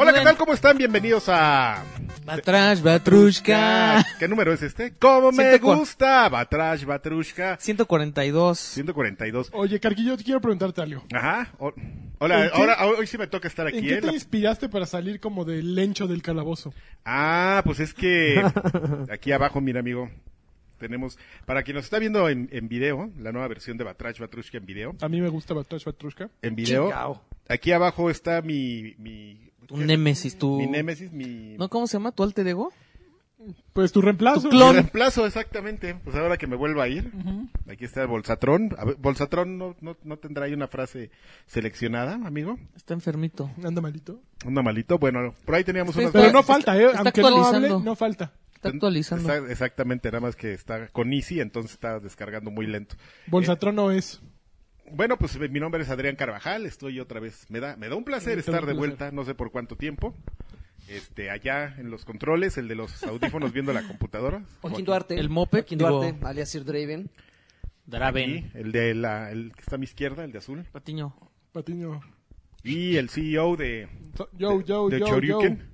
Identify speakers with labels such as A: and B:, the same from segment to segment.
A: Hola, ¿qué tal? ¿Cómo están? Bienvenidos a...
B: Batrash, Batrushka.
A: ¿Qué número es este? ¿Cómo me
B: 104.
A: gusta? Batrash, Batrushka.
B: 142.
A: 142.
C: Oye, Carquillo, te quiero preguntarte algo.
A: Ajá. o- Hola,
C: ¿En qué-
A: ahora, ah, hoy sí me toca estar
C: ¿En
A: aquí.
C: qué
A: ¿eh?
C: te
A: La-
C: inspiraste para salir como del lencho del calabozo?
A: Ah, pues es que aquí abajo, mira, amigo, tenemos, para quien nos está viendo en, en video, la nueva versión de Batrash Batrushka en video,
C: A mí me gusta Batrash Batrushka.
A: en video,
B: Chingao.
A: aquí abajo está mi, mi,
B: Tu némesis, tu...
A: mi némesis, mi,
B: ¿No? ¿Cómo se llama? ¿Tu alter ego?
C: Pues tu reemplazo.
B: Tu
A: mi
B: clon.
A: reemplazo, exactamente, pues ahora que me vuelva a ir, aquí está el Bolsatrón, A ver, Bolsatrón no, no, no tendrá ahí una frase seleccionada, amigo,
B: Está enfermito.
C: Anda malito.
A: anda malito, bueno, por ahí teníamos
B: Pero-
A: unas...
C: Pero no
B: está-
C: falta, ¿eh?
B: está
C: Aunque no hable,
B: actualizando.
C: no falta.
B: Está actualizando.
A: Está- exactamente, nada más que está con Easy, entonces está descargando muy lento.
C: Bolsatrón no
A: Eh.
C: es.
A: Bueno, pues eh, mi nombre es Adrián Carvajal, estoy otra vez, me da, me da un placer
C: Me da un
A: estar de
C: placer.
A: vuelta, no sé por cuánto tiempo. Este, allá en los controles, el de los audífonos viendo la computadora.
D: Joaquín Duarte.
B: El moped,
D: Joaquín Duarte,
B: digo-
D: alias Sir Draven.
A: Aquí, el de la, el que está a mi izquierda, el de azul.
B: Patiño.
C: Patiño.
A: Y el CEO de,
C: So- Yo,
A: de-
C: yo,
A: de
C: yo, yo.
A: Choryuken.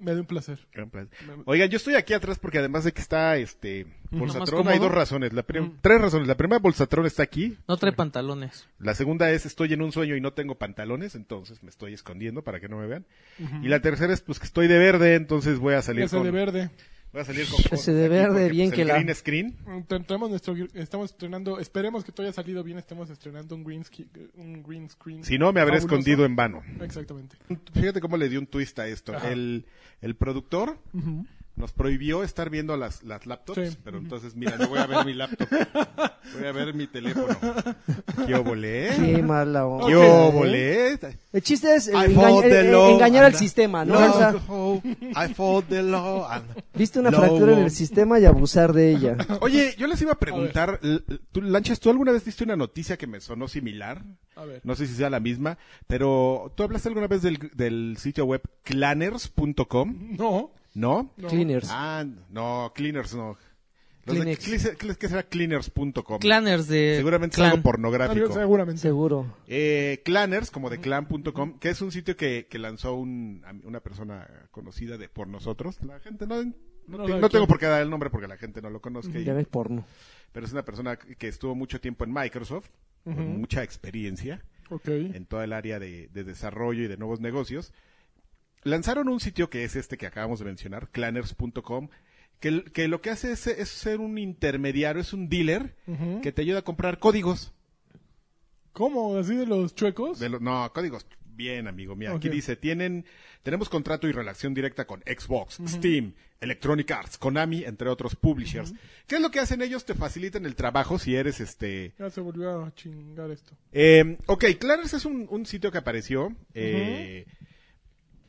C: Me da un placer.
A: Gran placer. Oigan, yo estoy aquí atrás porque además de que está este
B: ¿Más
A: Bolsatron,
B: cómodo?
A: hay dos razones. La prim- Tres razones. La primera, Bolsatron está aquí.
B: No trae pantalones.
A: La segunda es estoy en un sueño y no tengo pantalones, entonces me estoy escondiendo para que no me vean. Y la tercera es pues que estoy de verde, entonces voy a salir
C: Ese
A: con
C: de verde.
A: voy a salir con cosas
D: de
A: aquí,
D: verde,
A: porque,
D: bien
A: pues,
D: que
A: el
D: la-
A: green screen.
C: Tenemos nuestro, estamos estrenando, esperemos que todo haya salido bien, estamos estrenando un green, ski- un green screen.
A: Si no me habré
C: fabuloso.
A: escondido en vano.
C: Exactamente.
A: Fíjate cómo le dio un twist a esto.
C: Ajá.
A: El el productor nos prohibió estar viendo las, las laptops,
C: Sí.
A: pero entonces mira, no voy a ver mi laptop. Voy a ver mi teléfono. ¿Qué volé?
D: Qué mala
A: ¿Qué
D: onda.
A: volé?
D: El chiste es eh,
A: I
D: enga-
A: fought the
D: eh, eh,
A: law
D: engañar al
A: and-
D: sistema, ¿no?
A: No,
D: O sea,
A: no, I fought the law and-
D: viste una
A: Lobo.
D: fractura en el sistema y abusar de ella.
A: Oye, yo les iba a preguntar, l- tú, Lanchas, ¿tú alguna vez diste una noticia que me sonó similar?
C: A ver.
A: No sé si sea la misma, pero ¿tú hablaste alguna vez del, del sitio web clanners.com?
C: No.
A: ¿No?
D: Cleaners.
A: Ah, no, cleaners no. Los de
D: Kleenex.
A: Clis- Clis- ¿Qué será cleaners.com?
B: Clanners
D: eh,
B: de...
A: Seguramente es
B: clan.
A: algo pornográfico.
C: Seguramente.
D: Seguro.
A: Eh, Clanners, como de clan.com, que es un sitio que, que lanzó un, a mí- una persona conocida de por nosotros. La gente no, no,
C: No
A: te-
C: sabe
A: no tengo
C: quién.
A: por qué dar el nombre porque la gente no lo conozca. y-
D: Ya no hay porno.
A: pero es una persona que estuvo mucho tiempo en Microsoft, con mucha experiencia
C: Ok.
A: en toda el área de, de desarrollo y de nuevos negocios. Lanzaron un sitio que es este que acabamos de mencionar, clanners.com, que, l- que lo que hace es, es ser un intermediario, es un dealer
C: Ujú.
A: que te ayuda a comprar códigos.
C: ¿Cómo? ¿Así de los chuecos?
A: De lo- no, códigos. Bien, amigo. Mira, aquí
C: Ok.
A: dice, tienen, tenemos contrato y relación directa con Xbox, Steam, Electronic Arts, Konami, entre otros publishers. ¿Qué es lo que hacen ellos? Te facilitan el trabajo si eres este...
C: Ya se volvió a chingar esto.
A: Eh, ok, Clarence es un, un sitio que apareció, eh,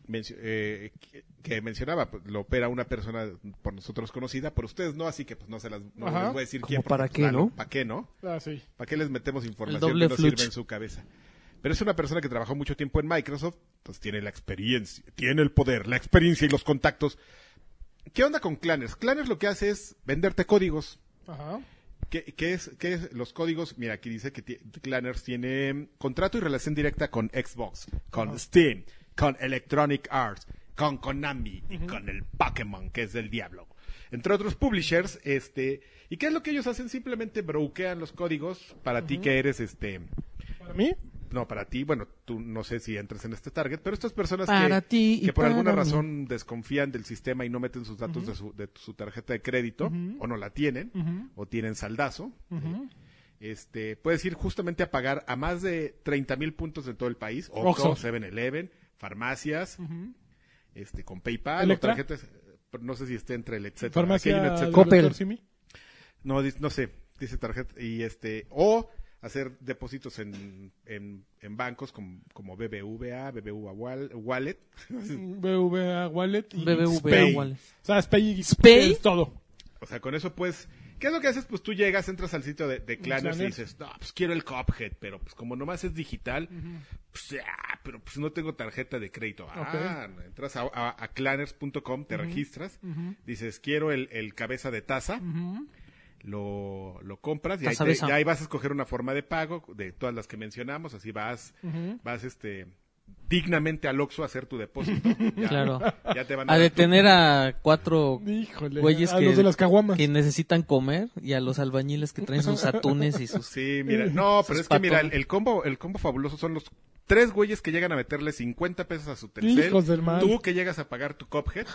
A: mencio- eh, que- que mencionaba, pues, lo opera una persona por nosotros conocida, por ustedes no, así que pues no se las no
C: Ajá.
A: les voy a decir
D: Como
A: quién.
D: para qué, ¿no?
A: ¿Para qué, no?
C: Ah, sí.
A: ¿Para qué les metemos
B: El
A: información
B: doble
A: que no
B: fluch.
A: sirve en su cabeza? Pero es una persona que trabajó mucho tiempo en Microsoft, entonces tiene la experiencia, tiene el poder, la experiencia y los contactos. ¿Qué onda con Clanners? Clanners lo que hace es venderte códigos.
C: Ajá.
A: ¿Qué, qué es, qué es los códigos? Mira, aquí dice que ti- Clanners tiene mm, contrato y relación directa con Xbox, con Steam, con Electronic Arts, con Konami y con el Pokémon, que es del diablo. Entre otros publishers, este, ¿y qué es lo que ellos hacen? Simplemente broquean los códigos para ti que eres este,
C: ¿Para mí?
A: no, para ti, bueno, tú no sé si entras en este target, pero estas personas
B: Para
A: que,
B: ti y
A: que por
B: para
A: alguna
B: mí.
A: razón desconfían del sistema y no meten sus datos de, su, de su tarjeta de crédito, o no la tienen, o tienen saldazo, eh, este, puedes ir justamente a pagar a más de 30 mil puntos en todo el país, Oxxo,
C: Oxxo.
A: 7-Eleven, farmacias, este, con PayPal,
C: ¿Electra?
A: o tarjetas, no sé si esté entre el etcétera.
C: Farmacia
A: Aquí hay un
C: del
A: etcétera.
D: Coppel.
C: doctor Simi.
A: No, dis- no sé, dice tarjeta y este o hacer depósitos en, en, en bancos com- como, BBVA, BBVA Wal- Wallet.
C: BBVA Wallet y
B: BBVA
A: Spay.
B: Wallet.
C: O sea, Spay y
B: ¿Spay?
C: es todo.
A: O sea, con eso pues ¿Qué es lo que haces? Pues tú llegas, entras al sitio de, de Clanners y
C: Clanners.
A: dices, no, pues quiero el Cuphead, pero pues como nomás es digital, pues ah, pero pues no tengo tarjeta de crédito. Ah, entras a, a- a Clanners.com, te registras, dices, quiero el, el cabeza de taza,
C: Mm.
A: lo, lo compras y ahí,
B: Taza
A: te-
B: besa.
A: y ahí vas a escoger una forma de pago de todas las que mencionamos, así vas, vas este dignamente al Oxxo a hacer tu depósito. Ya,
B: Claro.
A: Ya te van a,
B: A
A: dar
B: detener a cuatro
C: Híjole.
B: güeyes
C: a
B: que,
C: los de las caguamas.
B: que necesitan comer y a los albañiles que traen sus atunes y
A: tu-
B: sus...
A: pues Sí, mira. No, pero
B: Sus
A: es que mira, el,
B: patones.
A: el combo el combo fabuloso son los tres güeyes que llegan a meterle 50 pesos a su tercer.
C: Hijos del mal.
A: Tú que llegas a pagar tu cophead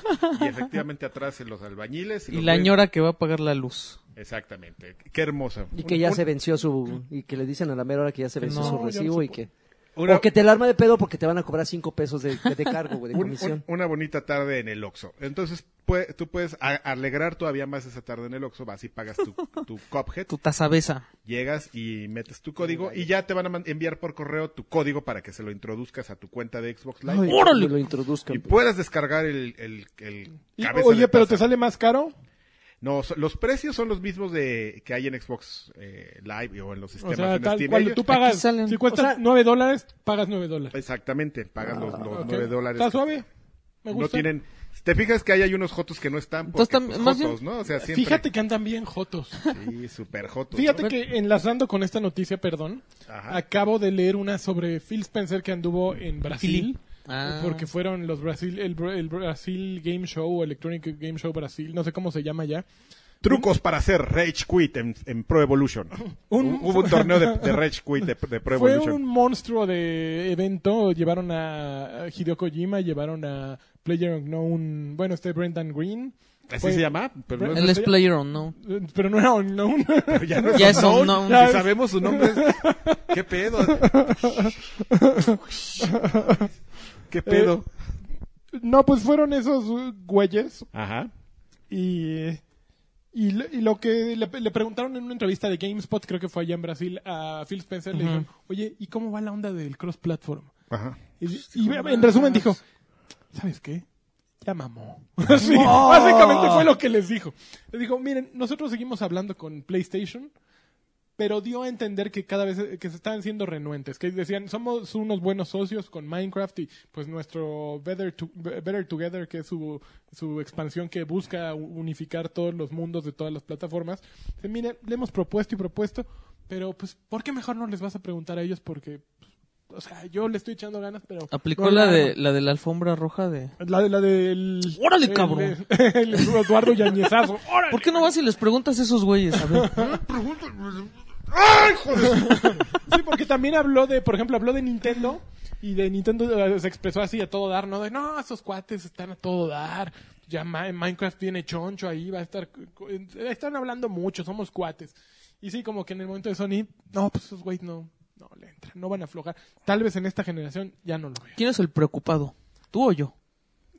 A: y efectivamente atrás los albañiles.
B: Y
A: los
B: la
A: güeyes-
B: ñora que va a pagar la luz.
A: Exactamente. Qué hermosa.
D: Y que ya se venció su... Y que le dicen a la mera hora que ya se venció
B: No,
D: su
C: ya no se
D: recibo y
C: puede.
D: que...
A: Una-
D: O que te la arma de pedo porque te van a cobrar cinco pesos de, de cargo, güey, de
A: un-
D: comisión.
A: un- una bonita tarde en el Oxxo. Entonces, pue- tú puedes a- alegrar todavía más esa tarde en el Oxxo, vas y pagas tu, tu Cuphead,
B: Tu tazabeza.
A: llegas y metes tu código y ya te van a man- enviar por correo tu código para que se lo introduzcas a tu cuenta de Xbox Live
D: Ay,
B: ¡Órale!
D: que lo introduzcan.
A: y puedas descargar el, el, el
C: Y-
A: cabeza
C: oye,
A: de
C: pero
A: taza.
C: te sale más caro.
A: No, so- los precios son los mismos de que hay en Xbox eh, Live o en los
C: O
A: sistemas
C: sea,
A: en
C: tal
A: Steam.
C: cual
A: Ellos-
C: tú pagas.
B: Aquí salen.
C: Si cuesta
D: O sea-
C: 9 dólares, pagas 9 dólares.
A: Exactamente, pagas los, los
C: Ah, Ok.
A: 9 dólares.
C: Está suave. Me
A: No
C: gusta.
A: tienen... Te fijas que ahí hay unos jotos que no están porque,
B: Entonces, tam-
A: pues,
B: más
A: jotos,
B: bien-
A: ¿no? O sea, siempre...
C: Fíjate que andan bien jotos.
A: Sí, super jotos.
C: Fíjate que enlazando con esta noticia, perdón,
A: Ajá.
C: acabo de leer una sobre Phil Spencer que anduvo en Brasil.
B: Philip. Ah.
C: Porque fueron los Brasil, el, Bra- el Brasil Game Show, Electronic Game Show Brasil, no sé cómo se llama ya.
A: Trucos para hacer Rage Quit en, en Pro Evolution.
C: Un-
A: Hubo un torneo de, de Rage Quit de, de Pro
C: Fue
A: Evolution.
C: un monstruo de evento. Llevaron a Hideo Kojima, llevaron a Player Unknown, bueno, este Brendan Green.
A: ¿Así
C: Fue-
A: se llama? Pero, no-
B: El es player o no.
C: Eh, Pero no era Unknown.
A: pero ya no
B: Ya
A: es
B: es
A: unknown.
B: unknown.
A: Si sabemos su nombre. es- ¿Qué pedo? ¿Qué pedo?
C: no, pues fueron esos eh, güeyes.
A: Ajá.
C: Y, y, lo- y lo que le, le preguntaron en una entrevista de GameSpot, creo que fue allá en Brasil, a Phil Spencer, le dijeron, oye, ¿y cómo va la onda del cross-platform?
A: Ajá.
C: Y, y en resumen dijo, ¿sabes qué? Ya mamó. Sí, básicamente fue lo que les dijo. Les dijo, miren, nosotros seguimos hablando con PlayStation, pero dio a entender que cada vez eh, que se estaban siendo renuentes, que decían, somos unos buenos socios con Minecraft y pues nuestro Better, To- Better Together, que es su, su expansión que busca u- unificar todos los mundos de todas las plataformas. Dicen, miren, le hemos propuesto y propuesto, pero pues, ¿por qué mejor no les vas a preguntar a ellos? Porque... pues, O sea, yo le estoy echando ganas, pero...
B: Aplicó
C: no
B: la
C: arma".
B: de la de la alfombra roja de...
C: La, de- la del.
B: ¡Órale,
C: el-
B: cabrón!
C: El, Eduardo Yañezazo. ¡Órale!
B: ¿Por qué no vas y les preguntas a esos güeyes? A ver.
C: Sí, porque también habló de, por ejemplo, habló de Nintendo. Y de Nintendo eh, se expresó así a todo dar, ¿no? De no, esos cuates están a todo dar. Ya Ma- Minecraft viene choncho ahí, va a estar. Están hablando mucho, somos cuates. Y sí, como que en el momento de Sony, no, pues esos güeyes no, no le entran, no van a aflojar. Tal vez en esta generación ya no lo veo.
B: ¿Quién es el preocupado? ¿Tú o yo?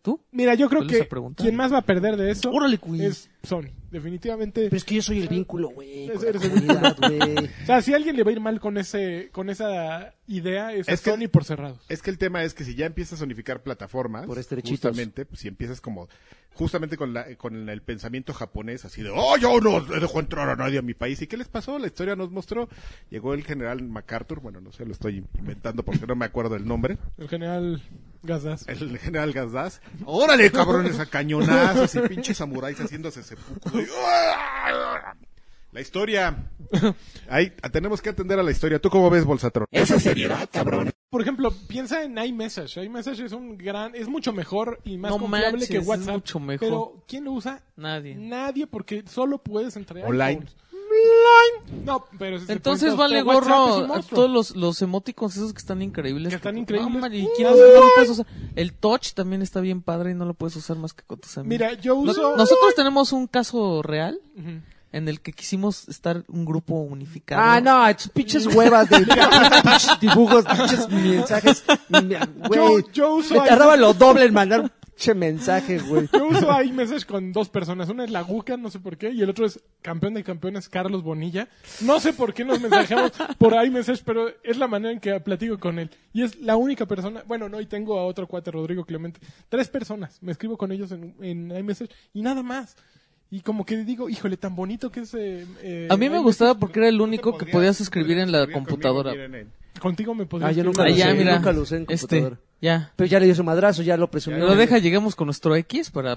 B: ¿Tú?
C: Mira, yo creo
B: ¿Cuál es
C: que
B: la pregunta?
C: quien más va a perder de eso
B: Órale, Queen.
C: es Sony. Definitivamente.
D: Pero es que yo soy el vínculo, güey. con
C: Eres-
D: la
C: eres el
D: comunidad, güey.
C: O sea, si a alguien le va a ir mal con ese, con esa idea, es, a
A: Es que-
C: Sony por cerrados.
A: Es que el tema es que si ya empiezas a unificar plataformas,
D: Por estrechitos.
A: justamente, pues si empiezas como, justamente con, la, con el pensamiento japonés, así de, oh, yo no dejo entrar a nadie a mi país. ¿Y qué les pasó? La historia nos mostró, llegó el general MacArthur, bueno, no sé, lo estoy inventando porque no me acuerdo el nombre,
C: El general Gazdas.
A: el general Gazdás. Órale, cabrones, a cañonazos y pinches samuráis haciéndose seppuku. Y- La historia. Ahí tenemos que atender a la historia. ¿Tú cómo ves, Bolsatrón?
C: Por ejemplo, piensa en iMessage. iMessage es un gran, es mucho mejor y más
B: No
C: confiable
B: manches,
C: que
B: es
C: WhatsApp.
B: mucho mejor.
C: Pero ¿quién lo usa?
B: Nadie.
C: Nadie, porque solo puedes entrar
A: Online.
C: No, pero ese es el
B: Entonces
C: punto.
B: vale
C: WhatsApp es
B: gorro
C: un
B: a
C: monstruo.
B: todos los, los emóticos esos que están increíbles.
C: Que están increíbles.
B: No, madre, ¿y quién más no lo puedes usar? El touch también está bien padre y no lo puedes usar más que con tus amigos.
C: Mira, yo
B: No-
C: uso.
B: nosotros tenemos un caso real
C: Ujú.
B: en el que quisimos estar un grupo unificado.
D: Ah, no, tus pinches huevas de pinches dibujos, pinches mensajes. mi- Güey,
C: Yo- yo uso
D: Me
C: ahí-
D: tardaba lo doble en mandar pinche mensaje, güey.
C: Yo uso iMessage con dos personas. Una es la Guca, no sé por qué, y el otro es campeón de campeones Carlos Bonilla. No sé por qué nos mensajeamos por iMessage, pero es la manera en que platico con él. Y es la única persona. Bueno, no, y tengo a otro cuate, Rodrigo Clemente. Tres personas. Me escribo con ellos en, en iMessage y nada más. Y como que digo, híjole, tan bonito que es. eh, eh,
B: A mí me
C: iMessage.
B: gustaba porque era el único que podías escribir en la computadora.
C: Contigo me podría.
D: Ah, yo nunca
B: Ah,
D: lo
C: escribir.
B: ya,
D: usé,
B: mira.
D: nunca lo usé en
B: este,
D: computadora.
B: ya.
D: Pero ya le dio su madrazo, ya lo presumió.
B: Lo deja, lleguemos con nuestro X para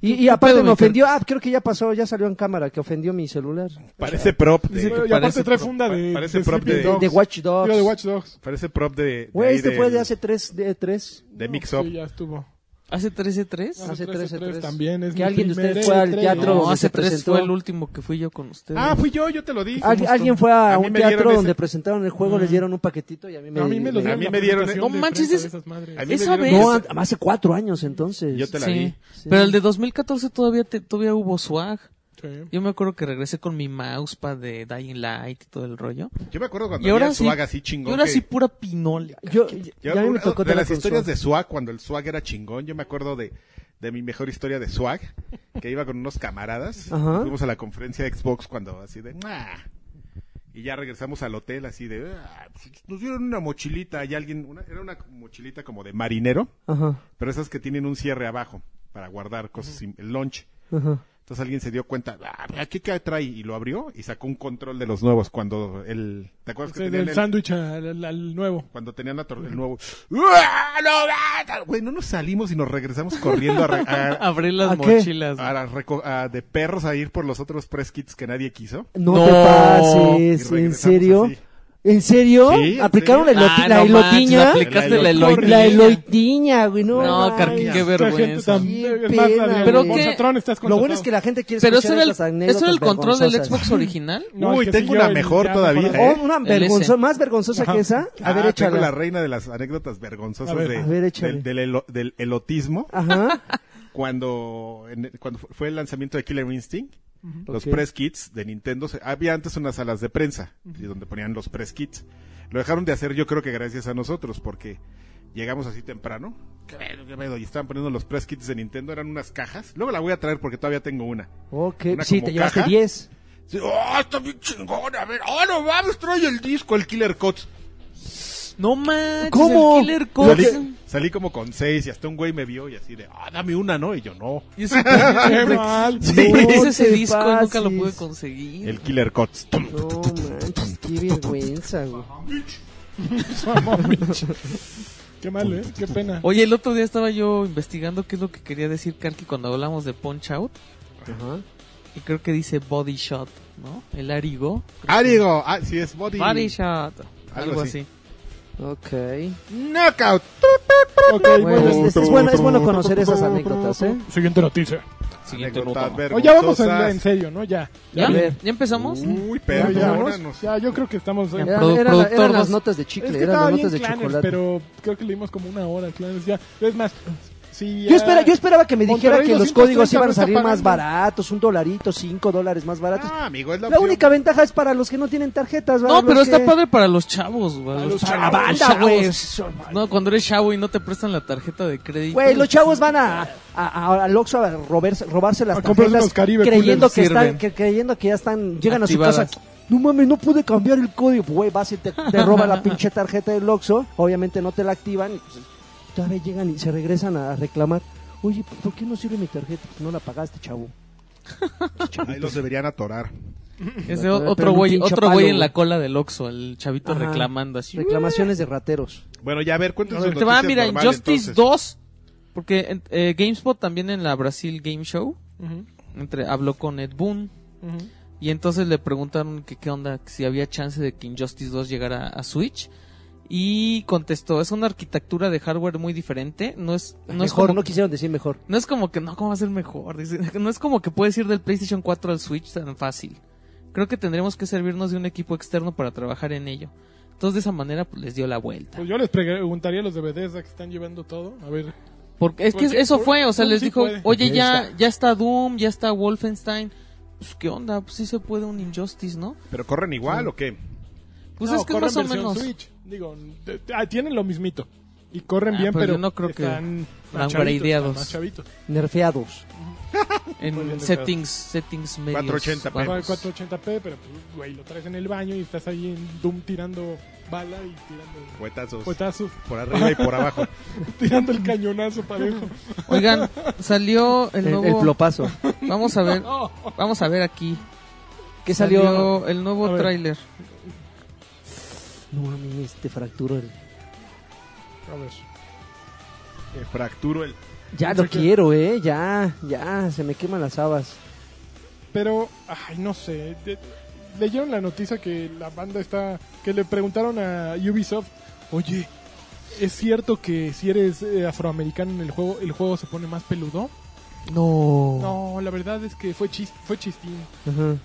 D: Y, y
B: ¿Qué
D: aparte
B: pedo,
D: me
B: mi
D: ofendió. Ah, creo que ya pasó, ya salió en cámara, que ofendió mi celular.
A: Parece prop de,
C: Dice que y aparte
B: parece
C: trae
B: pro-
C: funda de,
A: parece prop
C: Sleeping
A: de-
C: Dogs.
D: De Watch Dogs.
C: Digo, de Watch Dogs.
A: parece prop de.
D: Güey,
A: ahí
D: este
A: del-
D: fue de hace tres, de tres.
A: De Mix
C: No,
A: Up.
C: sí, ya estuvo.
B: ¿Hace 13-3?
D: Hace
C: tres,
D: tres,
C: tres,
D: tres,
C: tres.
D: tres.
C: También es
D: Que
C: mi
D: alguien de
C: primer E
D: ustedes fue al
C: E3.
D: teatro
B: No,
D: donde
B: hace
D: se
B: 3
D: presentó.
B: fue el último que fui yo con ustedes.
A: Ah, fui yo, yo te lo dije.
D: Al- alguien fue a,
A: A mí
D: un
A: me dieron
D: teatro donde
A: ese-
D: presentaron el juego, les dieron un paquetito y a mí me,
C: No, Ah. a mí me los
A: A
C: dieron.
A: mí
C: en
A: me
C: la
A: dieron-
C: presentación
B: No
C: de
B: manches,
C: prensa
B: es-
C: de esas madres.
A: A mí me
B: Esa
A: dieron-
B: vez-
D: No, an- hace cuatro años entonces.
A: Yo te la
B: sí.
A: vi.
D: Sí.
B: Pero el de 2014 todavía te- todavía hubo swag.
C: Sí.
B: Yo me acuerdo que regresé con mi mousepad de Dying Light y todo el rollo.
A: Yo me acuerdo cuando
B: Y ahora
A: había
B: sí.
A: swag así
B: Y
A: chingón.
B: ahora
A: que-
B: sí pura pinola.
D: Yo, ya-
A: yo-
D: ya a mí me
A: una-
D: tocó
A: de
D: tener
A: las
D: la
A: historias
D: consola.
A: de swag, cuando el swag era chingón, yo me acuerdo de, de mi mejor historia de swag, que iba con unos camaradas.
D: Ajá.
A: Fuimos a la conferencia de Xbox cuando así de. "Mua". Y ya regresamos al hotel así de. "Ah, pues, Nos dieron una mochilita y alguien. una- era una mochilita como de marinero,
D: Ajá,
A: pero esas que tienen un cierre abajo para guardar cosas, y- el lunch.
D: ajá.
A: Entonces alguien se dio cuenta, ah, ¿qué, qué trae? Y lo abrió y sacó un control de los nuevos cuando el... ¿Te acuerdas pues, que
C: Sí,
A: tenían
C: Del
A: el-
C: sándwich al, al- al nuevo.
A: cuando tenían la tor- el nuevo... ¡Ah, no, ah! Güey, no nos salimos y nos regresamos corriendo a, re- a-
B: Abrí las
D: ¿A qué?
B: mochilas.
A: a la reco- a de perros a ir por los otros press kits que nadie quiso.
D: No,
B: No.
D: te
A: Y
D: pases, ¿en
A: regresamos
D: serio?
A: así.
D: ¿En serio?
A: Sí, ¿en
D: ¿Aplicaron
A: serio?
D: la eloti-
B: Ah,
D: la
B: no manches,
D: elotiña?
B: aplicaste
A: La
B: la
C: elotiña.
B: elotiña.
D: La elotiña, güey, no.
B: No,
D: manches.
B: Carqui, qué
C: Esta gente
B: vergüenza.
C: tan-
D: Qué
C: es más,
D: pena,
C: Adrián,
B: Pero
C: Gonzalo,
B: qué-
C: Tron, estás
D: Lo
C: contratado.
D: bueno es que la gente quiere
B: Pero eso
D: escuchar
B: era el,
D: esas anécdotas
B: eso era el control del
D: vergonzosas.
B: Xbox original.
C: No,
A: Uy,
C: el que
A: tengo
C: siguió,
A: una
C: el-
A: mejor
C: ya
A: todavía,
C: mejorado.
A: ¿eh?
D: Oh, una
B: El S.
D: vergonzosa, más vergonzosa
C: Ajá.
D: que esa. A ver,
A: Ah, tengo la
D: échala.
A: reina de las anécdotas vergonzosas
C: A ver.
A: de-
D: A ver, échale.
A: del, del elo- del elotismo.
D: Ajá.
A: cuando, en- cuando fu- fue el lanzamiento de Killer Instinct, los
D: Ok.
A: press kits de Nintendo, se- había antes unas salas de prensa y donde ponían los press kits. Lo dejaron de hacer yo creo que gracias a nosotros porque llegamos así temprano. ¿Qué pedo, qué pedo? Y estaban poniendo los press kits de Nintendo, eran unas cajas. Luego la voy a traer porque todavía tengo una.
D: Ok,
A: Una
D: sí,
A: como
D: te llevaste
A: caja.
D: 10.
A: Sí, ¡Oh, está bien chingón! A ver, ¡oh, no mames! Trae el disco, el Killer Cots.
B: No manches,
D: ¿Cómo?
B: el Killer Cots.
A: Salí, salí como con seis y hasta un güey me vio y así de, ¡ah, dame una, no! Y yo, no.
B: Y ese- siempre-
C: Qué mal.
B: siempre
D: No
B: quise ese
D: te
B: disco y nunca lo
D: pases.
B: pude conseguir.
A: El Killer Cots.
D: No manches, qué vergüenza, güey.
C: Qué mal, ¿eh? Qué pena.
B: Oye, el otro día estaba yo investigando qué es lo que quería decir Karki cuando hablamos de Punch Out.
D: Ajá.
B: Y creo que dice Body Shot, ¿no? El arigo.
A: Ah, digo, ah, sí es Body.
B: Body Shot.
A: Algo
B: Algo,
A: así.
B: así.
D: Ok.
A: Knockout.
C: Ok,
D: Bueno, pues,
C: bueno,
D: es, es bueno, es bueno conocer esas anécdotas, ¿eh?
C: Siguiente noticia.
B: Siguiente
A: Anécdotas
B: nota.
C: Oye, Oh, ya vamos en,
A: vergonzosas.
C: en serio, ¿no? Ya.
B: ¿Ya?
D: A ver. Mm.
B: ¿Ya empezamos?
A: Uy, pero
C: ya,
A: ahora
D: ¿Vamos?
A: nos-
C: Ya, yo creo que estamos...
B: Ya.
C: en-
D: Eran,
B: Produ-
D: eran-
B: productor
D: eran
B: nos-
D: las notas de chicle,
C: Es que
D: eran
C: estaba
D: las
C: bien
D: notas de
C: Clanners,
D: chocolate.
C: pero creo que leímos como una hora Clanners ya. Es más, si ya-
D: Yo, espera, yo esperaba que me dijera
C: Monterrey
D: que los
C: 230
D: códigos iban
C: no
D: a
C: está
D: salir
C: pagando.
D: más baratos, un dolarito, cinco dólares más baratos.
A: Ah, amigo, es la,
D: La
A: opción.
D: única ventaja es para los que no tienen tarjetas, ¿verdad?
B: No, pero
D: Los que-
B: está padre para los chavos, güey.
C: los
B: chavos,
D: La banda,
B: chavos.
D: güey.
B: No, cuando eres chavo y no te prestan la tarjeta de crédito.
D: Güey, los chavos van a, a, a- al Oxxo a robarse, robarse las
C: A comprarse
D: tarjetas
C: unos Caribe
D: creyendo
B: coolers,
D: que están,
B: sirven.
D: que, creyendo que ya están, llegan a
B: Activadas.
D: su casa. No mames, no pude cambiar el código. Güey, vas y te, te roba la pinche tarjeta del Oxxo, obviamente no te la activan, y pues, todavía llegan y se regresan a reclamar. Oye, ¿por qué no sirve mi tarjeta? Pues no la pagaste, chavo.
A: Ahí los deberían atorar.
B: Es
D: Pero un
B: otro güey,
D: pinche
B: otro
D: palo,
B: güey
D: güey.
B: en la cola del Oxxo, el chavito
D: Ajá.
B: reclamando así. Uh,
D: Reclamaciones de rateros.
A: Bueno, ya a ver, cuéntanos.
B: Te va, mira, Injustice 2. Porque en- eh, GameSpot también en la Brasil Game Show
C: Ujú,
B: entre, habló con Ed Boon.
C: ujú.
B: Y entonces le preguntaron que qué onda, que si había chance de que Injustice 2 llegara a Switch. Y contestó, es una arquitectura de hardware muy diferente. No es, no es,
D: mejor,
B: como,
D: no quisieron decir mejor.
B: no es como que, no, ¿cómo va a ser mejor? Dice, no es como que puedes ir del PlayStation 4 al Switch tan fácil. Creo que tendremos que servirnos de un equipo externo para trabajar en ello. Entonces de esa manera pues, les dio la vuelta.
C: Pues yo les preguntaría a los de Bethesda que están llevando todo. A ver,
B: Porque es que
C: Porque-
B: eso fue, o sea,
C: Doom
B: les
C: sí
B: dijo,
C: puede.
B: oye,
D: Ahí
B: ya,
D: está.
B: ya está Doom, ya está Wolfenstein. Pues qué onda, pues sí se puede un Injustice, ¿no?
A: ¿Pero corren igual o qué?
B: Pues
C: No,
B: es que es
C: corren
B: más o
C: versión
B: menos.
C: Switch. Digo, de- de- ah, tienen lo mismito. Y corren
B: Ah,
C: bien,
B: pero
C: pero,
B: yo no creo que
C: están más
B: van
C: chavitos,
B: gradeados.
C: están más chavitos.
D: Nerfeados.
C: Muy bien,
B: en settings, settings medios.
A: 480p.
B: bajos.
C: Juega 480p, pero pues, güey, lo traes en el baño y estás ahí en Doom tirando bala y tirando
A: Cuetazos.
C: puetazos,
A: Por arriba y por abajo.
C: tirando el cañonazo parejo.
B: Oigan, salió el
D: El,
B: nuevo.
D: el flopazo.
B: Vamos a ver,
C: No.
B: vamos a ver aquí.
D: ¿Qué salió?
B: el
C: A
B: nuevo
C: ver.
B: tráiler.
D: No mames, te fracturó el.
C: A ver.
A: Te Eh, fracturo el.
D: Ya lo quiero, eh, ya, ya, se me queman las habas.
C: Pero, ay, no sé. de- leyeron la noticia que la banda está. que le preguntaron a Ubisoft, oye, ¿es cierto que si eres eh, afroamericano en el juego, el juego se pone más peludo?
B: No.
C: No, la verdad es que fue, chis- fue chistín.
D: Ajá.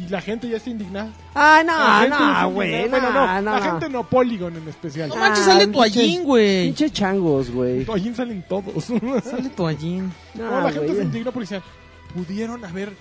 C: Y la gente ya está indignada.
D: Ah,
C: La gente
D: no,
C: está
D: no, güey,
C: indignada. Bueno,
D: no,
C: no,
D: no,
C: la gente no, Polygon en especial.
B: No manches, sale
D: Ah,
B: toallín, güey.
D: Pinche changos, güey.
C: Allí salen todos.
B: Sale toallín.
D: No,
C: No, la gente
D: Ah, güey.
C: se indignó porque decían, pudieron haber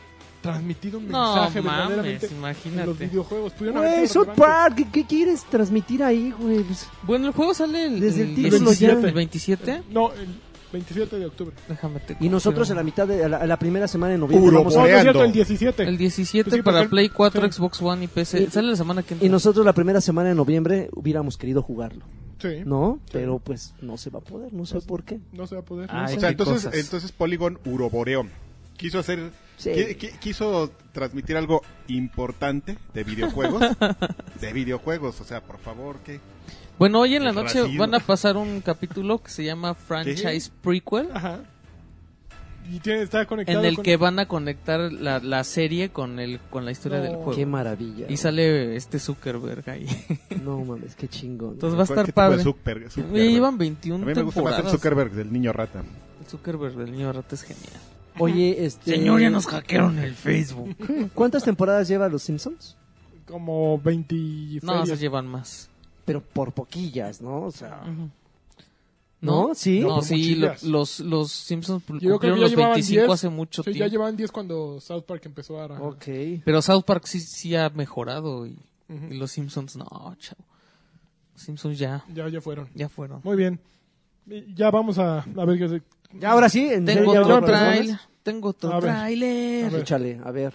C: transmitido un
B: No
C: mensaje
B: mames,
C: verdaderamente en los
B: imagínate.
C: videojuegos. Pudieron haber
D: Güey,
C: sido
D: South
C: relevantes.
D: Park, ¿qué, qué quieres transmitir ahí, güey? Pues,
B: Bueno, el juego sale el,
D: Desde el
B: el
D: título
B: 17,
C: ya.
B: el 27.
C: No, el 27 de octubre.
B: Déjame te
D: y nosotros en la
B: confirmo.
D: mitad de a la, a la primera semana de noviembre
A: Puro
D: vamos a-
C: No, no es
A: Coreando.
C: cierto, el 17.
B: El 17
C: Pues sí, porque
B: para
C: el-
B: Play 4,
C: sí.
B: Xbox One y PC.
D: Y-
B: sale la semana que entra.
D: y nosotros la primera semana de noviembre hubiéramos querido jugarlo,
C: Sí, no.
D: ¿no? Pero pues no se va a poder, no sé por qué.
C: se va a poder.
B: Ay,
A: O sea,
B: qué
A: entonces,
B: cosas.
A: entonces Polygon uroboreó. Quiso hacer.
D: Sí.
A: qui- qui- Quiso transmitir algo importante de videojuegos. de videojuegos, o sea, por favor, que.
B: Bueno, hoy en la
A: El
B: noche
A: racismo.
B: van a pasar un capítulo que se llama Franchise Prequel,
C: Ajá. Y tiene, está conectado
B: en el
C: con-
B: que van a conectar la, la serie con el con la historia
C: No.
B: del juego.
D: Qué maravilla.
B: pues, Y sale este Zuckerberg ahí.
D: No mames, qué chingón.
B: Entonces va a estar
A: ¿Qué tipo de
B: padre.
A: Zucker- Zuckerberg?
B: Oye, llevan
A: A
B: 21
A: mí me gusta más el
B: temporadas.
A: Zuckerberg del niño rata.
B: El Zuckerberg del niño rata es genial.
D: Oye, este
B: hackearon el Facebook.
D: ¿Cuántas temporadas lleva Los Simpsons?
C: como 20
B: No, se
C: ferias.
B: llevan más.
D: Pero por poquillas, ¿no? O sea,
B: Ujú.
D: ¿no? Sí.
B: No,
C: No, por
B: sí, lo-
C: muchillas.
B: los, los Simpsons
C: Yo creo que
B: cumplieron
C: ya
B: los
C: llevaban
B: 25
C: 10.
B: hace mucho
C: Sí, ya
B: tiempo.
C: llevan 10 cuando South Park empezó a...
D: Ok.
B: Pero South Park sí, sí ha mejorado y,
C: Ujú.
B: y los Simpsons no, chavo. Los Simpsons ya,
C: Ya, ya fueron.
B: ya fueron.
C: Muy bien. Y Ya vamos a, a ver qué se- pues
D: Ya ahora sí, en
B: Tengo
D: serio,
B: otro
D: ya-
B: trailer. Tengo
C: ¿eh? A
B: otro
C: ver.
B: trailer.
C: A ver.
D: Échale, a ver.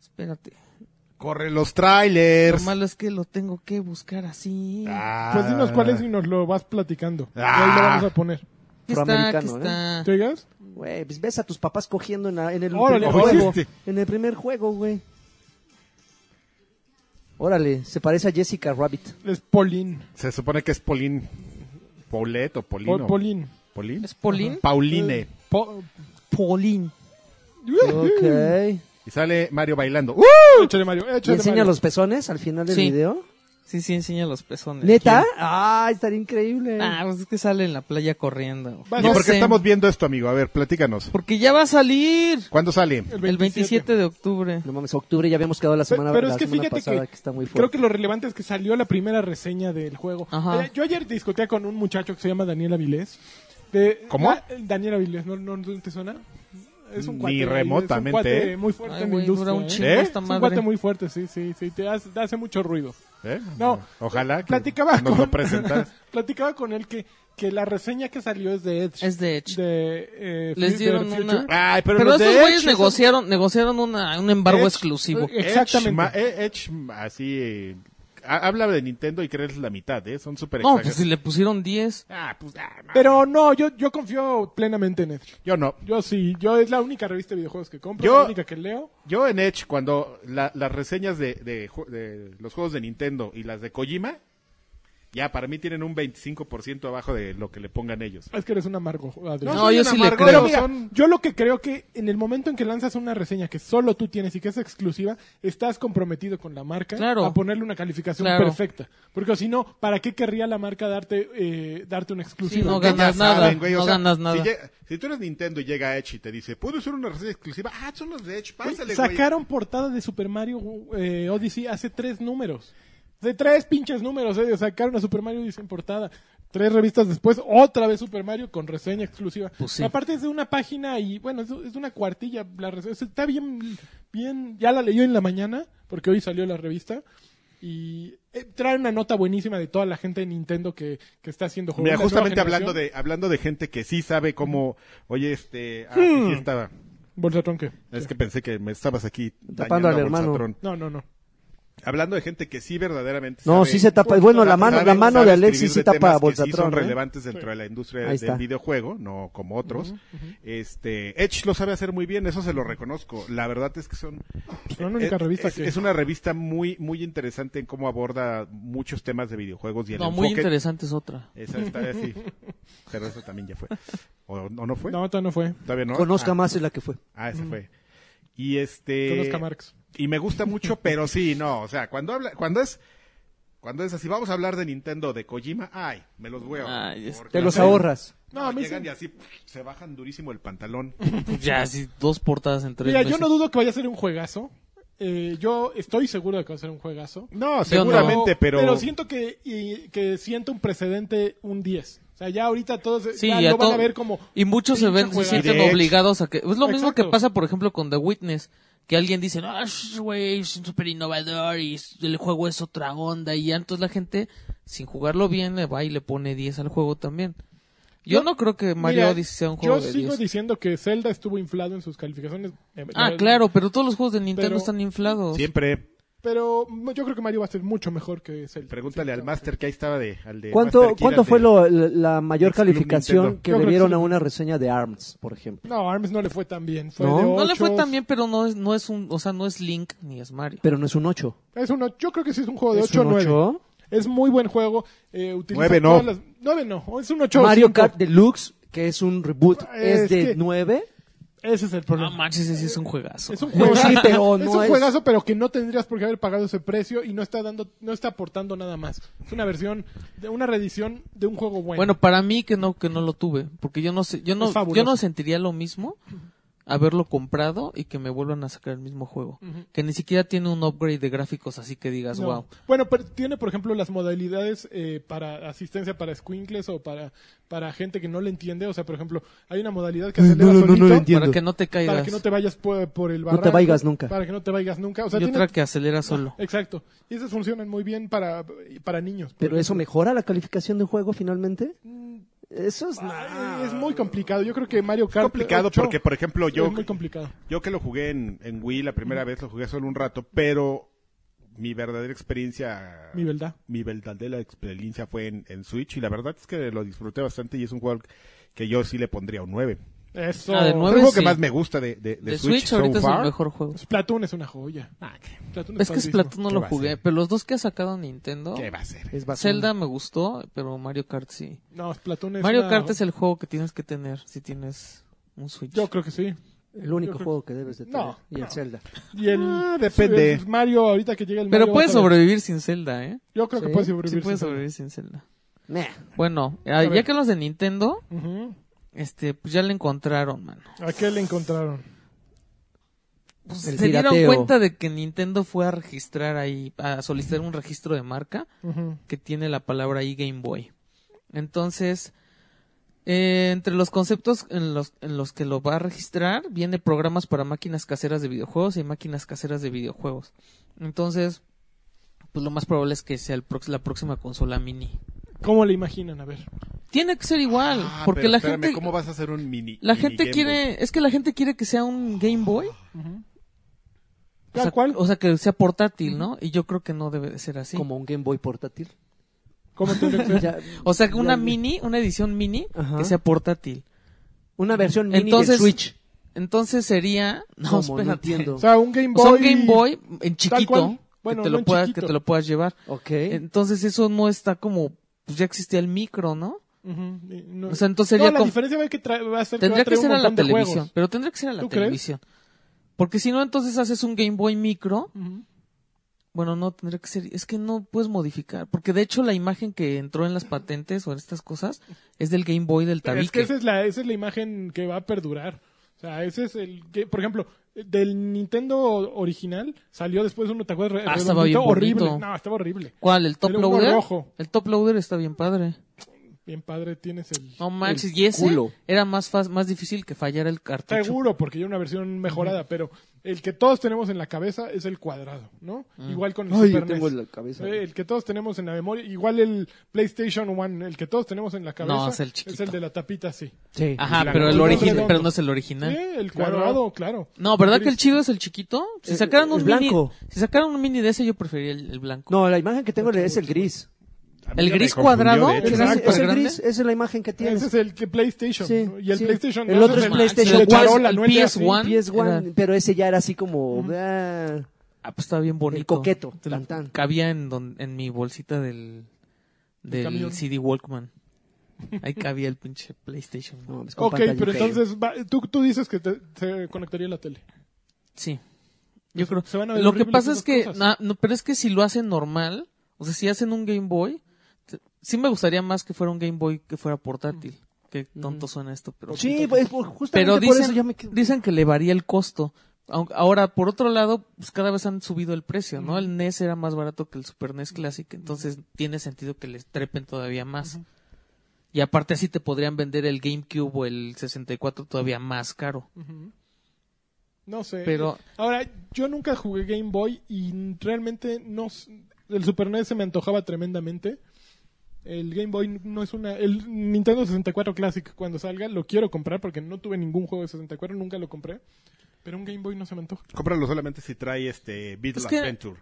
B: Espérate.
A: Corre los
B: Lo
A: trailers.
B: malo es que lo tengo que buscar así.
A: Ah.
C: Pues dinos cuál es y nos lo vas platicando. Y ahí lo
A: Ah.
C: vamos a poner.
B: Aquí está, aquí
D: Afroamericano,
B: está.
C: ¿Te digas?
D: Güey, pues ves a tus papás cogiendo en, la- en el
C: Órale,
D: primer
C: oye,
D: juego.
A: este.
D: En el primer juego, güey. Órale, se parece a Jessica Rabbit.
C: Es Pauline.
A: Se supone que es Pauline. Paulette o
C: Po-
A: Polino.
C: Pauline. Eh,
A: Pauline.
B: ¿Es Pauline?
A: Pauline.
C: Po-
B: Pauline.
D: Ok. ¿Y
A: Y sale Mario bailando. ¡Uh!
C: Échale, Mario. Échale,
D: enseña
C: Mario.
D: los pezones al final del
B: Sí.
D: video?
B: Sí, sí, enseña los pezones.
D: ¿Neta? Ah, estaría increíble.
B: Ah, pues es que sale en la playa corriendo.
C: Va,
A: ¿Y
B: No
A: por qué
B: sé.
A: estamos viendo esto, amigo? A ver, platícanos.
B: Porque ya va a salir
A: ¿Cuándo sale?
B: el 27 de octubre.
D: No mames, octubre ya habíamos quedado la
C: Pe-
D: semana,
C: pero
D: la
C: es que
D: semana
C: fíjate
D: pasada
C: que,
D: que, está muy
C: creo
D: fuerte.
C: que lo relevante es que salió la primera reseña del juego.
B: Ajá.
C: Oye, yo ayer discutía con un muchacho que se llama Daniel Avilés. De,
A: ¿Cómo?
C: Ah, Daniel Avilés, ¿no, no, no te suena? Es un
A: Ni
C: cuate, ahí,
A: remotamente,
C: Es un cuate
A: ¿eh?
C: muy fuerte
B: Ay,
C: en la
B: güey,
C: industria.
B: dura un
C: ¿eh?
B: chingo
A: ¿Eh?
B: esta
C: Es un
B: madre.
C: cuate muy fuerte, sí, sí, sí. Te hace, hace mucho ruido.
A: ¿Eh?
C: No.
A: Ojalá que
C: Platicaba
A: nos
C: con-
A: lo presentaras.
C: Platicaba con él que, que la reseña que salió es de Edge.
B: Es de Edge.
C: De, eh,
B: Les
C: Fear
B: dieron
C: Future.
B: una-
A: Ay, pero,
B: Pero,
A: los de
B: esos
A: Edge,
B: güeyes
A: esos-
B: negociaron, negociaron una- un embargo
C: Edge,
B: exclusivo.
C: eh, Exactamente.
A: Edge, ma- eh, Edge, ma- así. eh, ha- habla de Nintendo y crees la mitad, ¿eh? Son súper
B: No, pues
A: exagerados.
B: si le pusieron 10.
A: Ah, pues, ah, ma-
C: Pero no, yo, yo confío plenamente en Edge.
A: Yo no.
C: Yo sí, yo es la única revista de videojuegos que compro,
A: Yo-
C: la única que leo.
A: Yo en Edge, cuando la- las reseñas de, de ju- de los juegos de Nintendo y las de Kojima, ya para mí tienen un 25% abajo de lo que le pongan ellos.
C: Es que eres un amargo. Adrián.
B: No,
A: soy
B: yo
A: un
B: sí le
A: amargo,
B: creo.
A: pero mira,
C: Son- Yo lo que creo que en el momento en que lanzas una reseña que solo tú tienes y que es exclusiva, estás comprometido con la marca
B: Claro.
C: a ponerle una calificación
B: Claro.
C: perfecta. Porque si no, ¿para qué querría la marca darte, eh, darte una exclusiva?
B: Sí, no
A: Que ya
B: ganas nada,
A: saben, güey, o
B: no
A: sea,
B: ganas
A: si
B: nada.
A: llega- Si, tú eres Nintendo y llega Edge y te dice, ¿puedo hacer una reseña exclusiva? Ah, son los de Edge,
C: Güey,
A: pásale, güey.
C: Sacaron portada de Super Mario eh, Odyssey hace tres números. De tres pinches números, eh, sacaron a Super Mario Odyssey en portada. Tres revistas después, otra vez Super Mario con reseña exclusiva.
B: Pues sí.
C: Aparte es de una página y, bueno, es, es de una cuartilla. La reseña, o sea, está bien, bien, ya la leí en la mañana, porque hoy salió la revista. Y eh, trae una nota buenísima de toda la gente de Nintendo que, que está haciendo juegos.
A: Mira,
C: La nueva
A: justamente hablando
C: generación.
A: de, hablando de gente que sí sabe cómo, oye, este, ah, sí estaba.
C: Bolsa Tronque.
A: Es que pensé que me estabas aquí
D: Tapando
A: dañando
D: al
A: a
D: hermano.
A: Bolsatrón.
C: No, no, no.
A: Hablando de gente que sí verdaderamente
D: No,
A: sabe-
D: sí se tapa. Bueno, la mano, la
A: sabe-
D: mano
A: sabe
D: de
A: escribir
D: Alexis sí
A: de
D: tapa
A: temas
D: a
A: que sí
D: Bolsatron.
A: son
D: ¿eh?
A: relevantes dentro de la
D: Ahí
A: industria
D: está.
A: del videojuego, no como otros. Este, Edge lo sabe hacer muy bien, eso se lo reconozco. La verdad es que son
C: Pues la única
A: es,
C: revista
A: es-
C: que...
A: es una revista muy muy interesante en cómo aborda muchos temas de videojuegos y el
B: No,
A: enfoque
B: muy interesante es otra.
A: Esa está así. Pero eso también ya fue. ¿O, o no fue?
C: No, todavía no fue.
A: Todavía no.
D: Conozca
A: Ah,
D: más es la que fue.
A: Ah, esa fue. Y este.
C: Conozca a Marx.
A: Y me gusta mucho, pero sí, no. O sea, cuando habla, cuando es. Cuando es así, vamos a hablar de Nintendo, de Kojima, ay, me los voy a...
B: Ay, es-
A: porque
D: Te los
A: no,
D: ahorras.
C: No, a mí
A: llegan
C: sí.
A: y así pff, se bajan durísimo el pantalón.
B: Pues ya, así dos portadas en tres
C: Mira, yo
B: meses.
C: no dudo que vaya a ser un juegazo. Eh, yo estoy seguro de que va a ser un juegazo.
A: No,
B: seguramente,
A: seguramente, pero...
C: Pero siento que, y- que siento un precedente un 10. O sea, ya ahorita todos
B: Sí,
C: ya
B: y a
C: lo van a
B: todo-
C: ver como...
B: Y muchos se ven, se
C: Pinche
A: juegazo.
B: sienten
A: Y de
B: obligados a que. Es lo mismo
C: Exacto.
B: que pasa, por ejemplo, con The Witness. Que alguien dice, ah, sh, güey, es súper innovador y s- el juego es otra onda. Y ya entonces la gente, sin jugarlo bien, le va y le pone 10 al juego también. Yo
C: Yo-
B: no creo que Mario
C: Mira,
B: Odyssey sea un
C: Yo
B: juego de
C: sigo
B: 10.
C: diciendo que Zelda estuvo inflado en sus calificaciones. Eh,
B: Ah,
C: yo-
B: claro, pero todos los juegos de Nintendo
C: Pero-
B: están inflados.
A: Siempre
C: Pero yo creo que Mario va a ser mucho mejor que Zelda.
A: pregúntale
C: Sí,
A: al
C: sí.
A: Master que ahí estaba de... Al de
D: ¿Cuánto,
A: Master Kid,
D: ¿cuánto
A: al
D: fue
A: de-
D: lo- la, la mayor
A: Ex Club
D: calificación
A: Nintendo.
D: que
C: Yo
D: le
C: creo que
D: dieron
C: sí.
D: a una reseña de ARMS, por ejemplo?
C: No, Arms no le fue tan bien. Fue
D: No.
C: de
D: No
B: No le fue
C: ochos.
B: tan bien, pero no es, no es un, o sea, no es Link ni es Mario.
D: Pero no es un 8.
C: Es un ocho- yo creo que sí es un juego de
D: ¿Es
C: 8 o
D: un
C: 9.
D: ocho?
C: Es muy buen juego. Eh, utiliza
A: Nueve no.
C: todas las- nueve no. Es un 8
D: Mario Kart Deluxe, que es un reboot,
C: Es
D: es, de
C: que-
D: 9.
C: Ese es el
B: No
C: problema.
B: manches, ese es un juegazo.
C: es un
D: No,
C: juegazo,
D: sí, pero
C: es
D: no
C: un
D: es-
C: juegazo, pero que no tendrías por qué haber pagado ese precio y no está dando, no está aportando nada más. Es una versión, de una reedición de un juego bueno.
B: Bueno, para mí que no que no lo tuve, porque yo no sé, yo no
C: Es fabuloso.
B: yo no sentiría lo mismo haberlo comprado y que me vuelvan a sacar el mismo juego, que ni siquiera tiene un upgrade de gráficos así que digas,
C: No.
B: pues, "Wow."
C: Bueno, pero tiene, por ejemplo, las modalidades eh, para asistencia para squinkles o para, para gente que no le entiende. O sea, por ejemplo, hay una modalidad que acelera solito
B: Para que no te caigas.
C: para que no te vayas por, por el
D: te
C: barranco.
D: vaigas nunca.
C: Para que no te vayas nunca. O sea,
B: y
C: tiene- Ah,
B: otra que acelera solo.
C: Exacto. Y esas funcionan muy bien para, para niños. por
D: Pero eso
C: ejemplo.
D: mejora la calificación de un juego finalmente.
C: Mm,
D: Eso es.
C: Ah, Es muy complicado. Yo creo que Mario Kart.
A: complicado
C: ocho
A: porque, por ejemplo, yo...
C: Es muy complicado.
A: Yo que lo jugué en, en Wii la primera vez, lo jugué solo un rato, pero mi verdadera experiencia...
C: Mi verdad.
A: mi verdadera experiencia fue en, en Switch y la verdad es que lo disfruté bastante y es un juego que yo sí le pondría un 9.
C: Eso.
B: Ah, de
A: Es
B: nuevo.
A: el juego que
B: sí.
A: más me gusta de, de, de
B: De, Switch,
A: so
B: ahorita es
A: far.
B: el mejor juego.
C: Splatoon es una joya. Splatoon
B: Es que
C: padrísimo.
B: Splatoon no
A: ¿Qué
B: lo
A: va a ser?
B: jugué, pero los dos que ha sacado Nintendo,
A: ¿Qué va a ser?
D: Es basura.
B: Zelda me gustó, pero Mario Kart sí.
C: No, Splatoon es.
B: Mario
C: una-
B: Kart es el juego que tienes que tener si tienes un Switch.
C: Yo creo que sí.
D: El único juego que debes de tener.
C: No,
D: y el Zelda.
C: Y el.
A: Ah, depende.
C: el Mario, ahorita que llega el Mario.
B: pero puedes
C: vas a ver.
B: sobrevivir sin Zelda, ¿eh?
C: Yo creo que
D: Sí.
C: puedes
B: Sí
C: sobrevivir.
B: puedes
C: sin-
B: sobrevivir sin Zelda.
D: Meh.
B: Bueno, ah, ya
C: ver.
B: que hablamos de Nintendo,
C: Ujú.
B: este, pues ya le encontraron, mano.
C: ¿A qué le encontraron?
B: Pues
D: El
B: se dieron
D: pirateo.
B: cuenta de que Nintendo fue a registrar ahí, a solicitar un registro de marca
C: Ujú.
B: que tiene la palabra ahí Game Boy. Entonces, eh, entre los conceptos en los, en los que lo va a registrar, viene programas para máquinas caseras de videojuegos y máquinas caseras de videojuegos. Entonces, pues lo más probable es que sea el prox- la próxima consola mini.
C: ¿Cómo le imaginan? A ver.
B: Tiene que ser igual,
A: Ah,
B: porque
A: pero
B: la
A: espérame,
B: gente...
A: ¿Cómo vas a hacer un mini?
B: La
A: mini
B: gente
A: Game
B: quiere, es que la gente quiere que sea un Game Boy. O
C: Tal
B: sea,
C: cual.
B: o sea, que sea portátil, ¿no? Y yo creo que no debe de ser así.
D: Como un Game Boy portátil.
C: ¿Cómo tendría que ser?
D: Ya-
B: O sea, que una
D: ya-
B: mini, una edición mini
D: Ajá.
B: que sea portátil.
D: Una versión mini
B: Entonces,
D: de Switch.
B: entonces sería, no,
D: ¿Cómo? No
B: espérate.
D: entiendo.
C: O sea, un Game
B: O sea,
C: Boy.
B: un Game Boy en
C: cual.
B: chiquito
C: Bueno,
B: que te
C: no
B: lo
C: en
B: puedas
C: chiquito.
B: que te lo puedas llevar.
D: Ok.
B: Entonces eso no está como pues ya existía el micro, ¿no?
C: Ujú, y no-
B: O sea, entonces sería
C: No, la
B: como-
C: diferencia va, a que tra- va a ser
B: Tendría
C: que,
B: que
C: va a traer
B: ser
C: un
B: a la
C: montón de
B: televisión,
C: juegos.
B: pero tendría que ser a la
C: ¿Tú crees?
B: televisión. Porque si no entonces haces un Game Boy micro
C: Ujú.
B: Bueno, no, tendría que ser. Es que no puedes modificar. Porque de hecho, la imagen que entró en las patentes o en estas cosas es del Game Boy del
C: Es
B: tabique.
C: que esa es, la, esa es la imagen que va a perdurar. O sea, ese es el que, por ejemplo, del Nintendo original salió después uno, ¿te acuerdas? Re-
B: Ah, estaba
C: redondito,
B: bien bonito.
C: horrible. No, estaba horrible.
B: ¿Cuál? ¿El top
C: Era uno
B: loader?
C: rojo.
B: El top loader está bien padre.
C: Bien padre, tienes el
B: No manches,
D: El
B: y ese
D: culo.
B: era más, fas- más difícil que fallar el cartucho.
C: seguro porque ya una versión mejorada, pero el que todos tenemos en la cabeza es el cuadrado, ¿no?
B: Ah.
C: Igual con el
D: Ay,
C: Super
D: yo tengo
C: NES.
D: en la cabeza.
C: Eh, El que todos tenemos en la memoria, igual el PlayStation One, el que todos tenemos en la cabeza
B: No, es el chiquito.
C: de la tapita, sí.
D: Sí.
B: Ajá,
A: Claro.
B: pero el
A: Uno
B: original,
C: redondo.
B: pero no es el original.
C: Eh, el cuadrado, claro.
B: No, ¿verdad que el chido es el chiquito? Si
D: El-
B: sacaran
D: el
B: un mini,
D: blanco.
B: si sacaran un mini de ese, yo preferiría el, el blanco.
D: No, la imagen que tengo es el gris.
A: Boy. A mí
B: ¿El
A: ya me
B: gris
A: confundió,
B: cuadrado?
A: de hecho.
D: Es,
B: ¿Era
D: es
B: súper
D: el
B: grande?
D: gris, esa es la imagen que tienes.
C: Ese es el que PlayStation.
D: Sí,
C: ¿no? y el
D: sí.
C: PlayStation
D: El
C: dos
D: otro es
B: No manches,
D: PlayStation
B: el
D: One,
B: PS-
C: charola,
B: el
C: no el de así.
B: PS1
D: PS1,
B: era-
D: pero ese ya era así como ah,
B: Ah, pues estaba bien bonito.
D: el coqueto,
B: Te lo-
D: tan, tan.
B: Cabía en, don- en mi bolsita del, del
C: camión.
B: CD Walkman. Ahí cabía el pinche PlayStation. güey.
D: No, pues, con
C: Ok,
D: pantalla
C: pero
D: entera.
C: entonces va- tú, tú dices que te- se conectaría la tele.
B: Sí. Yo
C: Se-
B: creo.
C: se van a ver
B: Lo que
C: horribles
B: pasa
C: esas
B: es que.
C: cosas.
B: na- no, pero es que si lo hacen normal. O sea, si hacen un Game Boy. te- sí me gustaría más que fuera un Game Boy que fuera portátil. Qué tonto suena esto, pero.
D: Sí, pues por- justamente
B: Pero
D: por eso
B: dicen,
D: yo me quedo.
B: dicen que le varía el costo. Au- Ahora, por otro lado, pues cada vez han subido el precio, ¿no? El NES era más barato que el Super NES Classic, entonces tiene sentido que les trepen todavía
D: Ah,
B: más. Y aparte así te podrían vender el GameCube o el 64 todavía más caro.
C: No sé.
B: Pero-
C: Ahora, yo nunca jugué Game Boy y realmente no... s- El Super NES se me antojaba tremendamente. El Game Boy no es una... El Nintendo 64 Classic cuando salga lo quiero comprar porque no tuve ningún juego de 64, nunca lo compré. Pero un Game Boy no se me antoja.
A: Cómpralo solamente si trae este Beatle
B: Es que-
A: Adventure.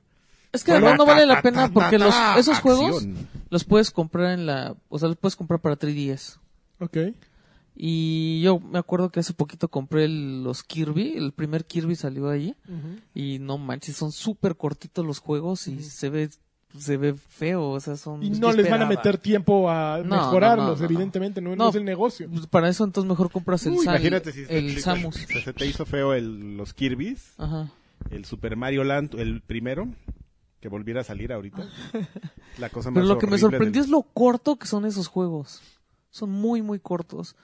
B: Es que además no vale la pena porque los, esos
A: Acción.
B: juegos los puedes comprar en la, o sea, los puedes comprar para 3DS.
C: Ok.
B: Y yo me acuerdo que hace poquito compré el- los Kirby, el primer Kirby salió ahí. Y no manches, son súper cortitos los juegos y se ve se ve feo, o sea, son...
C: Y
B: Pues,
C: no
B: yo
C: les van a
B: esperaba.
C: meter tiempo a
B: No,
C: mejorarlos,
B: no, no, no.
C: evidentemente. No, no
B: No.
C: es el negocio.
B: Pues, para eso entonces mejor compras el,
A: Uy,
B: Sam-
A: imagínate si
B: el
A: si-
B: Samus.
A: si se te hizo feo el, los Kirby's,
B: Ajá.
A: el Super Mario Land, el primero, que volviera a salir ahorita. La cosa más
B: Pero lo que me
A: horrible
B: sorprendió
A: del-
B: es lo corto que son esos juegos. Son muy, muy cortos.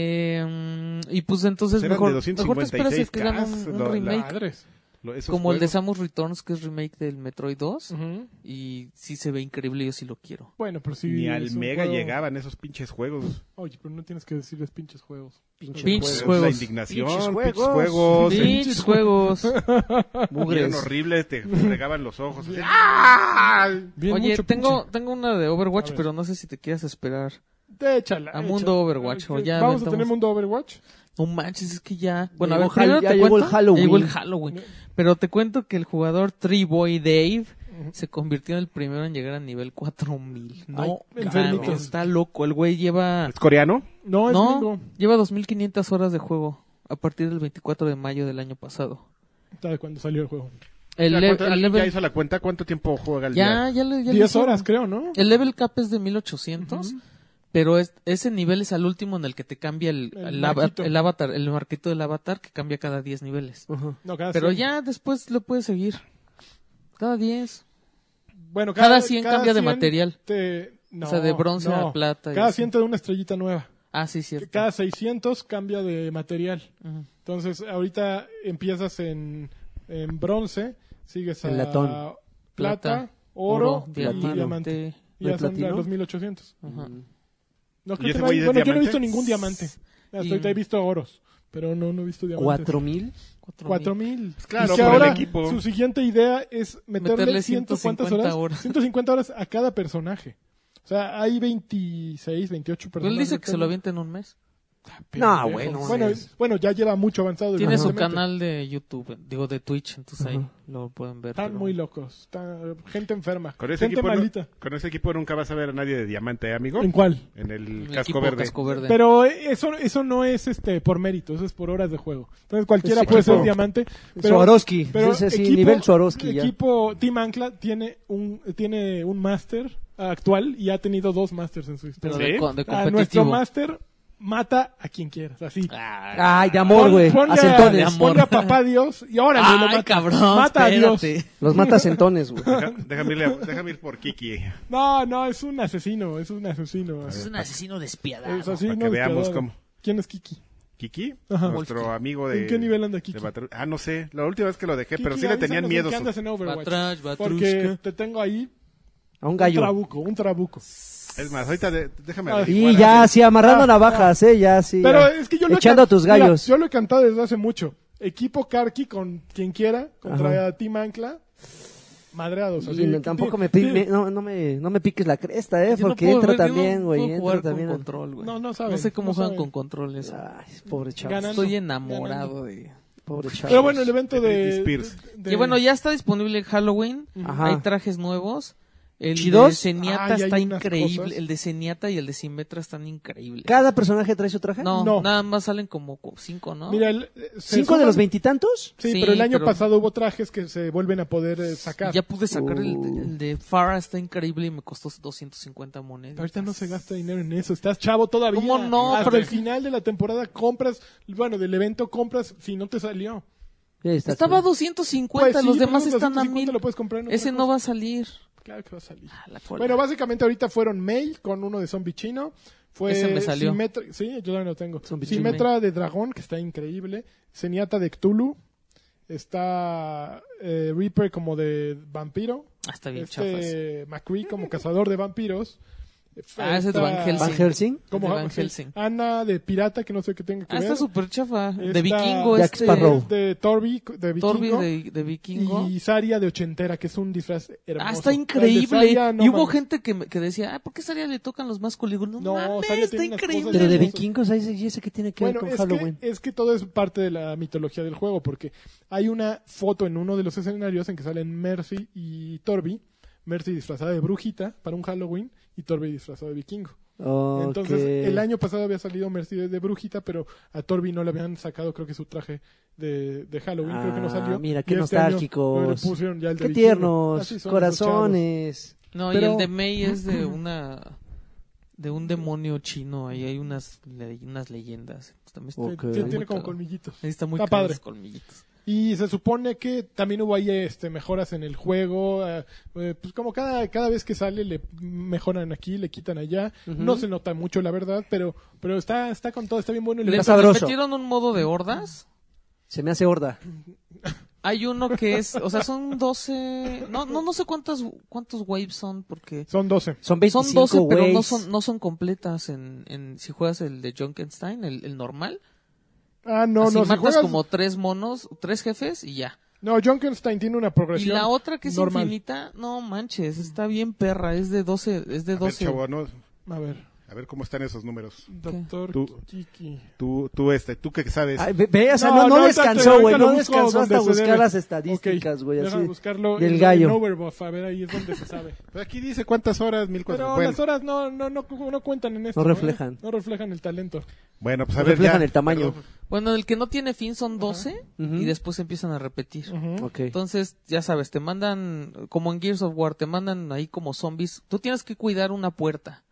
B: Eh, y pues entonces
A: Eran de
B: mejor, mejor te
A: 256
B: esperas a que hagan
A: Ks,
B: un, un
A: lo- la-
B: remake.
C: Madres.
A: lo- esos
B: como el de
A: juegos.
B: Samus Returns, que es remake del Metroid 2.
C: Ujú.
B: Y sí se ve increíble, yo sí lo quiero.
C: Bueno, pero sí...
A: Ni al
C: es un
A: Mega
C: juego-
A: llegaban esos pinches juegos.
C: Oye, pero no tienes que decirles pinches juegos.
B: Pinches
A: Es
B: Pues,
A: Pues,
B: juegos.
A: La indignación,
D: Pinches
A: pinches
D: juegos.
A: juegos.
B: Pinches juegos.
A: Eran
B: Mugres.
A: horribles, te fregaban los ojos. así, Ah.
C: Bien
B: Oye,
C: mucho
B: tengo, tengo una de
C: A
B: Overwatch,
C: ver.
B: pero no sé si te quieras esperar.
C: pinche. Échala,
B: A
C: échala.
B: Mundo Overwatch, o ya
C: Vamos a
B: aventamos-
C: tener Mundo Overwatch.
B: No manches, es que ya. Bueno,
D: llegó
B: a ver, primero
D: Hall- ya
B: te
D: llegó
B: cuento.
D: el Halloween.
B: ya llegó el Halloween. Pero te cuento que el jugador Tree-Boy Dave se convirtió en el primero en llegar a nivel 4000. No,
C: Ay,
B: mames,
C: enfermitos.
B: está loco. El güey lleva.
A: ¿Es coreano?
C: No, es
B: No,
C: gringo.
B: lleva 2500 horas de juego a partir del 24 de mayo del año pasado.
C: Está de cuando salió el juego.
B: El
A: ¿Ya,
B: le-
A: cuánto-
B: el
A: ¿Ya
B: level-
A: hizo la cuenta? ¿Cuánto tiempo juega el día?
B: ya, ya le- ya le
C: 10
B: hizo-
C: horas, creo, ¿no?
B: El level cap es de 1800, pero es- ese nivel es al último en el que te cambia el,
C: El
B: el ava-
C: marquito.
B: el avatar, el marquito del avatar que cambia cada 10 niveles.
D: Ajá.
C: No, cada
B: Pero
C: 100.
B: ya después lo puedes seguir. Cada 10.
C: Bueno,
B: cada 100 cambia de material.
C: te- no,
B: O sea, de bronce a
C: no.
B: plata y
C: Cada
B: así.
C: 100 te da una estrellita nueva.
B: Ah, sí, cierto.
C: Cada 600 cambia de material.
B: Ujú.
C: Entonces, ahorita empiezas en, en bronce, sigues a
D: En latón.
C: plata, oro, y diamante.
B: diamante.
C: Y ya son
D: ¿Platino?
C: los 1800.
B: Ajá.
C: No,
A: ¿Y
C: creo que
A: ese
C: no
A: güey
C: hay-
A: es
C: bueno, yo no he
A: diamante?
C: visto ningún diamante. Hasta
B: Y-
C: ahorita he visto oros, pero no, no he visto diamantes.
D: ¿Cuatro mil?
B: Cuatro
C: Cuatro
B: mil.
C: mil.
A: Pues claro,
C: y que
A: por el
C: ahora
A: equipo.
C: su siguiente idea es meterle,
B: Meterle
C: ciento cuántas
B: 150
C: horas,
B: horas.
C: 150 horas a cada personaje. O sea, hay 26, 28
B: Pero
C: personajes.
B: él dice que se lo avienta en un mes.
D: No,
C: Pendejo.
D: bueno,
C: Bueno,
D: es-
C: bueno, ya lleva mucho avanzado.
B: Tiene su
C: evidentemente.
B: canal de YouTube, digo de Twitch, entonces ahí lo pueden ver.
C: Están
B: pero-
C: muy locos. Está- gente enferma.
A: Con ese,
C: gente
A: equipo, no-
C: malita.
A: con ese equipo nunca vas a ver a nadie de diamante, ¿eh, amigo.
C: ¿En cuál?
A: En el,
B: El
A: casco
B: equipo
A: verde.
B: Casco Verde.
C: Pero eso, eso no es este por mérito, eso es por horas de juego. Entonces cualquiera
B: Pues sí,
C: puede ser
A: claro.
C: diamante. Pero,
D: Swarovski, ese sí, nivel Swarovski ya.
C: Equipo Team Ancla tiene un tiene un máster actual y ha tenido dos másters en su
B: Pero
C: historia.
B: de,
A: ¿Sí?
B: co- de
C: Ah, nuestro
B: competitivo. Ah,
C: máster mata a quien quieras, así.
D: Ay, de amor, güey.
C: Pon- ponle
D: A
C: a-
D: centones.
B: amor.
C: ponle a papá Dios y ahora lo
B: Ay,
C: mata.
B: cabrón,
C: mata a Dios.
B: espérate.
D: Los mata a centones, güey.
A: Deja- déjame, irle a- déjame ir por Kiki.
C: No, no, es un asesino, es un asesino.
B: Es
C: Es
B: un asesino despiadado.
C: asesino.
A: Para que veamos
C: despiadado.
A: cómo. Eh,
C: ¿Quién es Kiki?
A: ¿Kiki?
C: Ajá.
A: Nuestro amigo de...
C: ¿En qué nivel anda Kiki?
A: de Batru- ah, no sé. La última vez que lo dejé, pero
C: Kiki,
A: sí le
C: avísanos
A: tenían
C: en
A: miedo.
C: qué
A: su-
C: andas en Overwatch.
B: Batrash, batrushka.
C: Porque te tengo ahí
D: A un
C: un
D: gallo.
C: trabuco, un trabuco.
A: Es más, ahorita de- déjame...
C: Ah,
A: averiguar
D: Y
A: así.
D: ya, sí, amarrando
B: Ah,
D: navajas, eh, ya, sí.
C: Pero
D: ya.
C: es que yo lo he
D: Echando a
C: can-
D: tus
C: Mira,
D: gallos.
C: yo lo he cantado desde hace mucho. Equipo Karki con quien quiera, contra Team Ancla. Madreados.
D: Y no, tampoco me, pi- me- no, no me, no me piques la cresta, ¿eh?
B: Yo no
D: Porque
B: puedo
D: entra
B: ver, yo no
D: también, güey.
B: puedo
D: Entra
B: jugar con
D: también.
B: control, güey.
C: No, no saben,
B: sé cómo
C: no
B: juegan
C: saben. Ah,
B: con control eso.
D: Ay, pobre chavo.
C: Ganan.
B: Estoy enamorado de...
D: Pobre chavo.
C: Pero bueno, el evento
A: De
C: de.
A: Britney Spears.
C: de-
B: Y bueno, ya está disponible en Halloween.
D: Ajá.
B: Hay trajes nuevos. El
D: ¿Chidos?
B: de Zenyatta
C: Ay, hay
B: está
C: unas
B: increíble.
C: cosas.
B: El de Zenyatta y el de Symmetra están increíbles.
D: ¿Cada personaje trae su traje?
B: No,
C: No.
B: nada más salen como cu- cinco, ¿no?
C: Mira, el- eh, se
D: ¿Cinco de
C: suman-
D: los veintitantos?
C: Sí,
B: Sí,
C: pero el año
B: pero-
C: pasado hubo trajes que se vuelven a poder eh, sacar.
B: ya pude sacar el,
D: Uh.
B: el de Farah, está increíble y me costó 250 monedas.
C: Ahorita no se gasta dinero en eso, estás chavo todavía.
B: ¿Cómo no?
C: Hasta
B: Pero-
C: el final de la temporada compras, bueno, del evento compras, si no te salió.
D: Sí, está
B: Estaba a
D: chido.
B: 250,
C: Pues sí,
B: los
C: pero
B: demás
C: los
B: están a
C: 250
B: mil.
C: lo puedes comprar en otra
B: Ese no
C: cosa.
B: va a salir.
C: Claro que va a salir.
B: Ah, la cola.
C: Bueno, básicamente ahorita fueron Mail con uno de zombie chino. Fue
B: Ese me salió.
C: Symmetra- sí, yo también lo tengo.
D: Zombie
C: Simetra de dragón, que está increíble. Zenyatta de Cthulhu. Está eh, Reaper como de vampiro.
B: Ah, está bien chafa ese.
C: este McCree como cazador de vampiros.
B: Ah, ese es
C: Está-
B: de Van Helsing.
D: Van Helsing.
C: como
B: de Van
C: sí,
B: Helsing.
C: Ana de pirata, que no sé qué tenga que
B: Ah,
C: ver.
B: está súper chafa. De
C: Está-
B: vikingo
D: Jack
B: este.
D: Sparrow.
C: de Torbi, de vikingo.
B: Torbi de, de vikingo.
C: Y Saria de ochentera, que es un disfraz hermoso.
B: Ah, está
C: El de
B: increíble.
C: Saria, no
B: y hubo
C: mames.
B: gente que, me- que decía, ah, ¿por qué Saria le tocan los más culígonos? No,
C: No,
B: mames,
C: Saria
B: está
C: tiene unas
B: increíble.
C: cosas
D: Pero de
C: Bueno,
D: vikingos, ahí sí, ese que tiene que ver
C: Bueno,
D: con
C: es
D: Halloween.
C: que, es que todo es parte de la mitología del juego, porque hay una foto en uno de los escenarios en que salen Mercy y Torbi. Mercy disfrazada de brujita para un Halloween y Torbi disfrazado de vikingo. Entonces,
D: Ok.
C: el año pasado había salido Mercy de brujita, pero a Torbi no le habían sacado, creo que su traje de, de Halloween, creo que no
D: Ah,
C: salió.
D: mira,
C: Y este
D: qué
C: año
D: nostálgicos.
C: le pusieron ya el de
D: Qué
C: vikingo.
D: tiernos,
C: Así son esos chavos.
D: corazones.
B: No, y
C: Pero-
B: el de May es de una de un demonio chino, ahí hay unas le- unas leyendas. Pues también está,
C: Sí,
D: Ok.
C: sí,
B: está muy
C: tiene como
B: cagado.
C: colmillitos.
B: Ahí está muy
C: Está
B: cagado
C: padre.
B: los colmillitos.
C: Y se supone que también hubo ahí este, mejoras en el juego. eh, eh, pues como cada, cada vez que sale le mejoran aquí, le quitan allá. No se nota mucho, la verdad, pero, pero está, está con todo, está bien bueno. Y
B: Le,
C: le-
D: Está sabroso.
B: le metieron un modo de hordas.
D: Se me hace horda.
B: Hay uno que es, o sea, son 12, no no no sé cuántas cuántos waves son porque
C: Son 12.
D: Son 25
B: son 12, pero no
D: güeyes.
B: son no son completas en, en si juegas el de Junkenstein, el, el normal.
C: Ah, no,
B: Así
C: no, si
B: matas
C: juegas-
B: como tres monos, tres jefes y ya.
C: No, Junkenstein tiene una
B: Y
C: progresión.
B: la otra que es
C: normal.
B: infinita, no manches, está bien perra, es de 12, es de
A: A ver,
B: 12.
A: chavo, no,
C: A ver,
A: a ver cómo están esos números.
C: doctor
A: Tú-
C: Kiki.
A: Tú, tú este, tú que sabes.
D: Ay, ve, ve, o sea,
C: No,
D: no, no
C: no, ahorita te-
D: descansó,
C: ahorita
D: güey.
C: lo
D: No
C: busco
D: descansó
C: donde
D: hasta
C: se
D: buscar
C: debe.
D: las estadísticas, güey.
C: Déjame
D: así.
C: buscarlo
D: del
C: en-
D: gallo.
C: en Overbuff, a ver, ahí es donde se sabe.
A: Pero aquí dice cuántas horas, mil
C: Pero
A: Bueno,
C: las horas no, no, no, no cuentan en esto.
D: No reflejan.
C: ¿eh? No reflejan el talento.
A: bueno, pues a ver.
D: Reflejan
A: ya.
D: el tamaño.
B: Bueno, el que no tiene fin son 12
D: Ujú.
B: y después empiezan a repetir.
D: Ok.
B: Entonces, ya sabes, te mandan, como en Gears of War, te mandan ahí como zombies. Tú tienes que cuidar una puerta.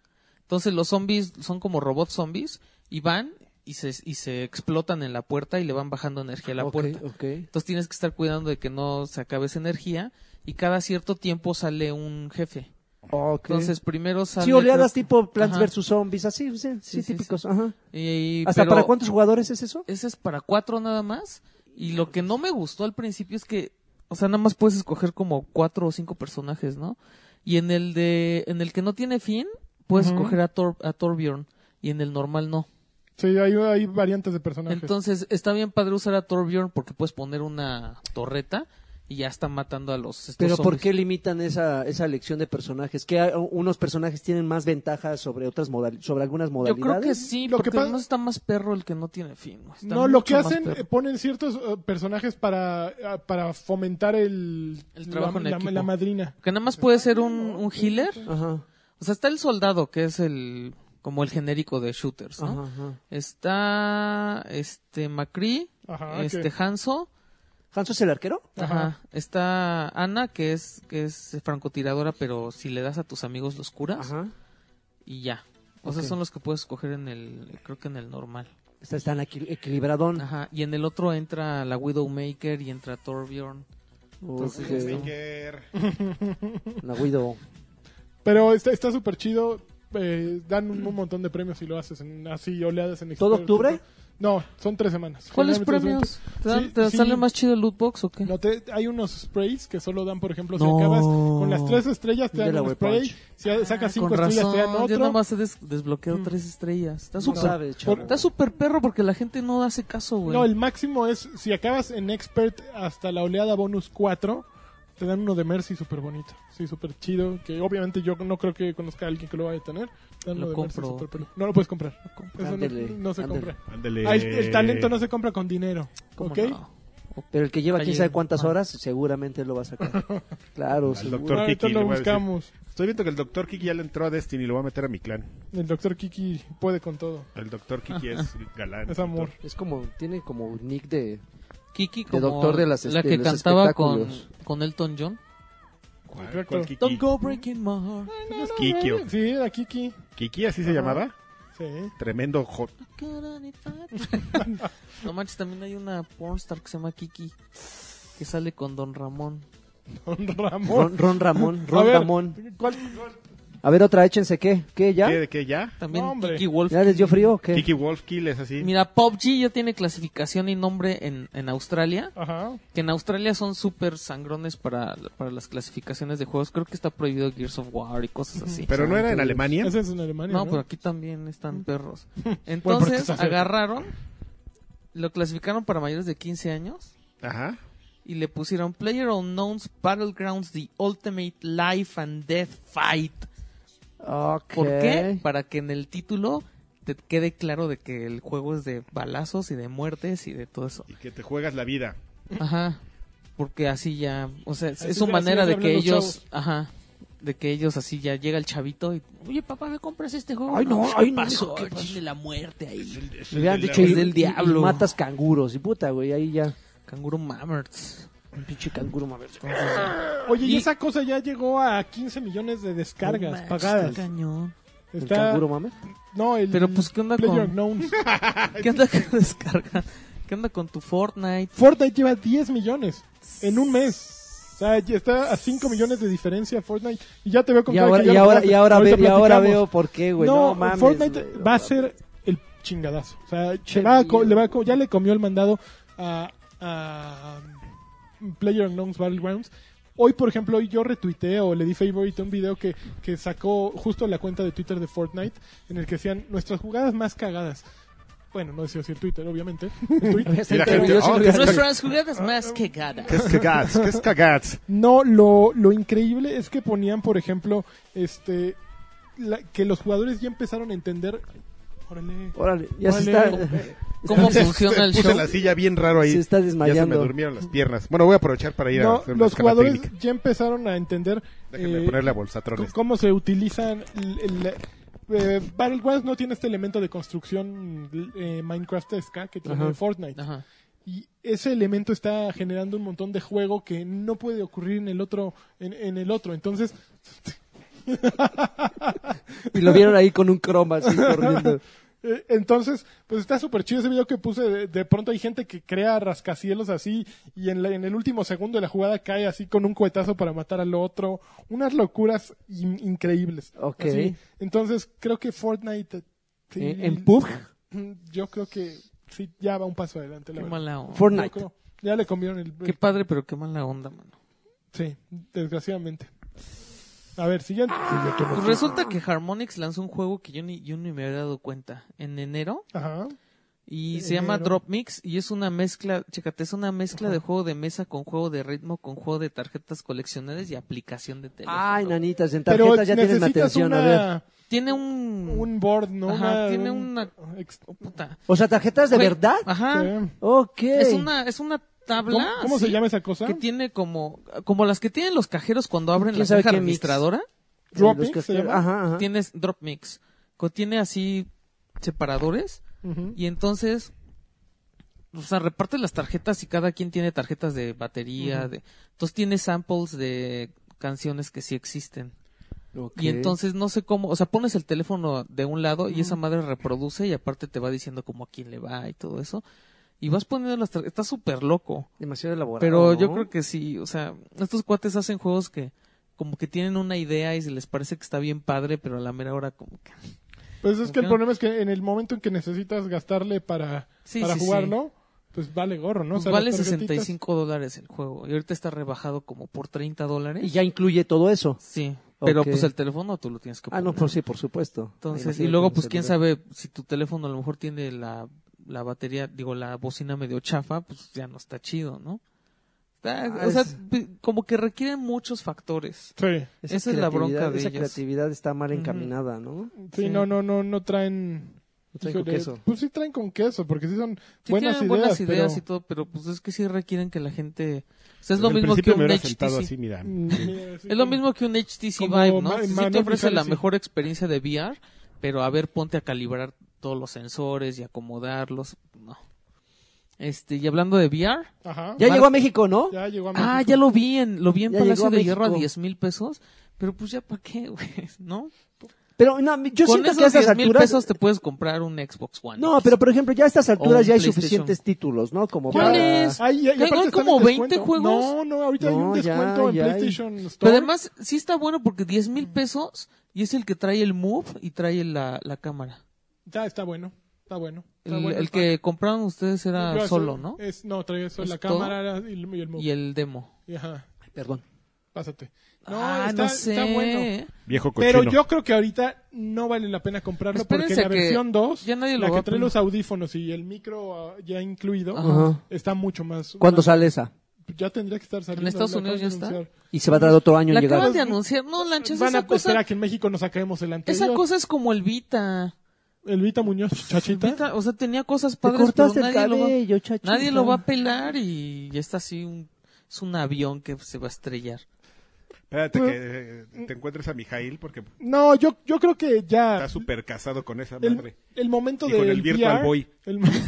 B: Entonces, los zombies son como robots zombies y van y se, y se explotan en la puerta y le van bajando energía a la
D: Ok,
B: puerta.
D: ok.
B: Entonces, tienes que estar cuidando de que no se acabe esa energía y cada cierto tiempo sale un jefe.
D: Ok.
B: Entonces, primero sale.
D: sí, oleadas
B: creo-
D: tipo Plants
B: Ajá.
D: vs. Zombies, así, sí, sí,
B: Sí, sí,
D: típicos. Ajá.
B: y-
D: ¿Hasta
B: pero-
D: para cuántos jugadores es eso?
B: Ese es para cuatro nada más. Y lo que no me gustó al principio es que, o sea, nada más puedes escoger como cuatro o cinco personajes, ¿no? Y en el de, en el que no tiene fin, puedes
C: Ujú.
B: escoger a, Tor- a Torbjorn y en el normal no.
C: Sí, hay, hay variantes de personajes.
B: Entonces está bien padre usar a Torbjorn porque puedes poner una torreta y ya está matando a los. estos
D: Pero ¿por
B: zombies.
D: qué limitan esa, esa elección de personajes? ¿Que hay- unos personajes tienen más ventajas sobre otras modal- sobre algunas
B: Yo
D: modalidades?
B: creo que sí,
C: Lo que
B: porque
C: pasa-
B: no está más perro el que no tiene fin. güey. Está
C: no, lo
B: mucho
C: que
B: más
C: hacen,
B: perro.
C: eh, ponen ciertos eh, personajes para, ah, para fomentar el,
B: El trabajo en
C: la, la-
B: equipo.
C: la madrina.
B: Que nada más puede ser un, un healer.
D: Ajá,
B: O sea, está el soldado, que es el como el genérico de shooters, ¿no?
D: ajá, ajá.
B: Está este Macri,
C: Ajá,
B: este
C: que-
B: Hanso,
D: ¿Hanso es el arquero?
C: Ajá.
B: ajá, está Ana que es que es francotiradora, pero si le das a tus amigos los curas
D: Ajá.
B: y ya. O sea,
D: Ok.
B: son los que puedes escoger en el creo que en el normal.
D: Está, están equi- equilibradón.
B: Ajá, y en el otro entra la Widowmaker y entra Torbjorn.
D: Entonces,
A: pues,
B: Ok.
A: este,
D: eh,
A: Baker.
D: la Guido.
C: Pero está está súper chido. eh, dan un, un montón de premios si lo haces en, así oleadas en
D: ¿Todo
C: Xperia,
D: octubre?
C: No, son tres semanas.
B: ¿Cuáles
C: Generalmente son
B: premios?
C: tres-
B: ¿Te, dan-
C: Sí,
B: te
C: sí.
B: sale más chido el loot box o qué?
C: No te- hay unos sprays que solo dan, por ejemplo, si
B: No.
C: acabas con las tres estrellas te
D: De
C: dan
D: la
C: un
D: Web
C: spray,
D: Punch.
C: si sacas
B: Ah, Con
C: cinco estrellas te dan
B: razón, yo
C: otro.
B: nada más he des- desbloqueado tres estrellas. Está
D: No
B: súper
D: sabes, chavo.
B: Está súper perro porque la gente no hace caso, güey.
C: No, el máximo es si acabas en expert hasta la oleada bonus 4, te dan uno de Mercy súper bonito. Sí, súper chido. Que obviamente yo no creo que conozca a alguien que lo vaya a tener. Te dan
B: Lo
C: uno de Mercy
B: compro.
C: súper pelo. No lo puedes comprar.
B: Lo compro.
C: Eso no-
D: Ándele,
C: no, se
D: ándele.
A: Eh,
C: compra.
A: Ándale.
C: Ah, el, el talento no se compra con dinero.
B: ¿Cómo
C: ¿Ok?
B: no?
D: Pero el que lleva quién
B: Calle-
D: sabe cuántas
B: Ah.
D: horas, seguramente lo va a sacar. Claro,
A: Al
D: seguro.
A: doctor.
C: Ahorita
A: Kiki, le
C: lo
A: voy a decir.
C: buscamos.
A: Estoy viendo que el doctor Kiki ya le entró a Destiny y lo va a meter a mi clan.
C: El doctor Kiki puede con todo.
A: El doctor Kiki es galán.
C: Es amor.
D: Es como, tiene como nick de...
B: Kiki como
D: doctor de las-
B: la
D: de
B: que
D: los
B: cantaba con,
D: espectáculos.
B: con Elton John.
A: ¿Cuál,
C: Correcto.
A: cuál Kiki?
B: Don't go breaking my heart.
A: Es Kiki. o-
C: Sí, era Kiki.
A: Kiki, así se
C: Ajá.
A: llamaba.
C: Sí.
A: Tremendo hot.
B: no manches, también hay una pornstar que se llama Kiki que sale con Don Ramón.
C: Don Ramón.
D: Ron, Ron Ramón, Ron
C: Oh. A ver,
D: Ramón.
C: ¿Cuál?
D: A ver, otra, échense, ¿qué? ¿Qué, ya?
A: ¿Qué, ¿De qué ya?
B: También
C: No, hombre.
B: Kiki Wolf.
D: ¿Ya les dio frío o qué?
A: Kiki Wolf Kill es así.
B: Mira, PUBG ya tiene clasificación y nombre en, en Australia.
C: Ajá.
B: Que en Australia son súper sangrones para, para las clasificaciones de juegos. Creo que está prohibido Gears of War y cosas así.
A: Pero no era en Alemania.
C: Ese es en Alemania.
B: No,
C: No,
B: pero
D: pues,
B: aquí también están perros.
C: Bueno, porque
B: Entonces
C: está cerca.
B: agarraron, lo clasificaron para mayores de 15 años
A: Ajá.
B: y le pusieron Player Unknown's Battlegrounds The Ultimate Life and Death Fight.
D: Ok.
B: ¿Por qué? Para que en el título te quede claro de que el juego es de balazos y de muertes y de todo eso.
A: Y que te juegas la vida.
B: Ajá. Porque así ya, o sea, es,
C: Así
B: es su
C: se- así
B: manera
C: les
B: de
C: hablan
B: que
C: los
B: ellos, ajá, de que ellos así ya llega el chavito y, oye papá, ¿me compras este juego?
D: Ay, no,
B: pues,
D: ay,
B: ¿qué
D: no,
B: pasó?
D: ¿qué
B: Que
D: pasó?
B: tiene la muerte ahí.
D: Me hubieran
A: del
D: dicho,
B: Es
D: y,
B: del
D: y- y
B: diablo.
D: matas canguros, y puta, güey, ahí ya.
B: Canguro Mammers.
D: Un pinche canguro, mames.
C: Oye, y...
B: y-
C: esa cosa ya llegó a 15 millones de
B: No
C: descargas
B: manches,
C: pagadas.
B: está cañón.
D: ¿El
C: Está...
D: canguro, mames?
C: No, el...
B: Pero, pues, ¿qué onda con-
C: PlayerUnknown's.
B: ¿Qué onda con descarga? ¿Qué onda con tu Fortnite?
C: Fortnite lleva 10 millones en un mes. O sea, ya está a 5 millones de diferencia Fortnite. Y ya te veo con
D: Y
C: cara
D: ahora,
C: que ya
D: y
C: lo
D: ahora,
C: jugaste.
D: y ahora, ve-
C: Ahorita
D: y ahora
C: platicamos.
D: veo por qué, güey. No,
C: no,
D: mames.
C: Fortnite
D: güey,
C: va
D: no
C: a
D: mames.
C: ser el chingadazo. O sea,
D: Che,
C: va a co-
D: tío.
C: le va a co- ya le comió el mandado a, a um, Player Unknown's Battlegrounds. Hoy, por ejemplo, hoy yo retuiteé o le di favorite a un video que, que sacó justo la cuenta de Twitter de Fortnite en el que decían nuestras jugadas más cagadas. Bueno, no decía decir Twitter, obviamente. El tweet.
A: Y la
D: Pero
A: gente,
D: Este, yo sí
A: "Oh,
D: lo
A: qué
D: vi.
A: es
B: Nuestras jugadas más que gada.
A: ¿Qué es cagats? ¿Qué es cagats?
C: No, lo, lo increíble es que ponían, por ejemplo, este la- que los jugadores ya empezaron a entender. Órale.
D: Órale, ya se
C: Órale.
D: está.
B: ¿Cómo
A: Entonces,
B: funciona el
A: puse
B: show?
A: la silla bien raro ahí.
D: Se está
A: Ya se me
D: desmayando.
A: durmieron las piernas. Bueno, voy a aprovechar para ir a
C: No,
A: hacer una
C: los
A: escala
C: jugadores
A: técnica.
C: ya empezaron a entender
A: Déjenme
C: eh,
A: ponerle a
C: c-
A: Bolsatrones.
C: cómo se utilizan. el- el- eh, Battlegrounds no tiene este elemento de construcción eh, Minecraftesca que tiene
D: Ajá.
C: Fortnite.
B: Ajá.
C: Y ese elemento está generando un montón de juego que no puede ocurrir en el otro. En, en el otro. Entonces,
D: Y lo vieron ahí con un croma así corriendo.
C: Eh, Entonces, pues está súper chido ese video que puse. De, de pronto hay gente que crea rascacielos así y en, la- en el último segundo de la jugada cae así con un cohetazo para matar al otro. Unas locuras in- increíbles.
D: Ok.
C: Así. Entonces, creo que Fortnite... eh, sí, Mm,
D: En- en PUBG,
C: Yo creo que sí, ya va un paso adelante. la
B: Qué
C: verdad.
B: mala onda.
C: Yo
D: Fortnite.
C: creo. Ya le comieron el...
B: Qué padre, pero qué mala onda, mano.
C: Sí, desgraciadamente. A ver, siguiente.
B: Pues resulta que Harmonix lanzó un juego que yo ni, yo ni me había dado cuenta en enero
C: Ajá.
B: y
C: En
B: se llama
C: enero.
B: Drop Mix y es una mezcla, chécate, es una mezcla de juego de mesa con juego de ritmo, con juego de tarjetas coleccionables y aplicación de teléfono.
D: Ay, nanitas, en
C: Pero
D: tarjetas ya tienen
C: necesitas
D: atención, a ver.
C: una-
B: Tiene un...
C: un board, ¿no?
B: Mm. Ajá,
C: Una-
B: tiene
C: un-
B: una-
C: ex-
B: oh, puta.
D: O sea, tarjetas de
B: Güey,
D: verdad.
B: Ajá.
C: Sí.
D: Ok.
B: Es una, es una
C: ¿Cómo,
B: tabla.
C: cómo se
B: así,
C: llama esa cosa?
B: Que tiene como, como las que tienen los cajeros cuando abren
D: ¿Quién
B: la
D: sabe
B: caja
D: qué mix?
B: registradora.
D: Sí, los
C: Dropping,
D: que-
C: se llama.
D: Ajá, ajá.
B: Tienes Drop Mix. Contiene así separadores
C: Ujú.
B: Y entonces, o sea, reparte las tarjetas y cada quien tiene tarjetas de batería. de... Entonces tiene samples de canciones que sí existen.
D: Ok.
B: Y entonces no sé cómo, o sea, pones el teléfono de un lado y esa madre reproduce y aparte te va diciendo como a quién le va y todo eso. Y vas poniendo las tarjetas. Está súper loco.
D: Demasiado elaborado.
B: Pero yo
D: ¿no?
B: creo que sí, o sea, estos cuates hacen juegos que como que tienen una idea y se les parece que está bien padre, pero a la mera hora como que...
C: Pues es que el
B: Ujú.
C: problema es que en el momento en que necesitas gastarle para,
B: Sí,
C: para
B: sí, sí.
C: jugarlo, pues vale gorro, ¿no? O sea,
B: vale
C: las tarjetitas-
B: 65 dólares el juego y ahorita está rebajado como por 30
D: Y
B: dólares.
D: ya incluye todo eso.
B: Sí, pero
D: Ok.
B: pues el teléfono tú lo tienes que
D: Ah,
B: poner.
D: no, pues sí, por supuesto.
B: Entonces,
D: Imagínate
B: y luego
D: un
B: pues quién
D: celular.
B: sabe si tu teléfono a lo mejor tiene la, la batería, digo, la bocina medio chafa, pues ya no está chido, ¿no? Está-
D: Ah,
B: o sea,
D: es-
B: pi- como que requieren muchos factores.
C: Sí,
B: Esa es la bronca
D: creatividad-
B: de
D: Esa
B: ellos.
D: creatividad está mal
B: Ujú.
D: encaminada, ¿no?
C: sí,
B: Sí.
C: no, no, no, no traen
D: No traen con
C: Híjole,
D: queso.
C: Pues sí traen con queso, porque sí son
B: Sí
C: buenas,
B: tienen
C: ideas,
B: buenas ideas
C: pero-
B: y todo, pero pues es que sí requieren que la gente... O sea, es lo
A: Desde el
B: mismo que
A: principio
B: un
A: me hubiera
B: HTC.
A: sentado así, mira.
C: Mm, mira, sí,
B: Es lo mismo que un HTC
C: Como
B: Vive, ¿no?
C: Ma-
B: Sí te
C: Manuel
B: ofrece la
C: Mijares, sí.
B: mejor experiencia de VR, pero a ver, ponte a calibrar todos los sensores y acomodarlos. No. Este, y hablando de VR,
C: Ajá.
D: Ya
B: Mar-
D: llegó a México, ¿no?
C: Ya llegó a
B: ah,
C: México.
B: ya lo vi en, lo vi en
D: Ya llegó
B: Palacio
D: a
B: de Hierro a
D: México.
B: 10 mil pesos, pero pues ya para qué, güey, ¿no?
D: Pero no, yo
B: Con
D: siento que a
B: esos
D: estas
B: 10 mil
D: alturas...
B: pesos te puedes comprar un Xbox One.
D: No, pero por ejemplo, ya a estas
B: O un
D: alturas ya hay
B: PlayStation.
D: suficientes títulos, ¿no? Como
B: ¿Cuál
D: para-
B: es?
C: Ay, y- y
B: Tengo
C: aparte están
B: como
C: en
B: 20
C: descuento.
B: juegos.
C: No, no, ahorita hay un
D: No, ya,
C: descuento en
D: ya hay.
C: PlayStation Store.
B: Pero además, sí está bueno porque 10
D: Mm.
B: mil pesos y es el que trae el Move y trae la, la cámara.
C: Ya está bueno. Está bueno. está
B: El,
C: bueno,
B: el
C: está-
B: que compraron ustedes
C: Yo
B: era
C: hace-
B: Ah, solo, ¿no?
D: Eh,
C: Es, no, traía solo
B: ¿Es
C: la
B: todo?
C: cámara y el, y el
B: Y el demo.
C: móvil. Ajá,
D: Perdón.
C: pásate. No,
B: ah,
C: está,
B: no sé.
C: está bueno.
A: Viejo cochino.
C: Pero yo creo que ahorita no vale la pena comprarlo
B: Espérense
C: porque la
B: a que
C: versión 2,
B: ya nadie lo
C: la
B: va
C: que
B: a
C: trae
B: poner.
C: los audífonos y el micro ah, ya incluido,
B: Ajá.
C: está mucho más.
D: ¿Cuándo
C: más-
D: sale esa?
C: Ya tendría que estar saliendo.
B: ¿En Estados
C: lo
B: Unidos
C: acaban
B: ya
C: de
B: está?
D: Y se va a tardar otro año
B: La
D: en llegar.
B: acaban de anunciar. No, lanchas,
C: Van a
B: esa cosa,
C: esperar a que en México nos saquemos el anterior.
B: esa cosa es como el Vita.
C: El Vita Muñoz, chachita.
B: Vita, O sea, tenía cosas
D: Te
B: padres, pero
D: cortaste el
B: nadie lo, va,
D: cabello, chachita.
B: nadie lo va a pelar y ya está así un... Es un avión que se va a estrellar.
A: Espérate
C: mm,
A: que eh, te encuentres a Mijail porque
C: No, yo, yo creo que ya.
A: está súper casado con esa
C: Mm. El,
A: madre.
C: el momento
A: Y
C: de.
A: con el Virtual Boy.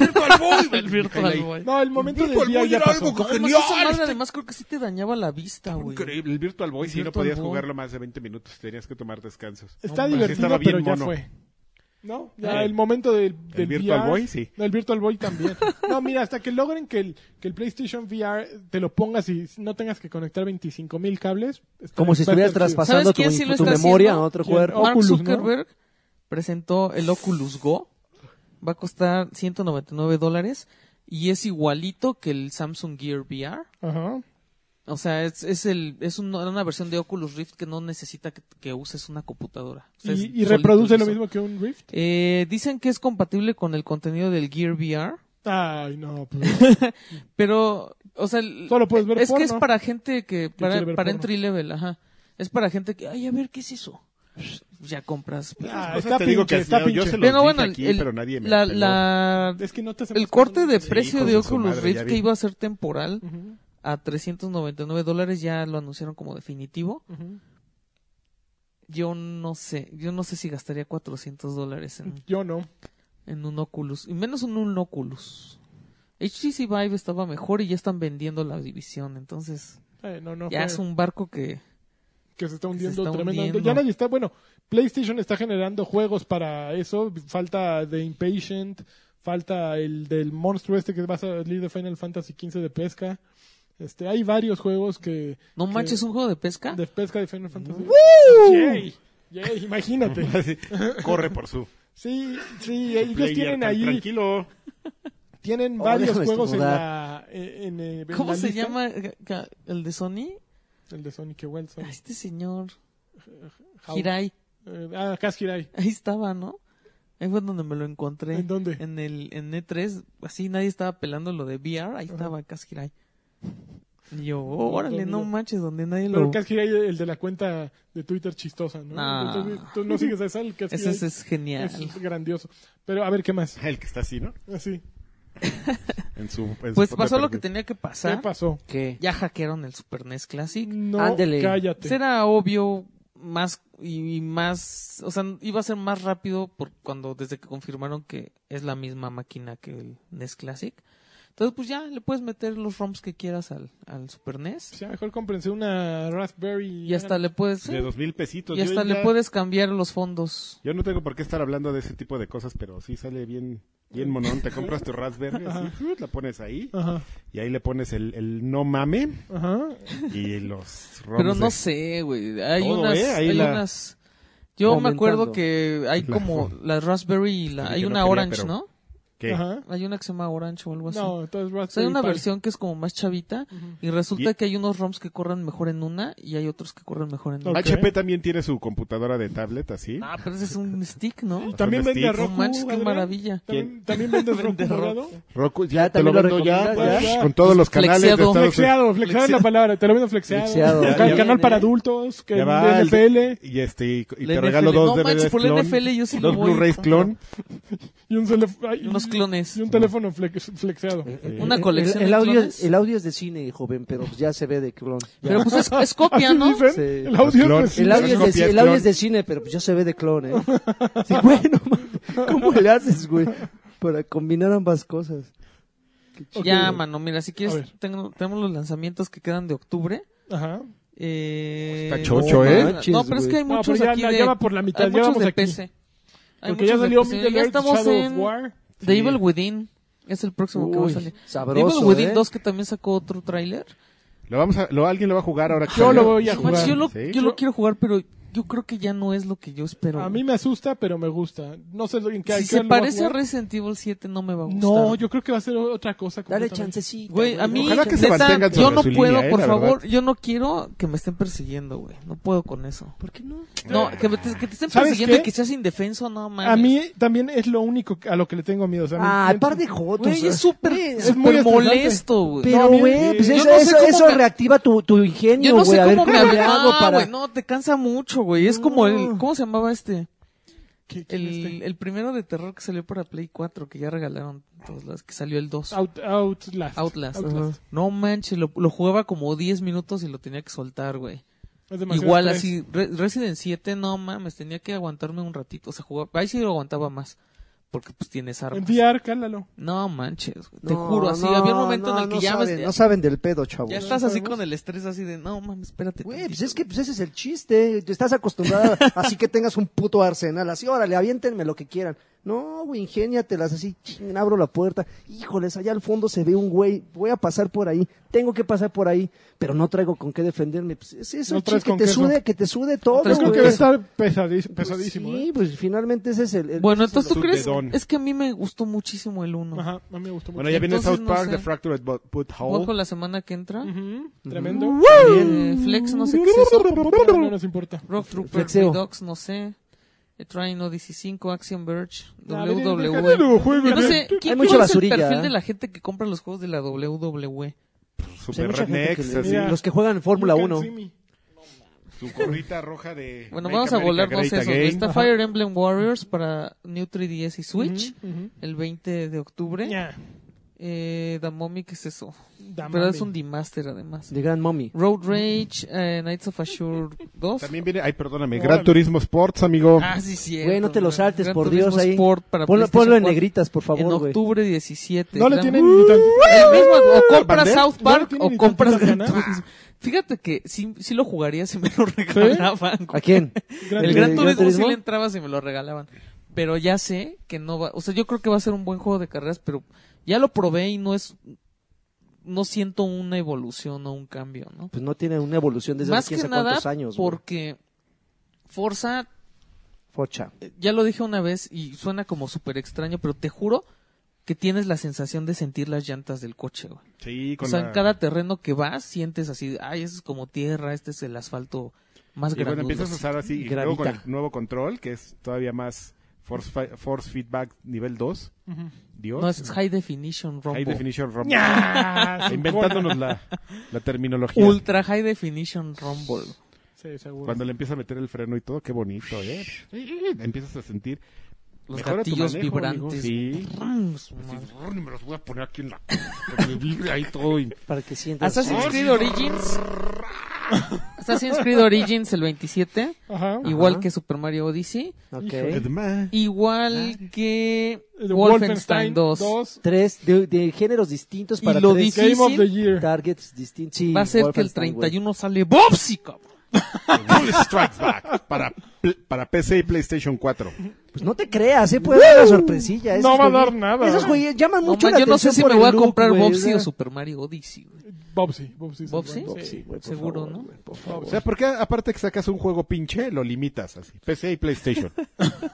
B: El
A: Mijail
B: Virtual
A: ahí.
B: Boy.
C: No, el momento
A: El Virtual
C: del VR
A: Boy
C: ya
A: era
C: pasó.
A: algo
B: Además,
A: genial.
B: esa madre además creo que sí te dañaba la vista, güey.
A: Increíble. El Virtual Boy,
B: El
A: si no
B: Virtual
A: podías
B: Boy.
A: jugarlo más de 20 minutos, tenías que tomar descansos.
C: Está
B: Hombre,
C: divertido,
A: estaba bien
C: pero ya
A: mono.
C: fue. ¿No? Ya
A: Eh,
C: el momento del, del
A: Virtual
C: VR,
A: Boy, sí.
C: no, El Virtual Boy también. No, mira, hasta que logren que el, que el PlayStation VR te lo pongas y no tengas que conectar 25 mil cables. está-
D: Como si
C: va a
D: estuvieras
C: estar chido.
D: traspasando
B: ¿Sabes
D: tu,
B: quién sí lo
D: tu
B: está
D: memoria a
B: haciendo?
D: otro
C: ¿Quién?
D: cuerpo.
B: Mark
C: Oculus, ¿no?
B: Zuckerberg presentó el Oculus Go. Va a costar 199 dólares y es igualito que el Samsung Gear VR.
C: Ajá.
B: O sea, es, es, el, es un- una versión de Oculus Rift que no necesita que, que uses una computadora. O sea, es
C: Y, y
B: solito
C: reproduce
B: el
C: lo
B: visor.
C: mismo que un Rift.
B: Eh, dicen que es compatible con el contenido del Gear VR,
C: Ay, no. Pues,
B: pero, o sea, el-
C: Solo puedes ver
B: es que es
C: porno.
B: para gente que, para,
C: quiere ver
B: para
C: porno.
B: entry level, ajá. Es para gente que, ay, a ver, ¿qué es eso? Ya compras.
C: Ah,
A: Cosas
C: está
A: te digo
C: pinche,
A: que
C: está
A: yo- yo
C: pinche.
A: se los
B: Pero
A: dije
B: bueno,
A: aquí,
B: el-
A: pero nadie me
B: la-
A: peló.
B: la-
C: es que no te hacemos
B: el corte
C: caso.
B: de
A: Sí,
B: precio
A: hijos
B: de
A: de su
B: Oculus
A: madre, ya
B: Rift
A: vi.
B: que iba a ser temporal
C: Ujú,
B: a 399 dólares ya lo anunciaron como definitivo.
C: ujú.
B: Yo no sé, yo no sé si gastaría 400 dólares en,
C: Yo no.
B: en un Oculus, y menos en un Oculus. HTC Vive estaba mejor y ya están vendiendo la división, entonces
C: Eh, no, no.
B: ya
C: fue-
B: es un barco que
C: que se está hundiendo
B: está
C: tremendamente.
B: hundiendo.
C: Ya nadie está, bueno, PlayStation está generando juegos para eso, falta de Impatient, falta el del monstruo este que va a salir de Final Fantasy XV de pesca. Este, hay varios juegos que
B: no
C: que-
B: manches un juego de pesca.
C: de pesca de Final Fantasy. Yay, yay, imagínate.
A: Así, Corre por su.
C: Sí, sí,
A: su
C: ellos
A: player
C: tienen
A: tan
C: ahí
A: Tranquilo.
C: tienen
D: Oh,
C: varios
D: déjame
C: juegos en
D: estornudar.
C: la en, en- en
B: ¿Cómo
C: la
B: se
C: lista.
B: llama eh, ca- el de Sony?
C: El de Sonic que Wilson.
B: Ah, Este señor
C: How-
B: Hirai.
C: eh, ah, Kaz Hirai.
B: Ahí estaba, ¿no? Ahí fue donde me lo encontré.
C: ¿En dónde?
B: En el en E3, así nadie estaba pelando lo de VR, ahí estaba Kaskirai. Y yo, oh, órale, no manches, donde nadie
C: Pero
B: lo...
C: Kaz Hirai, el de la cuenta de Twitter chistosa, ¿no?
B: Nah.
C: Entonces, Tú no sigues a esa, el Kaz
B: Ah. Ese
C: Hirai
B: es, es genial.
C: es grandioso. Pero a ver, ¿qué más? Ah,
A: El que está así, ¿no?
C: Así.
A: En su, en su
B: Pues
A: foto de
B: pasó lo que
A: perfil.
B: tenía que
C: ¿Qué
B: pasar.
C: pasó?
D: ¿Qué?
B: Ya hackearon el Super NES Classic.
A: Mm,
C: No,
D: Ándele.
C: cállate.
B: Pues era obvio más y, y más, o sea, iba a ser más rápido por cuando desde que confirmaron que es la misma máquina que el NES Classic. Entonces, pues ya le puedes meter los ROMs que quieras al, al Super NES.
C: Pues ya mejor cómprense una Raspberry.
B: Y hasta le puedes sí,
A: De dos mil pesitos.
B: y
A: Yo
B: hasta
A: ya-
B: le puedes cambiar los fondos.
A: Yo no tengo por qué estar hablando de ese tipo de cosas, pero sí sale bien, bien monón. Te compras tu Raspberry, así, uh, la pones ahí,
C: Ajá,
A: y ahí le pones el, el no mame
C: ajá.
A: y los ROMs
B: Pero
A: de-
B: no sé, güey, hay
A: Todo,
B: unas
A: ¿eh? Ahí
B: hay
A: la-
B: unas yo me
D: Aumentando.
B: acuerdo que hay como la Raspberry y la
A: Dije
B: hay
A: que
B: una
A: no quería,
B: Orange,
A: pero-
B: ¿no?
A: ¿Qué?
C: Ajá.
B: Hay una que se llama Orange o algo así.
C: No, entonces
B: O sea, hay
C: Raspberry
B: una
C: Pi.
B: versión que es como más chavita y resulta
A: Y-
B: que hay unos ROMs que corren mejor en una y hay otros que corren mejor en
C: Ok.
B: otra.
A: HP también tiene su computadora de tablet así.
B: Ah, pero ese es un stick, ¿no?
C: También
A: Son
C: vende
A: sticks.
B: No
C: Roku,
B: manches, qué
C: Adrián.
B: maravilla.
C: ¿También, también vendes Roku
B: Vende
C: morado?
A: Roku,
D: Ya,
A: ya, te lo
D: también lo
A: vendo ya,
D: recomiendas,
A: pues,
C: ya.
A: con todos los canales de
B: Flexiado.
A: Estados Unidos.
C: Flexeado, flexeado es la palabra, te lo vendo flexeado.
D: Flexeado.
C: Ca-
D: Ya, bien,
C: canal
D: eh.
C: para adultos, que
A: Ya va, el
C: vende NFL
A: Y este y, y
B: La
A: te
B: NFL.
A: regalo dos
B: No manches,
A: DVDs
B: por la
A: clon,
B: NFL yo sí lo
A: dos
B: voy a
A: Blu-rays
B: comprar.
A: clon.
C: y un teléfono
B: Y unos clones.
C: Y un teléfono flex- flexeado.
B: Una
D: Eh, El-
B: colección
D: el,
B: de
D: audio,
B: clones.
D: es- el audio es de cine, joven, pero pues ya se ve de clon. Ya.
B: Pero pues es, es copia,
C: Así
B: ¿no?
C: dicen,
D: Sí.
C: El
A: Los
C: audio
A: clones.
C: es
D: El audio, es
A: Copias,
D: de, el
A: clon.
D: audio es de cine, pero pues ya se ve de clon, ¿eh? Sí, bueno, ¿cómo le haces, güey? Para combinar ambas cosas.
B: Ya, mano, mira, si
C: A
B: quieres,
C: ver.
B: tengo- tenemos los lanzamientos que quedan de octubre.
C: Ajá.
B: Eh,
A: Está chocho, ¿eh?
B: No, pero es que hay
C: No,
B: muchos
C: pero ya,
B: aquí
C: ya-
B: de,
C: ya va por la mitad,
B: hay
C: ya
B: muchos
C: vamos
B: de
C: aquí.
B: PC. Hay
C: Porque ya
B: muchos de
C: salió
B: PC.
C: Middle
B: Ya
C: Earth,
B: estamos
C: Shadow of
B: en
C: War.
B: The Evil Within. Es el próximo que va a
D: Uy,
B: salir. The
D: sabroso,
B: Evil Within
D: ¿eh?
B: 2 que también sacó otro tráiler.
A: Lo vamos a, lo, alguien lo va a jugar ahora. que
C: Yo
A: salga?
C: lo voy a
B: No
C: jugar.
B: manches, yo lo,
A: Sí.
B: yo lo quiero jugar, pero yo creo que ya no es lo que yo espero.
C: A mí me asusta, pero me gusta. No sé en qué
B: si
C: qué
B: se
C: lo va
B: parece a
C: jugar.
B: Resident Evil 7 no me va a gustar.
C: No, yo creo que va a ser otra cosa.
D: Dale
C: completamente.
D: chancecita.
B: Güey, a mí,
A: Ojalá que se
B: neta,
A: mantengan sobre
B: yo no
A: su
B: puedo,
A: línea, eh,
B: por
A: la
B: favor,
A: verdad.
B: yo no quiero que me estén persiguiendo, güey. No puedo con eso.
D: ¿Por qué no?
B: No,
A: Eh.
B: que, me te, que te estén
C: ¿Sabes
B: persiguiendo
C: qué?
B: y que seas indefenso, no mames.
C: A mí también es lo único a lo que le tengo miedo. o sea, a mí-
D: Ah, par de jotos. ah.
B: Güey, es súper
D: Es
B: súper
C: muy estresante.
B: molesto, güey.
C: No, a
D: Pero,
C: mí-
D: güey, pues
C: yo
D: eso,
B: no sé
D: eso,
B: cómo
D: eso
B: me-
D: reactiva tu, tu ingenio,
B: Yo
D: güey.
B: no sé
D: a ver
B: cómo
D: cómo
B: me
D: le hago
B: hablaba,
D: para...
B: güey. No, te cansa mucho, güey. Es como el... ¿Cómo se llamaba este?
C: ¿Qué- qué
B: El,
C: es este?
B: el primero de terror que salió para Play 4, que ya regalaron todas las... Que salió el 2.
C: Out- Outlast.
B: Outlast. No manches, lo, lo jugaba como 10 minutos y lo tenía que soltar, güey.
C: Es demasiado
B: Igual
C: estrés.
B: así, Re- Resident 7, no mames, tenía que aguantarme un ratito. O sea, jugaba, ahí sí lo aguantaba más. Porque pues tienes
C: En
B: armas.
C: VR, cálalo.
B: No manches, güey, te
D: No,
B: juro, así.
D: no,
B: había un momento
D: no,
B: en el que
D: no
B: ya, ves-
D: saben, No saben del pedo, chavos.
B: ya estás así con el estrés así de, no mames, espérate.
D: Güey, pues
B: tantito,
D: es que pues ese es el chiste. Tú Estás acostumbrada así que tengas un puto arsenal. Así, órale, aviéntenme lo que quieran. No, güey, ingéniatelas así. Ching, abro la puerta. Híjoles, allá al fondo se ve un güey. Voy a pasar por ahí. Tengo que pasar por ahí. Pero no traigo con qué defenderme. Pues es eso,
C: No traes
D: que
C: con
D: te
C: queso.
D: sude, que te sude todo.
B: traes
C: Yo creo
B: con
C: que va a
D: güey.
B: queso.
C: estar pesadis-
D: Pues
C: pesadísimo.
D: Sí,
C: ¿eh?
D: pues finalmente ese es el. el-
B: Bueno,
D: ese es
B: entonces tú
A: Su
B: crees.
A: dedón.
B: Es que a mí me gustó muchísimo el 1.
C: Ajá, a mí me gustó mucho.
A: Bueno, ya viene
B: Entonces,
A: South
B: no
A: Park,
B: sé.
A: The Fractured Bo- Boot Hole.
B: Ojo la semana que entra.
C: Ujú, Tremendo.
B: Eh, Flex, no sé qué es eso.
C: Pero no nos importa.
B: Rock Trooper,
D: Flexeo.
B: Redox, no sé. Eh, Train Odyssey 5, Action Verge,
C: A ver,
B: WWE.
C: déjate de videojuegos,
B: Yo no
C: ya.
B: sé, ¿quién,
D: mucha
B: cuál
D: basurilla,
B: es el perfil
D: ¿eh?
B: de la gente que compra los juegos de la E? WWE?
D: pues, hay
A: Super
D: mucha gente que
A: Rednecks,
D: le-
A: así.
C: Mira.
D: Los que juegan en Fórmula
C: You can
D: 1.
C: see me.
A: Su gorrita roja de.
B: Bueno,
A: Make
B: vamos a
A: America
B: volar dos
A: Great
B: esos. güey.
A: Again.
B: Está Fire Emblem Warriors para New 3DS y Switch
C: Ujú.
B: el 20 de octubre.
C: Ya.
B: Eh, Damomi, ¿qué es eso?
C: Damami.
B: Pero es un Demaster además.
D: De Grand Mommy.
B: Road Rage, eh, Knights of Ashur 2.
A: También viene. Ay, perdóname.
C: Órale.
A: Gran Turismo Sports, amigo.
B: Ah, sí, cierto.
D: Güey, no te lo saltes,
B: Gran
D: por
B: Turismo
D: Dios, ahí.
B: Sport para
D: Ponlo,
B: PlayStation
D: ponlo en
B: 4.
D: negritas, por
B: en
D: favor, güey.
B: octubre 17.
C: No le
B: Gran-
C: tienen ni tantito.
B: El mismo, o compras
A: Bandera.
B: South
C: No
B: Park
C: tiene
B: o
C: ni
B: compras
C: tantas
B: Gran
C: ganas.
B: Turismo. Fíjate que sí, sí lo jugaría si me lo regalaban.
D: ¿A
B: güey.
D: quién?
C: Gran
B: El
D: ¿El
B: Gran
D: de-
B: Turismo,
D: Gran
B: sí
D: Turismo?
B: le entraba si me lo regalaban. Pero ya sé que no va. O sea, yo creo que va a ser un buen juego de carreras, pero ya lo probé y no es. No siento una evolución o un cambio, ¿no?
D: Pues no tiene una evolución desde
B: Más
D: quién
B: que
D: sabe
B: nada,
D: cuántos años. güey.
B: porque Forza
D: Focha.
B: eh, ya lo dije una vez y suena como súper extraño, pero te juro que tienes la sensación de sentir las llantas del coche, güey.
A: Sí,
B: O
A: con
B: sea,
A: la-
B: en cada terreno que vas sientes así, ay, eso es como tierra, este es el asfalto más
A: Y bueno,
B: grande.
A: empiezas a usar así. Y
D: Gravita.
A: luego con el nuevo control, que es todavía más Force, fi- force Feedback nivel 2.
C: Ujú.
A: Dios.
B: No, es High Definition
A: High
B: Rumble.
A: Definition Rumble.
C: Ya,
A: Inventándonos la, la terminología.
B: Ultra High Definition Rumble.
C: Sí, seguro.
A: Cuando le empieza a meter el freno y todo, qué bonito, ¿eh? Empiezas a sentir.
B: Los
A: mejora tu
B: gatillos
A: manejo, amigo.
B: vibrantes.
A: Sí.
B: Mm, su madre.
A: Así, "Rrr, me los voy a poner aquí en la. que me vibre ahí todo.
B: ¿Eh?
A: y-
D: Para que sientas.
B: Assassin's Creed Origins. Assassin's Creed Origins el 27.
C: Ajá.
B: Igual que Super Mario Odyssey.
D: Ok.
B: Igual que
C: El Eh, de
B: Wolfenstein 2.
C: 2.
D: Tres de, de géneros distintos
B: Y
D: para
B: lo
D: tres
C: Game of the
B: Difícil.
C: Year.
D: targets distintos. Sí,
B: Va a ser que el
D: Wolfenstein, güey.
B: 31 sale Bobsy, cabrón.
A: Bull Strikes Back para pl- para PC y PlayStation 4.
D: Pues no te creas, ¿eh? Puede dar una sorpresilla.
C: No
D: esos
C: va a dar
D: güeyes-
C: nada.
D: Esos güeyes llaman
B: No,
D: mucho
B: man,
D: la
B: yo no sé
D: atención
B: si
D: por
B: me
D: el
B: voy a
D: look,
B: comprar
D: güey,
B: Bobsy o
D: ¿verdad?
B: Super Mario Odyssey. güey.
C: Bobsy, Bobsy.
B: ¿Bobsy?
C: Bobsy.
D: Sí, güey, por
B: Seguro,
D: favor,
B: ¿no?
D: güey, por
A: O
D: favor.
A: sea, porque aparte que sacas un juego pinche, lo limitas así. PC y PlayStation.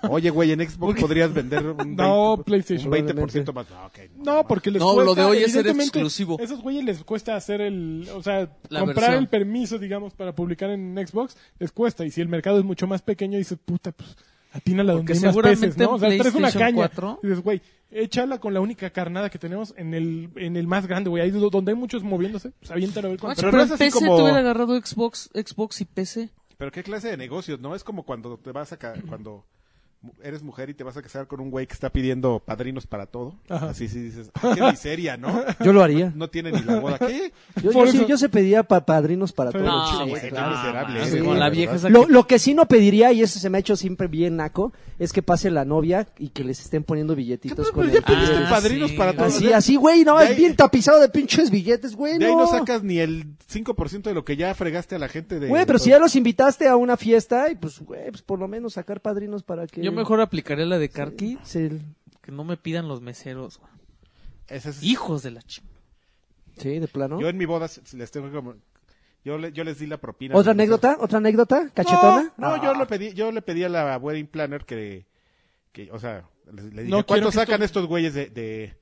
A: Oye, güey, en Xbox podrías vender un 20%,
C: No, PlayStation,
A: un 20 más. No, ok,
C: No, porque les
B: No,
C: cuesta.
B: lo de hoy es ser
C: evidentemente,
B: exclusivo.
C: Esos güeyes les cuesta hacer el. O sea,
B: La
C: comprar
B: versión.
C: el permiso, digamos, para publicar en Xbox, les cuesta. Y si el mercado es mucho más pequeño, dices, puta, pues atínala donde
B: Porque
C: hay más
B: seguramente
C: peces, ¿no? O sea,
B: en
C: traes una
B: PlayStation
C: caña.
B: 4.
C: Y dices, güey, échala con la única carnada que tenemos en el, en el más grande, güey. Ahí do- donde hay muchos moviéndose, pues aviéntalo a ver
B: Macho,
C: cuánto.
A: Pero
B: pero,
A: no es
B: en
A: así
B: PC
A: como-
B: te hubiera agarrado Xbox, Xbox y PC.
A: Pero qué clase de negocios, ¿no? Es como cuando te vas a ca- cuando mu- eres mujer y te vas a casar con un güey que está pidiendo padrinos para todo.
C: Ajá.
A: Así sí dices, "Ah, qué miseria, ¿no?
D: Yo lo haría.
A: No tiene ni la boda. ¿Qué?
D: Yo,
C: Por
D: yo sí-
C: eso-
D: yo se pedía pa- padrinos para
C: Pero
D: todo.
C: No,
D: sí,
A: güey,
D: claro.
A: qué miserable
B: mames,
A: eres,
B: con
A: la
B: la vieja
A: verdad.
B: esa
D: Lo,
B: que-
D: lo que sí no pediría, y eso se me ha hecho siempre bien naco, es que pase la novia y que les estén poniendo
A: ¿Qué
D: billetitos
A: pedo?
D: con
A: Pero ya
D: el-
A: pediste
B: Ah,
A: padrinos
B: sí,
A: para todo.
D: Así,
A: De-
D: así, güey, no,
A: de ahí-
D: es bien tapizado de pinches billetes, güey,
A: De ahí no
D: Eh, no.
A: sacas ni el 5% de lo que ya fregaste a la gente de...
D: Güey, pero si ya los invitaste a una fiesta, y pues, güey, pues por lo menos sacar padrinos para
B: Yo
D: que...
B: mejor aplicaré la de Karki,
D: Sí,
B: que no me pidan los meseros. güey.
A: Ese es-
B: Hijos de la chingada.
D: sí, de plano.
A: Yo en mi boda se- les tengo como... Yo, le- yo les di la propina.
D: ¿Otra
A: Les dije,
D: anécdota? ¿Otra anécdota? ¿Cachetona?
A: No, no,
D: Ah.
A: yo le pedí, yo le pedí a la wedding planner que, que o sea, le, le dije,
C: No quiero
A: ¿cuánto
C: que
A: sacan
C: esto-
A: estos güeyes de, de,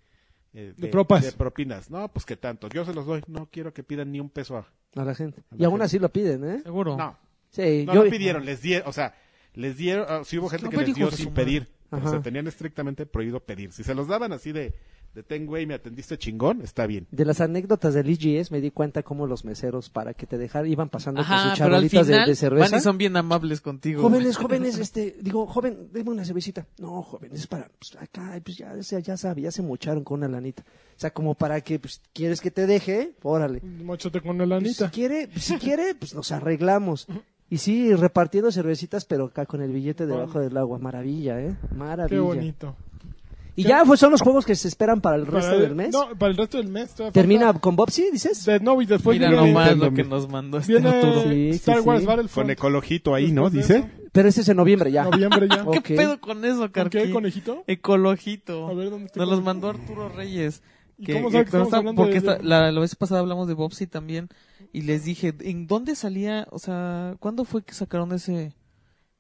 A: eh,
C: De propas.
A: de propinas? No, pues que tanto. Yo se los doy. No quiero que pidan ni un peso a.
D: A la gente. Y aún así lo piden, ¿eh?
B: Seguro.
A: No,
D: Sí,
A: no
D: yo...
A: lo pidieron, les dieron, o sea, les dieron, ah, sí hubo gente
B: No,
A: que
B: pero
A: les dio
B: hijos de
A: sin
B: su madre.
A: pedir. pero, O sea,
D: Ajá.
A: tenían estrictamente prohibido pedir. Si se los daban así de, de ten güey, me atendiste chingón, está bien.
D: De las anécdotas del EGS me di cuenta cómo los meseros para que te dejar iban pasando con
B: Ajá,
D: sus
B: pero al
D: charolitas de-
B: final
D: de, cerveza.
B: van y son bien amables contigo. güey.
D: Jóvenes, jóvenes, este, digo, joven, deme una cervecita. No, jóvenes, para, pues acá, pues ya, o sea, ya sabe, ya se mocharon con una lanita. O sea, como para que, pues, quieres que te deje, órale.
C: Mochote con la
D: Pues, si
C: lanita.
D: quiere, pues, si quiere, pues nos arreglamos. Y sí, repartiendo cervecitas, pero acá con el billete debajo del agua. Maravilla, ¿eh?
C: Qué
D: Maravilla.
C: bonito.
D: Y ya, pues son los juegos que se esperan para el resto
C: Para el-
D: del mes.
C: No, para el resto del mes. todavía
D: ¿Termina
C: falta-
D: con Bobsy, dices?
C: De- No, y después
B: Mira
C: viene,
B: nomás
A: Nintendo,
B: lo que
A: mi-
B: nos mandó este
C: viene
B: Arturo.
D: Sí,
C: Star
D: sí,
C: Wars
D: sí.
A: Con
C: Battlefront.
A: ecolojito ahí, ¿no?
C: Después de
A: Dice.
D: Pero ese es en noviembre ya.
C: Noviembre ya.
D: Ok.
B: ¿Qué pedo con eso,
C: ¿Con
B: Karki?
C: qué conejito?
A: Eh,
B: Ecolojito.
C: A ver, ¿dónde está
B: Nos los
C: Ecolojito?
B: mandó Arturo Reyes.
C: ¿Y
B: Que,
C: cómo sabe
B: que
C: que estamos
B: está-
C: hablando
B: porque
C: de-
B: está-
C: de-
B: la, la vez pasada hablamos de Bobsy también y les dije, ¿en dónde salía? O sea, ¿cuándo fue que sacaron ese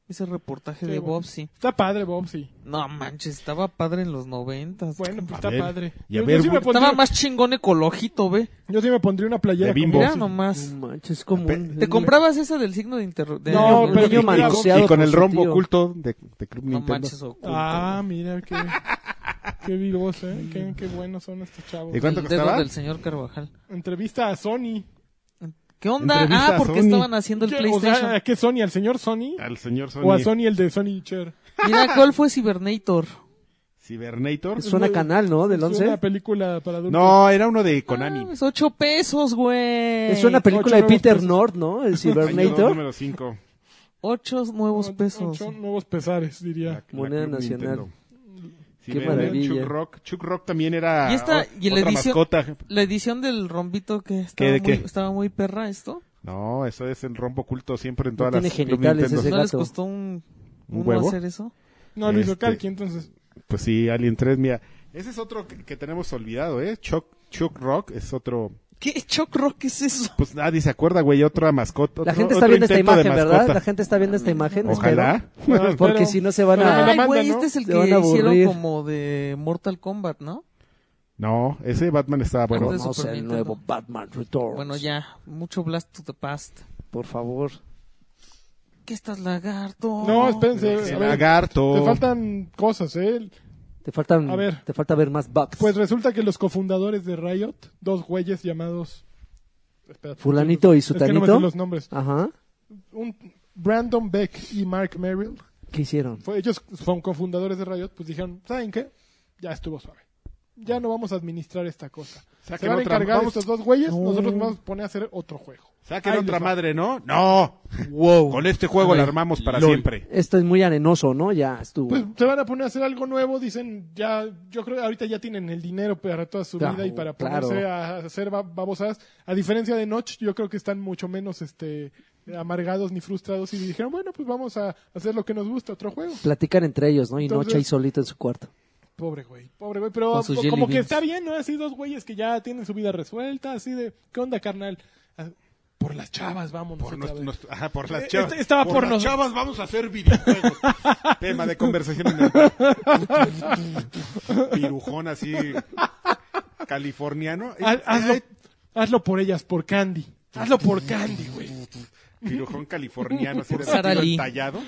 B: ese reportaje
C: Qué
B: de
C: bueno.
B: Bobsy?
C: Está padre, Bobsy.
B: No manches, estaba padre en los noventas.
C: Bueno, pues
A: A
C: está
A: ver,
C: padre.
A: y a
C: Yo-
A: ver,
C: yo, sí me
A: güey.
C: pondría,
B: Estaba más chingón ecolojito, ve.
C: yo sí me pondría una playera.
A: De
C: con
A: Bimbo.
B: Mira
C: Bobsy. Mm,
B: nomás.
D: No manches, como
A: Pe-
D: un-
B: ¿Te comprabas esa del signo de interro... de-
C: No,
B: de-
C: pero
A: Y
C: niño
A: con-
D: manoseado
A: y con
D: por
A: el
D: su
A: rombo
D: tío.
A: oculto de, de Club
B: No
A: Nintendo.
B: manches, oculto.
C: Ah, mira, qué, qué vivos, ¿eh? Qué, qué buenos son estos chavos.
A: ¿Y cuánto
B: el dedo
A: costaba?
B: del señor Carvajal.
C: Entrevista a Sony.
B: ¿Qué onda?
A: Entrevista
B: ah,
A: a
B: porque
A: Sony.
B: estaban haciendo el
C: ¿Qué- o sea,
B: PlayStation.
C: ¿A qué Sony? ¿Al señor Sony?
A: Al señor Ah, Sony.
C: ¿O a Sony el de Sony Cher?
B: Mira, ¿cuál fue Cybernator?
A: Cibernator.
D: Suena
C: una-
D: canal, ¿no? Del
C: Es una
D: 11.
C: película para adultos.
A: No, era uno de Konami.
B: Ah, es ocho pesos, güey.
D: Es una película de
C: nuevos
D: Peter
C: pesos.
D: North, ¿no? El
A: Año
D: Cybernator.
A: número 5.
B: Ocho nuevos pesos.
C: Son nuevos pesares, diría.
D: Moneda nacional.
A: Sí,
D: Qué
A: ¿verdad?
D: maravilla.
A: Chuck Rock. Chuck Rock también era
B: Y esta-
A: o-
B: y la
A: otra
B: edición-
A: mascota.
B: La edición del rombito que estaba,
A: ¿Qué, de
B: muy,
A: qué?
B: estaba muy perra esto.
A: No, eso es el rombo oculto siempre en todas
D: No
A: las
D: tiene
A: Club
D: genitales
A: Nintendo.
D: ese.
B: ¿No les
D: gato.
B: costó un,
A: ¿Un
B: uno
A: huevo?
B: hacer eso?
C: No, Luis
A: Este-
C: Ocalqui, entonces.
A: Pues sí, Alien 3, mira. Ese es otro que, que tenemos olvidado, ¿eh? Chuck, Chuck Rock es otro...
B: ¿Qué chocro? ¿Qué es eso?
A: Pues nadie se acuerda, güey, otra mascota.
D: La
A: otro-
D: gente está
A: otro
D: viendo esta
A: intento de
D: imagen, ¿verdad?
A: mascota.
D: La gente está viendo esta imagen. espero.
A: Ojalá.
C: No,
D: Porque
C: espero.
D: si no se van
C: Pero me la
D: a...
B: Ay,
C: mandan,
B: güey,
C: ¿no?
B: este es el
D: Se
B: que
D: van a
B: hicieron
D: aburrir.
B: como de Mortal Kombat, ¿no?
A: No, ese Batman estaba bueno.
C: Pues,
B: Entonces-
D: Vamos
B: Super
D: el
B: Nintendo.
D: nuevo Batman Returns.
B: Bueno, ya. Mucho blast to the past.
D: Por favor.
B: ¿Qué estás, lagarto?
C: No, espérense.
A: El
C: a ver,
A: lagarto.
C: Te faltan cosas, ¿eh?
D: Te faltan...
C: A ver.
D: Te falta ver más bugs.
C: Pues resulta que los cofundadores de Riot, dos güeyes llamados. Espérate,
D: Fulanito y
C: es que no me sé
D: sutanito.
C: los nombres.
D: Ajá.
C: Un, Brandon Beck y Mark Merrill,
D: ¿Qué hicieron?
C: fue- ellos son cofundadores de Riot, pues dijeron, ¿saben qué? Ya estuvo suave. Ya no vamos a administrar esta cosa.
A: Saquen
C: Se van a
A: otra-
C: encargar
A: vamos-
C: estos dos güeyes,
D: No.
C: nosotros nos vamos a poner a hacer otro juego.
A: Saquen
C: Ahí
A: otra
C: les va.
A: madre, ¿no? ¡No! Con este juego la armamos para siempre.
D: Esto es muy arenoso, ¿no? Ya estuvo.
C: Pues se van a poner a hacer algo nuevo, dicen, ya, yo creo que ahorita ya tienen el dinero para toda su
D: Claro,
C: vida y para
D: claro.
C: ponerse a hacer ba- babosadas. A diferencia de Notch, yo creo que están mucho menos este amargados ni frustrados y dijeron, bueno, pues vamos a hacer lo que nos gusta, otro juego.
D: Platican entre ellos, ¿no? Y
C: Entonces-
D: noche ahí solito en su cuarto.
C: Pobre güey, pobre güey, pero
B: Con sus
C: co-
B: jelly
C: como que
B: beans.
C: está bien, ¿no? Así dos güeyes que ya tienen su vida resuelta, así de, ¿qué onda, carnal? Ah, Por las chavas, vámonos.
A: Por,
C: otra
A: nos-
C: vez.
A: nos- ajá, por las
C: Eh,
A: chavas.
C: este- estaba por
A: las
C: nos-
A: chavas vamos a hacer videojuegos. Tema de conversación. en el- Pirujón así californiano. Eh,
C: Haz- Ah, hazlo,
A: eh,
C: hazlo por ellas, por Candy. Hazlo por Candy, güey.
A: Pirujón californiano así de
B: Sara
A: vestido
B: Lee.
A: entallado.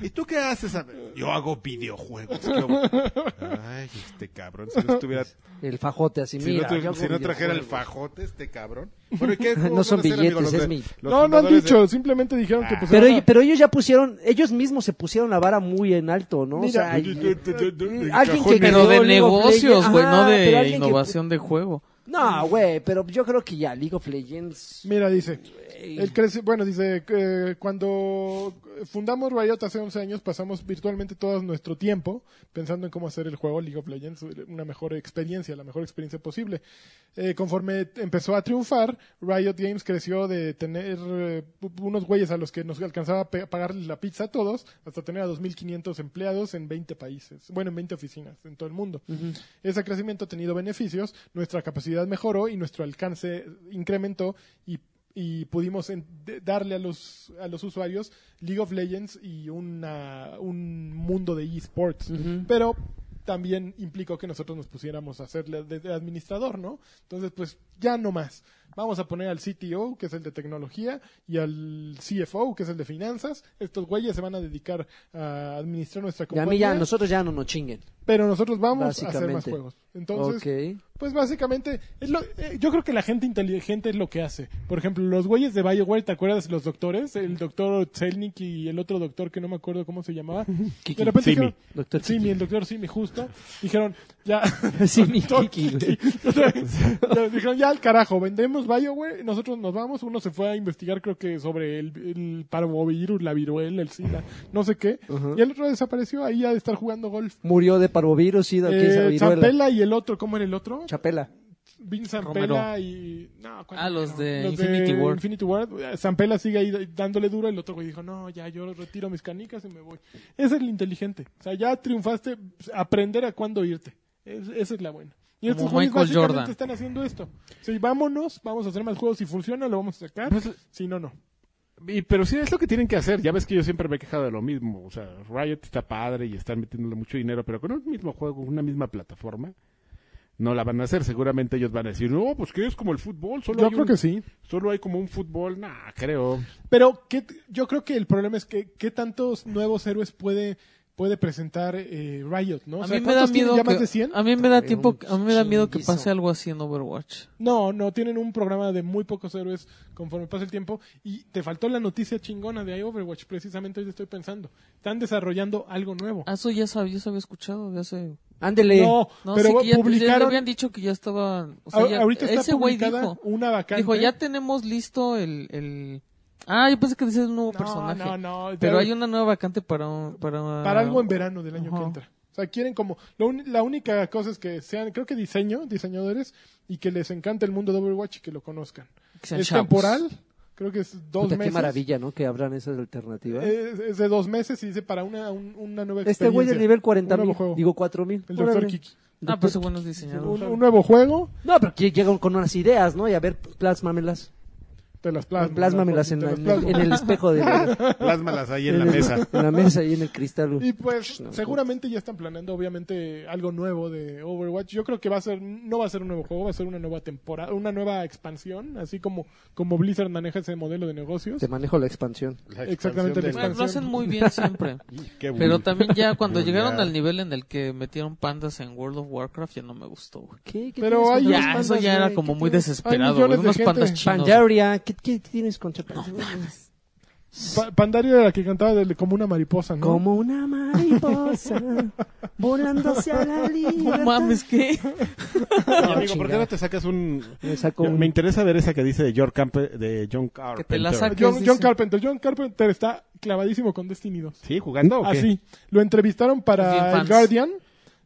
A: ¿Y tú qué haces? A ver, Yo hago videojuegos. ¿Qué hubo? Ay, este cabrón. Si no estuviera...
D: El fajote así,
A: Si,
D: mira.
A: no, tu-
D: yo hago
A: si no trajera el
D: videojuegos.
A: fajote este cabrón. Bueno, ¿y qué juegos
D: No
A: van a
D: son
A: hacer, amigo?
D: billetes,
A: Los de-
D: es mi-
A: los
C: no, no han
A: fundadores de-
C: dicho, simplemente dijeron que
A: Ah.
C: pues
D: Pero,
C: ahora-
D: ell- pero ellos ya pusieron, ellos mismos se pusieron la vara muy en alto, ¿no? O
C: Mira,
D: sea, y-
A: Alguien
D: Alguien que-
B: Pero de
D: League of
B: negocios, güey,
D: Legends.
B: no
D: Ajá, pero
B: de
D: alguien que-
B: innovación de juego.
D: no, güey, pero yo creo que ya League of Legends.
C: Mira, dice, el crece- bueno, dice, eh, cuando fundamos Riot hace 11 años, pasamos virtualmente todo nuestro tiempo pensando en cómo hacer el juego League of Legends una mejor experiencia, la mejor experiencia posible. Eh, conforme empezó a triunfar, Riot Games creció de tener eh, unos güeyes a los que nos alcanzaba a pe- pagarles la pizza a todos, hasta tener a 2.500 empleados en 20 países, bueno, en 20 oficinas en todo el mundo. Ese crecimiento ha tenido beneficios, nuestra capacidad mejoró y nuestro alcance incrementó y, y pudimos en- de- darle a los, a los usuarios League of Legends y una, un mundo de esports. Pero también implicó que nosotros nos pusiéramos a hacerle de, de administrador, ¿no? Entonces, pues ya no más. Vamos a poner al CTO, que es el de tecnología, y al CFO, que es el de finanzas. Estos güeyes se van a dedicar a administrar nuestra
D: Y a
C: compañía
D: mí ya, nosotros ya no nos chinguen.
C: pero nosotros vamos a hacer más
D: Básicamente.
C: juegos. Entonces,
D: Ok.
C: pues básicamente, es lo- eh, yo creo que la gente inteligente es lo que hace. Por ejemplo, los güeyes de BioWare, ¿te acuerdas los doctores? El doctor Zelnick y el otro doctor que no me acuerdo cómo se llamaba. de repente
A: Simi.
C: dijeron-
D: Doctor
C: Simi,
D: Kiki.
C: el doctor Simi, justo. Dijeron, ya.
D: Sí, mi
C: Doctor
D: Kiki, güey.
C: Kiki. O sea, ya dijeron, ya al carajo, vendemos BioWare, nosotros nos vamos. Uno se fue a investigar, creo que sobre el, el parvovirus, la viruela, el SIDA, no sé qué. Y el otro desapareció ahí a estar jugando golf.
D: Murió de parvovirus, sida, que es la
C: Eh,
D: viruela.
C: Zampella y el otro, ¿cómo era el otro?
D: Chapela.
C: Vin
B: Romero.
C: Zampella y... No, ¿cuál
B: Ah,
C: era?
B: los de Infinity War.
C: Infinity War. Eh, Zampella sigue ahí dándole duro, el otro güey dijo, no, ya yo retiro mis canicas y me voy. Ese es el inteligente. O sea, ya triunfaste, pues, aprender a cuándo irte. Es- esa es la buena. Y
B: Como
C: estos güeyes
B: Michael
C: básicamente
B: Jordan.
C: están haciendo esto. Sí, vámonos, vamos a hacer más juegos. Si funciona, lo vamos a sacar.
B: Pues,
C: si no, no.
A: Y- pero sí es lo que tienen que hacer. Ya ves que yo siempre me he quejado de lo mismo. O sea, Riot está padre y están metiéndole mucho dinero, pero con un mismo juego, una misma plataforma, no la van a hacer. Seguramente ellos van a decir, no, pues que es como el fútbol. Solo
C: Yo
A: hay
C: creo
A: un-
C: que sí.
A: Solo hay como un fútbol. Nah, creo.
C: Pero ¿qué t- yo creo que el problema es que qué tantos nuevos héroes puede puede presentar eh, Riot, ¿no? O
B: A mí
C: sea,
B: me da
C: ¿cuántos tienen
B: miedo
C: ya más
B: que-
C: de 100?
B: a mí me da
D: También
B: tiempo,
D: un
B: a mí me da miedo que
D: chinguizo.
B: pase algo así en Overwatch.
C: No, no, tienen un programa de muy pocos héroes conforme pasa el tiempo. Y te faltó la noticia chingona de Overwatch, precisamente hoy estoy pensando. Están desarrollando algo nuevo.
B: Ah, Eso ya sabía, yo se había escuchado de hace
D: Ándele.
C: No,
B: No,
C: pero
B: sí que ya, ya le
C: publicaron.
B: habían dicho que ya estaba. O sea,
C: a-
B: ya-
C: ahorita está
B: ese güey
C: publicada
B: dijo.
C: una vacante.
B: Dijo, ya tenemos listo el. el... Ah, yo pensé que decías un nuevo
C: No,
B: personaje.
C: no, no,
B: pero
C: ya-
B: hay una nueva vacante para. un- Para,
C: para algo en verano del año
B: Ajá.
C: que entra. O sea, quieren como... lo uni- la única cosa es que sean, creo que diseño, diseñadores, y que les encante el mundo de Overwatch y que lo conozcan.
B: que sean
C: Es
B: chavos.
C: temporal, creo que es dos
D: Puta, qué
C: meses.
D: maravilla, ¿eh? ¿no? Que habrán esas alternativas.
C: Es, es de dos meses y dice para una, un- una nueva experiencia.
D: este güey es nivel 40
C: un nuevo
D: mil.
C: juego.
D: Digo 4 mil.
C: el doctor Kiki.
B: Ah, pero ese bueno es diseñador.
C: Un, un nuevo juego,
D: No, pero que llegan con unas ideas, ¿no? Y a ver, plásmamelas.
C: te las plasmo.
D: Plásmamelas
C: Te
D: en,
C: las
D: en-
C: plasmo.
D: en el espejo de la,
A: Plásmalas ahí en la
D: el-
A: mesa.
D: En la mesa y en el cristal. güey.
C: Y pues seguramente ya están planeando obviamente algo nuevo de Overwatch. Yo creo que va a ser no va a ser un nuevo juego, va a ser una nueva temporada, una nueva expansión, así como como Blizzard maneja ese modelo de negocios.
D: Te manejo la expansión.
A: La
C: Exactamente,
A: expansión
B: Bueno, lo hacen
C: expansión.
B: muy bien siempre.
A: de- Qué
B: Pero
A: bull.
B: también ya cuando
A: Bull,
B: llegaron
A: ya.
B: al nivel en el que metieron pandas en World of Warcraft, ya no me gustó, güey.
D: ¿Qué? ¿Qué
C: Pero
D: tienes
C: hay
D: contra-
C: unos
B: Ya, eso
C: pandas,
B: ya era
C: güey,
B: como
C: ¿qué
B: muy
C: tienes? Hay
B: desesperado, güey.
C: millones de
B: Unos
C: gente.
B: pandas chinos.
D: Pandaria. ¿Qué, qué tienes contra Pandaria?
C: Pa- Pandaria era la que cantaba del- como una mariposa, ¿no?
D: ¿Mm? Como una mariposa volándose a la
B: No
D: libertad.
B: mames, ¿qué?
A: Oye, amigo, ¿por qué
D: chingada.
A: no te sacas un...
D: Me saco un-
A: Me interesa ver esa que dice de, George Camp... de John
B: Que
A: Carpenter.
B: te la saque.
C: John,
B: ¿Qué
C: John
B: dice?
C: Carpenter, John Carpenter está clavadísimo con Destiny 2.
A: ¿Sí? ¿Jugando o qué?
C: Así. Lo entrevistaron
B: Bien
C: para
B: fans.
C: el Guardian.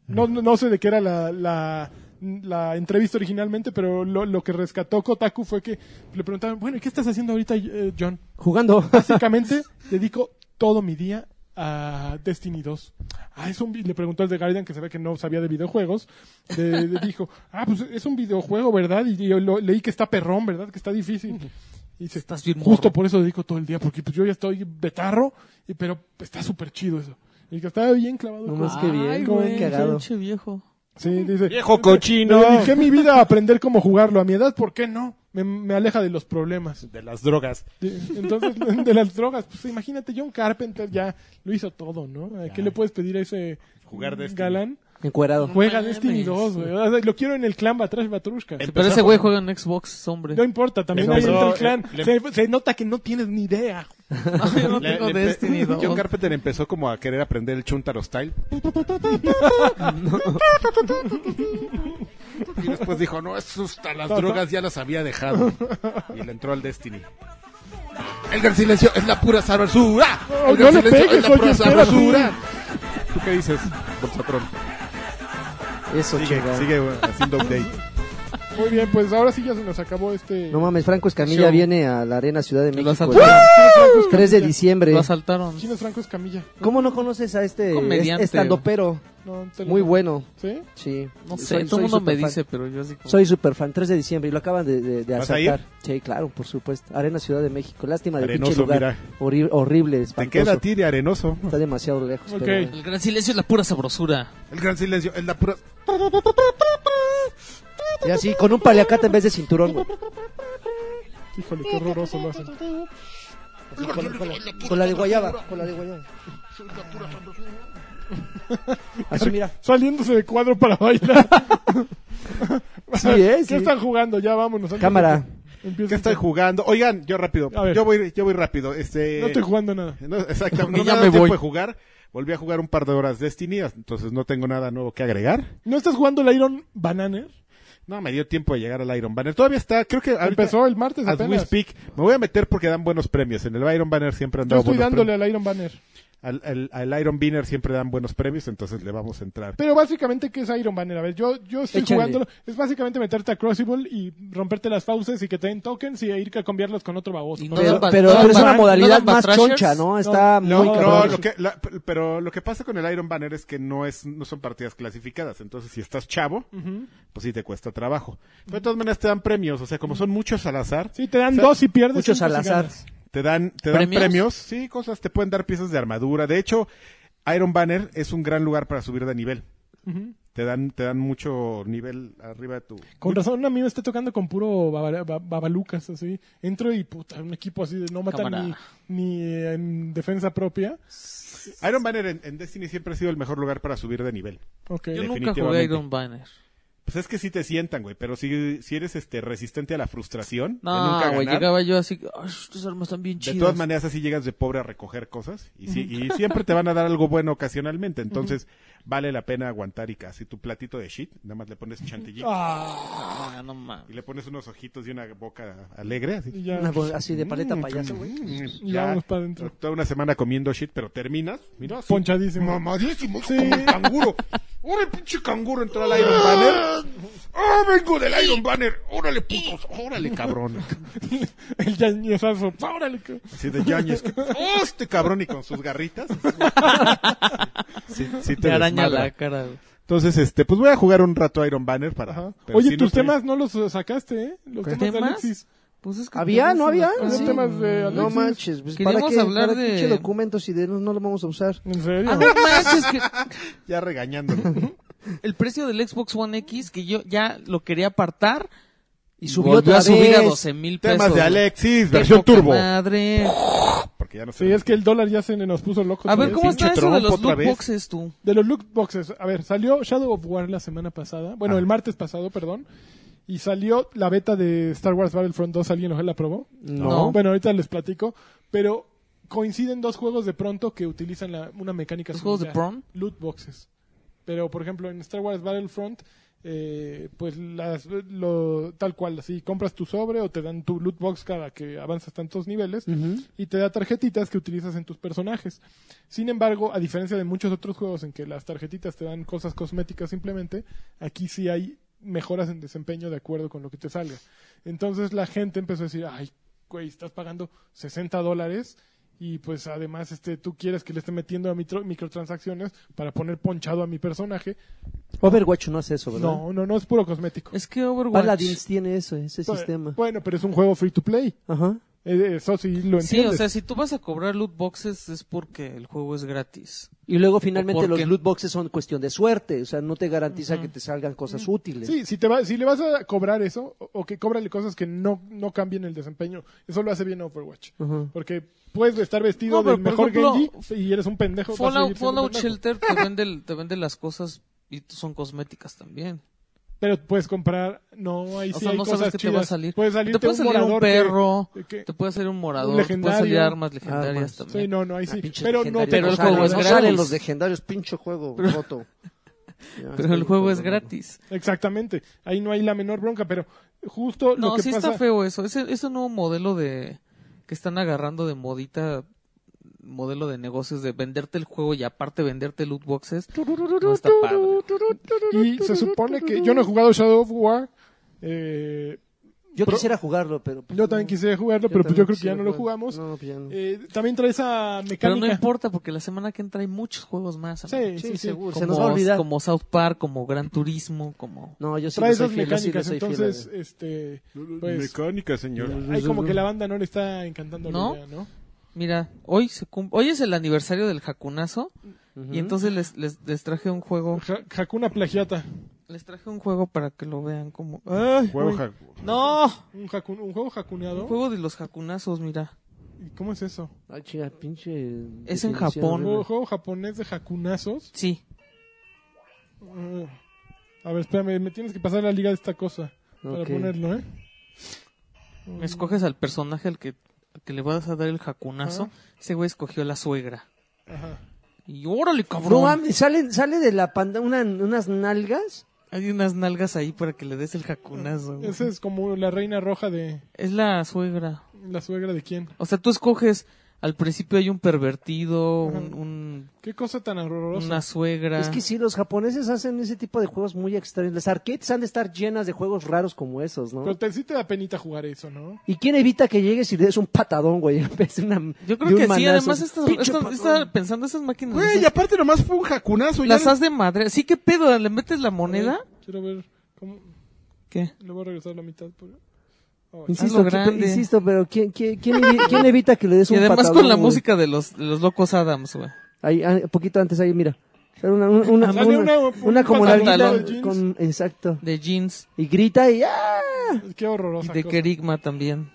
C: No, no, no sé de qué era la, la, la entrevista originalmente, pero lo, lo que rescató Kotaku fue que le preguntaban, bueno, ¿y qué estás haciendo ahorita, eh, John?
D: Jugando.
C: Básicamente, dedico todo mi día a Destiny 2. Ah, es un, vi- le preguntó el de Guardian, que se ve que no sabía de videojuegos. de- de- dijo, ah, pues es un videojuego, ¿verdad? Y yo lo- leí que está perrón, ¿verdad? Que está difícil. Y dice,
B: Estás bien
C: justo
B: morro.
C: por eso dedico todo el día, porque pues yo ya estoy betarro, y, pero está súper chido eso. Y que estaba bien clavado.
D: No
C: con-
D: más que bien, como bien cagado.
B: pinche viejo.
C: Sí, dice.
A: Viejo cochino.
C: Me dediqué mi vida a aprender cómo jugarlo. A mi edad, ¿por qué no? Me, me aleja de los problemas.
A: De las drogas.
C: De- Entonces, de las drogas. Pues imagínate, John Carpenter ya lo hizo todo, ¿no? ¿A ¿Qué le puedes pedir a ese
A: Jugar Destiny.
C: galán?
D: Encuerado.
C: Juega
B: mames.
C: Destiny 2, güey. O sea, lo quiero en el clan Batrash Batrushka.
A: Empezó
B: Pero ese güey
A: con-
B: juega en Xbox, hombre.
C: No importa, también hay
A: Empezó-
C: otro clan.
A: le-
C: Se, se nota que no tienes ni idea.
B: yo no
A: Le-
B: tengo
A: le empe-
B: Destiny dos.
C: Oh.
A: John Carpenter empezó como a querer aprender el Chuntaro Style. y después dijo, no, asusta, las drogas ya las había dejado. Y le entró al Destiny. El gran silencio es la pura sabrosura.
C: No,
A: El gran
C: no le
A: silencio
C: pegues,
A: es la
C: oye,
A: pura
C: espérate.
A: sabrosura. ¿Tú qué dices, Bolsatrón?
D: Eso,
A: Sigue,
D: chingado.
A: sigue bueno, haciendo update.
C: Muy bien, pues ahora sí ya se nos acabó este.
D: No mames, Franco Escamilla
B: Show.
D: viene a la Arena Ciudad de
B: Lo
D: México.
B: asaltaron.
C: ¿Quién es Franco
D: el 3 de
C: Escamilla?
D: diciembre.
B: Lo asaltaron.
C: ¿Quién es Franco Escamilla?
D: ¿Cómo no conoces a este
B: Comediante.
D: estandopero?
C: No, te lo-
D: Muy bueno.
C: ¿Sí?
D: Sí.
B: No sé,
D: Soy-
B: todo
D: soy
B: el mundo me
D: superfan.
B: dice, pero yo así como...
D: Soy súper fan, 3 de diciembre y lo acaban de, de, de
A: ¿Vas a
D: asaltar. Sí, claro, por supuesto. Arena Ciudad de México. Lástima de pinche
A: Arenoso,
D: lugar.
A: mira.
D: Horri- horrible,
A: Te
D: espantoso.
A: queda a ti de arenoso.
D: Está demasiado lejos.
C: Ok.
D: pero-
B: El gran silencio es la pura sabrosura.
A: El gran silencio es la pura...
D: Y así, con un paliacate en vez de cinturón, güey.
C: Híjole, qué horroroso lo hacen.
D: Con, con- con la, con la de guayaba. Con la de guayaba.
C: Ah,
D: Así, mira.
C: Saliéndose de cuadro para bailar.
D: Sí, eh,
C: ¿Qué
D: sí.
C: están jugando? Ya vámonos. antes
D: Cámara.
C: de que empiece
A: ¿Qué están
C: este-
A: jugando? Oigan, yo rápido.
C: A ver.
A: Yo voy, yo voy rápido. Este...
C: No estoy jugando nada.
A: No, exactamente.
B: Y
A: No
B: ya
A: me ha
B: me
A: dado tiempo
B: voy.
A: de jugar. Volví a jugar un par de horas Destiny, entonces no tengo nada nuevo que agregar.
C: ¿No estás jugando el Iron Bananer?
A: No, me dio tiempo de llegar al Iron Banner. Todavía está, creo que ahorita-
C: Ah, Empezó el martes
A: As we
C: apenas.
A: speak. Me voy a meter porque dan buenos premios. En el Iron Banner siempre han
C: Yo
A: dado
C: estoy
A: buenos
C: dándole
A: premios.
C: al Iron Banner.
A: Al, al- al Iron Banner siempre dan buenos premios, entonces le vamos a entrar.
C: Pero básicamente, ¿qué es Iron Banner? A ver, yo, yo estoy
D: Échale.
C: jugándolo. Es básicamente meterte a Crossable y romperte las fauces y que te den tokens y ir a cambiarlos con otro baboso.
B: Y no
D: Pero,
B: dan pa-
D: pero,
B: no dan
D: pero es
B: pa-
D: una
B: no
D: modalidad
B: dan pa
D: más
B: trashers.
D: choncha, ¿no?
C: No,
D: Está muy
C: no,
A: No,
D: cabrón.
A: lo que, la- pero lo que pasa con el Iron Banner es que no es no son partidas clasificadas. Entonces, si estás chavo, pues sí te cuesta trabajo. Pero de todas maneras te dan premios. O sea, como son muchos al azar,
C: Sí, te dan
A: O sea,
C: dos y pierdes.
D: Muchos
C: cinco
D: al
C: si
D: azar.
C: ganas.
A: Te dan, te dan
B: ¿Premios?
A: ¿Premios? sí, cosas, te pueden dar piezas de armadura. De hecho, Iron Banner es un gran lugar para subir de nivel.
C: Ujú.
A: Te dan, te dan mucho nivel arriba de tu.
C: Con razón, a mí me está tocando con puro baba- ba- babalucas, así. Entro y puta, un equipo así de no matan ni,
B: Cámara.
C: ni en defensa propia.
A: Iron Banner en, en Destiny siempre ha sido el mejor lugar para subir de nivel.
C: Ok.
B: Yo
A: no-
B: nunca jugué a
A: Definitivamente.
B: Iron Banner.
A: Pues es que sí te sientan, güey, pero si, si eres este resistente a la frustración, de
B: No,
A: nunca
B: güey,
A: ganar,
B: llegaba yo así, "Ay, tus armas están bien
A: de
B: chidas.
A: todas maneras así llegas de pobre a recoger cosas y, sí- y siempre te van a dar algo bueno ocasionalmente, entonces vale la pena aguantar y casi tu platito de shit, nada más le pones chantilly
C: Ah,
B: Ah, no mames.
A: y le pones unos ojitos y una boca alegre, así.
C: y ya.
D: Una bo- así de paleta payaso, güey.
A: Mm,
C: Y vámonos pa' adentro.
A: Toda una semana comiendo shit, pero terminas. Mira, así,
C: Ponchadísimo.
A: Mamadísimo,
C: Sí.
A: como un canguro. ¡Órale, pinche canguro! Entró al Iron Banner. ¡Ah, vengo del Iron Banner! ¡Órale, putos! ¡Órale, cabrón!
C: El yañezazo. ¡Órale! que-
A: Así de Yañez. que, ¡Oh, este cabrón! Y con sus garritas. Sí, sí
B: Te araña
A: desmadra.
B: la cara, güey.
A: Entonces, este, pues voy a jugar un rato Iron Banner para.
C: Ajá.
A: pero
C: Oye,
A: si no
C: tus
A: estoy-
C: temas no los eh, sacaste, ¿eh? Los
B: ¿Qué?
C: temas, de
B: ¿Temas?
C: Alexis.
B: Pues es que
D: ¿Había?
B: tenemos
D: ¿No había?
B: una-
C: Los
D: Sí.
C: temas de Alexis.
D: No manches, pues, ¿para
B: Queríamos
D: qué?
B: hablar
D: ¿Para
B: de-
D: pinche documentos y de no, no lo vamos a usar?
C: ¿En serio?
B: Ah, no manches, que
A: Ya regañándolo.
B: el precio del Xbox One X que yo ya lo quería apartar
D: Y subió
B: volvió
D: otra
B: a subir
D: vez.
B: a 12 mil pesos.
A: temas de
B: güey.
A: Alexis,
B: Qué
A: versión
B: poca
A: turbo.
B: Madre.
A: Porque ya no sé.
C: Sí, es que el dólar ya se nos puso loco.
B: A ver,
C: otra
B: ¿cómo
C: vez.
A: pinche
B: está eso de
A: trompo
B: los
A: otra
B: loot
A: vez.
B: boxes tú?
C: De los loot boxes. A ver, salió Shadow of War la semana pasada. Bueno,
A: Ah.
C: el martes pasado, perdón. Y salió la beta de Star Wars Battlefront 2. ¿Alguien ojalá la probó?
D: No.
B: No.
C: Bueno, ahorita les platico. Pero coinciden dos juegos de pronto que utilizan la- una mecánica
B: ¿Dos juegos de
C: similar.
B: pron?
C: Loot boxes. Pero, por ejemplo, en Star Wars Battlefront, eh, pues las, lo, tal cual, así compras tu sobre o te dan tu loot box cada que avanzas tantos niveles y te da tarjetitas que utilizas en tus personajes. Sin embargo, a diferencia de muchos otros juegos en que las tarjetitas te dan cosas cosméticas simplemente, aquí sí hay mejoras en desempeño de acuerdo con lo que te salga. Entonces la gente empezó a decir, ay, güey, estás pagando 60 dólares y pues además este tú quieres que le esté metiendo a mitro- microtransacciones para poner ponchado a mi personaje.
D: Overwatch no hace eso, ¿verdad?
C: No, no, no, es puro cosmético.
B: Es que Overwatch.
D: Paladins tiene eso, ese
C: Pero-
D: sistema.
C: Bueno, pero es un juego free to play.
D: Ajá.
C: Eh, Eso sí lo entiendes.
B: Sí, o sea, si tú vas a cobrar loot boxes es porque el juego es gratis.
D: Y luego finalmente
B: ¿Por
D: los
B: qué?
D: loot boxes son cuestión de suerte, o sea, no te garantiza que te salgan cosas útiles.
C: Sí, si, te va- si le vas a cobrar eso, o- o que cóbrale cosas que no, no cambien el desempeño, eso lo hace bien Overwatch.
D: Ajá.
C: Porque puedes estar vestido
B: No, pero
C: del
B: por
C: mejor
B: ejemplo,
C: Genji y eres un pendejo. vas a
B: Fallout,
C: seguir siendo
B: Fallout
C: pendejo.
B: Shelter te vende, te vende las cosas y son cosméticas también.
C: Pero puedes comprar. No, ahí sí
B: O sea,
C: hay
B: no
C: cosas
B: sabes qué te
C: chidas.
B: va a salir.
C: Puede
B: te
C: salirte
B: puede salir un
C: morador que-
B: perro,
C: que-
B: te puede salir un
C: un
B: morador, te puede salir
C: legendario.
B: armas legendarias
D: Armas.
B: también.
C: Sí, no, no, ahí sí.
D: pinche
C: Pero no te
D: legendaria
B: Pero el
D: cosa,
B: juego es
D: no
B: gratis.
D: salen los de-
E: legendarios, pincho juego roto. Ya,
B: Pero el
E: estoy
B: juego es
E: jodido.
B: gratis.
C: Exactamente. Ahí no hay la menor bronca, pero justo lo
B: No,
C: que
B: sí
C: pasa.
B: está feo eso. Ese, ese nuevo modelo de que están agarrando de modita, modelo de negocios de venderte el juego y aparte venderte loot boxes, no está padre.
C: Y se supone que. Yo no he jugado Shadow of War. Eh,
D: Yo
C: Pro-
D: quisiera jugarlo, pero... pues,
C: yo
D: no.
C: también quise jugarlo, pero pues
D: también
C: yo creo que ya
D: quisiera
C: no lo
D: jugar.
C: jugamos.
D: No, pues ya no.
C: Eh, también trae esa
B: Pero no
C: mecánica.
B: importa porque la semana que entra hay muchos juegos más. amigo.
C: sí, sí,
D: Sí,
C: sí.
D: seguro.
B: Como,
D: Se nos va a olvidar.
B: como South Park, como Gran Turismo, como...
D: No, yo sí
C: Trae
D: le soy
C: esas
D: fiel, yo sí le
C: mecánicas,
D: soy fiel eh. a-
C: entonces, este, pues,
A: Mecánica, señor.
C: hay como que la banda no le está encantando
B: ¿No?
C: la idea, ¿no?
B: Mira, hoy se cum- hoy es el aniversario del jacunazo y entonces les, les, les traje un juego,
C: Ja- Hakuna plagiata.
B: les traje un juego para que lo vean como... ¡Ay!
A: Juego
B: uy.
A: ja-
B: ¡No!
C: Un, jacun- un juego jacuneado.
B: Un juego de los jacunazos, mira.
C: ¿Y ¿Cómo es eso?
D: Ay, chinga, pinche...
B: Es en
D: definición
B: Japón.
C: Un
D: horrible.
C: juego, juego japonés de jacunazos.
B: Sí.
C: Uh, a ver, espérame, me tienes que pasar la liga de esta cosa para
D: Ok.
C: ponerlo, ¿eh?
B: Escoges al personaje al que, al que le vas a dar el jacunazo.
C: Ajá.
B: Ese güey escogió a la suegra.
C: Ajá.
B: Y órale, cabrón.
D: No mames, salen- sale de la panda una- unas nalgas.
B: Hay unas nalgas ahí para que le des el jacunazo. güey.
C: Esa es como la reina roja de
B: Es la suegra.
C: la suegra de quién.
B: O sea, tú escoges, al principio hay un pervertido, un, un-
C: Qué cosa tan horrorosa.
B: una suegra.
D: Es que sí, los japoneses hacen ese tipo de juegos muy extraños. Las arcades han de estar llenas de juegos raros como esos, ¿no?
C: Pero te, sí te da penita jugar eso, ¿no?
D: ¿Y quién evita que llegues y le des un patadón, güey? En vez de una-
B: Yo
D: de
B: creo
D: un
B: que sí,
D: manazo.
B: además estas-
D: Pinche
B: estas-
D: patadón.
B: estaba pensando esas máquinas.
A: Güey,
B: esas-
A: y aparte nomás fue un jacunazo. ya
B: las
A: le-
B: has de madre. Sí, qué pedo, le metes la moneda.
C: Quiero ver cómo...
B: ¿Qué?
C: Le voy a regresar la mitad. Por... Ay.
D: Insisto,
B: Hazlo
D: que-
B: grande.
D: insisto, pero ¿quién, quién, quién evi- quién evita que le des
B: Y
D: un patadón?
B: además con la
D: güey?
B: música de los, de los locos Adams, güey.
D: Ahí, ah, poquito antes ahí, mira. Era una, un- una, una,
C: Sale una-
D: una como
C: un
D: la
C: pantalón
D: vida
C: de
D: con, exacto.
B: De jeans
D: Y grita y ¡ah!
C: Qué
B: y
C: horrorosa
B: de
C: cosa.
B: querigma también.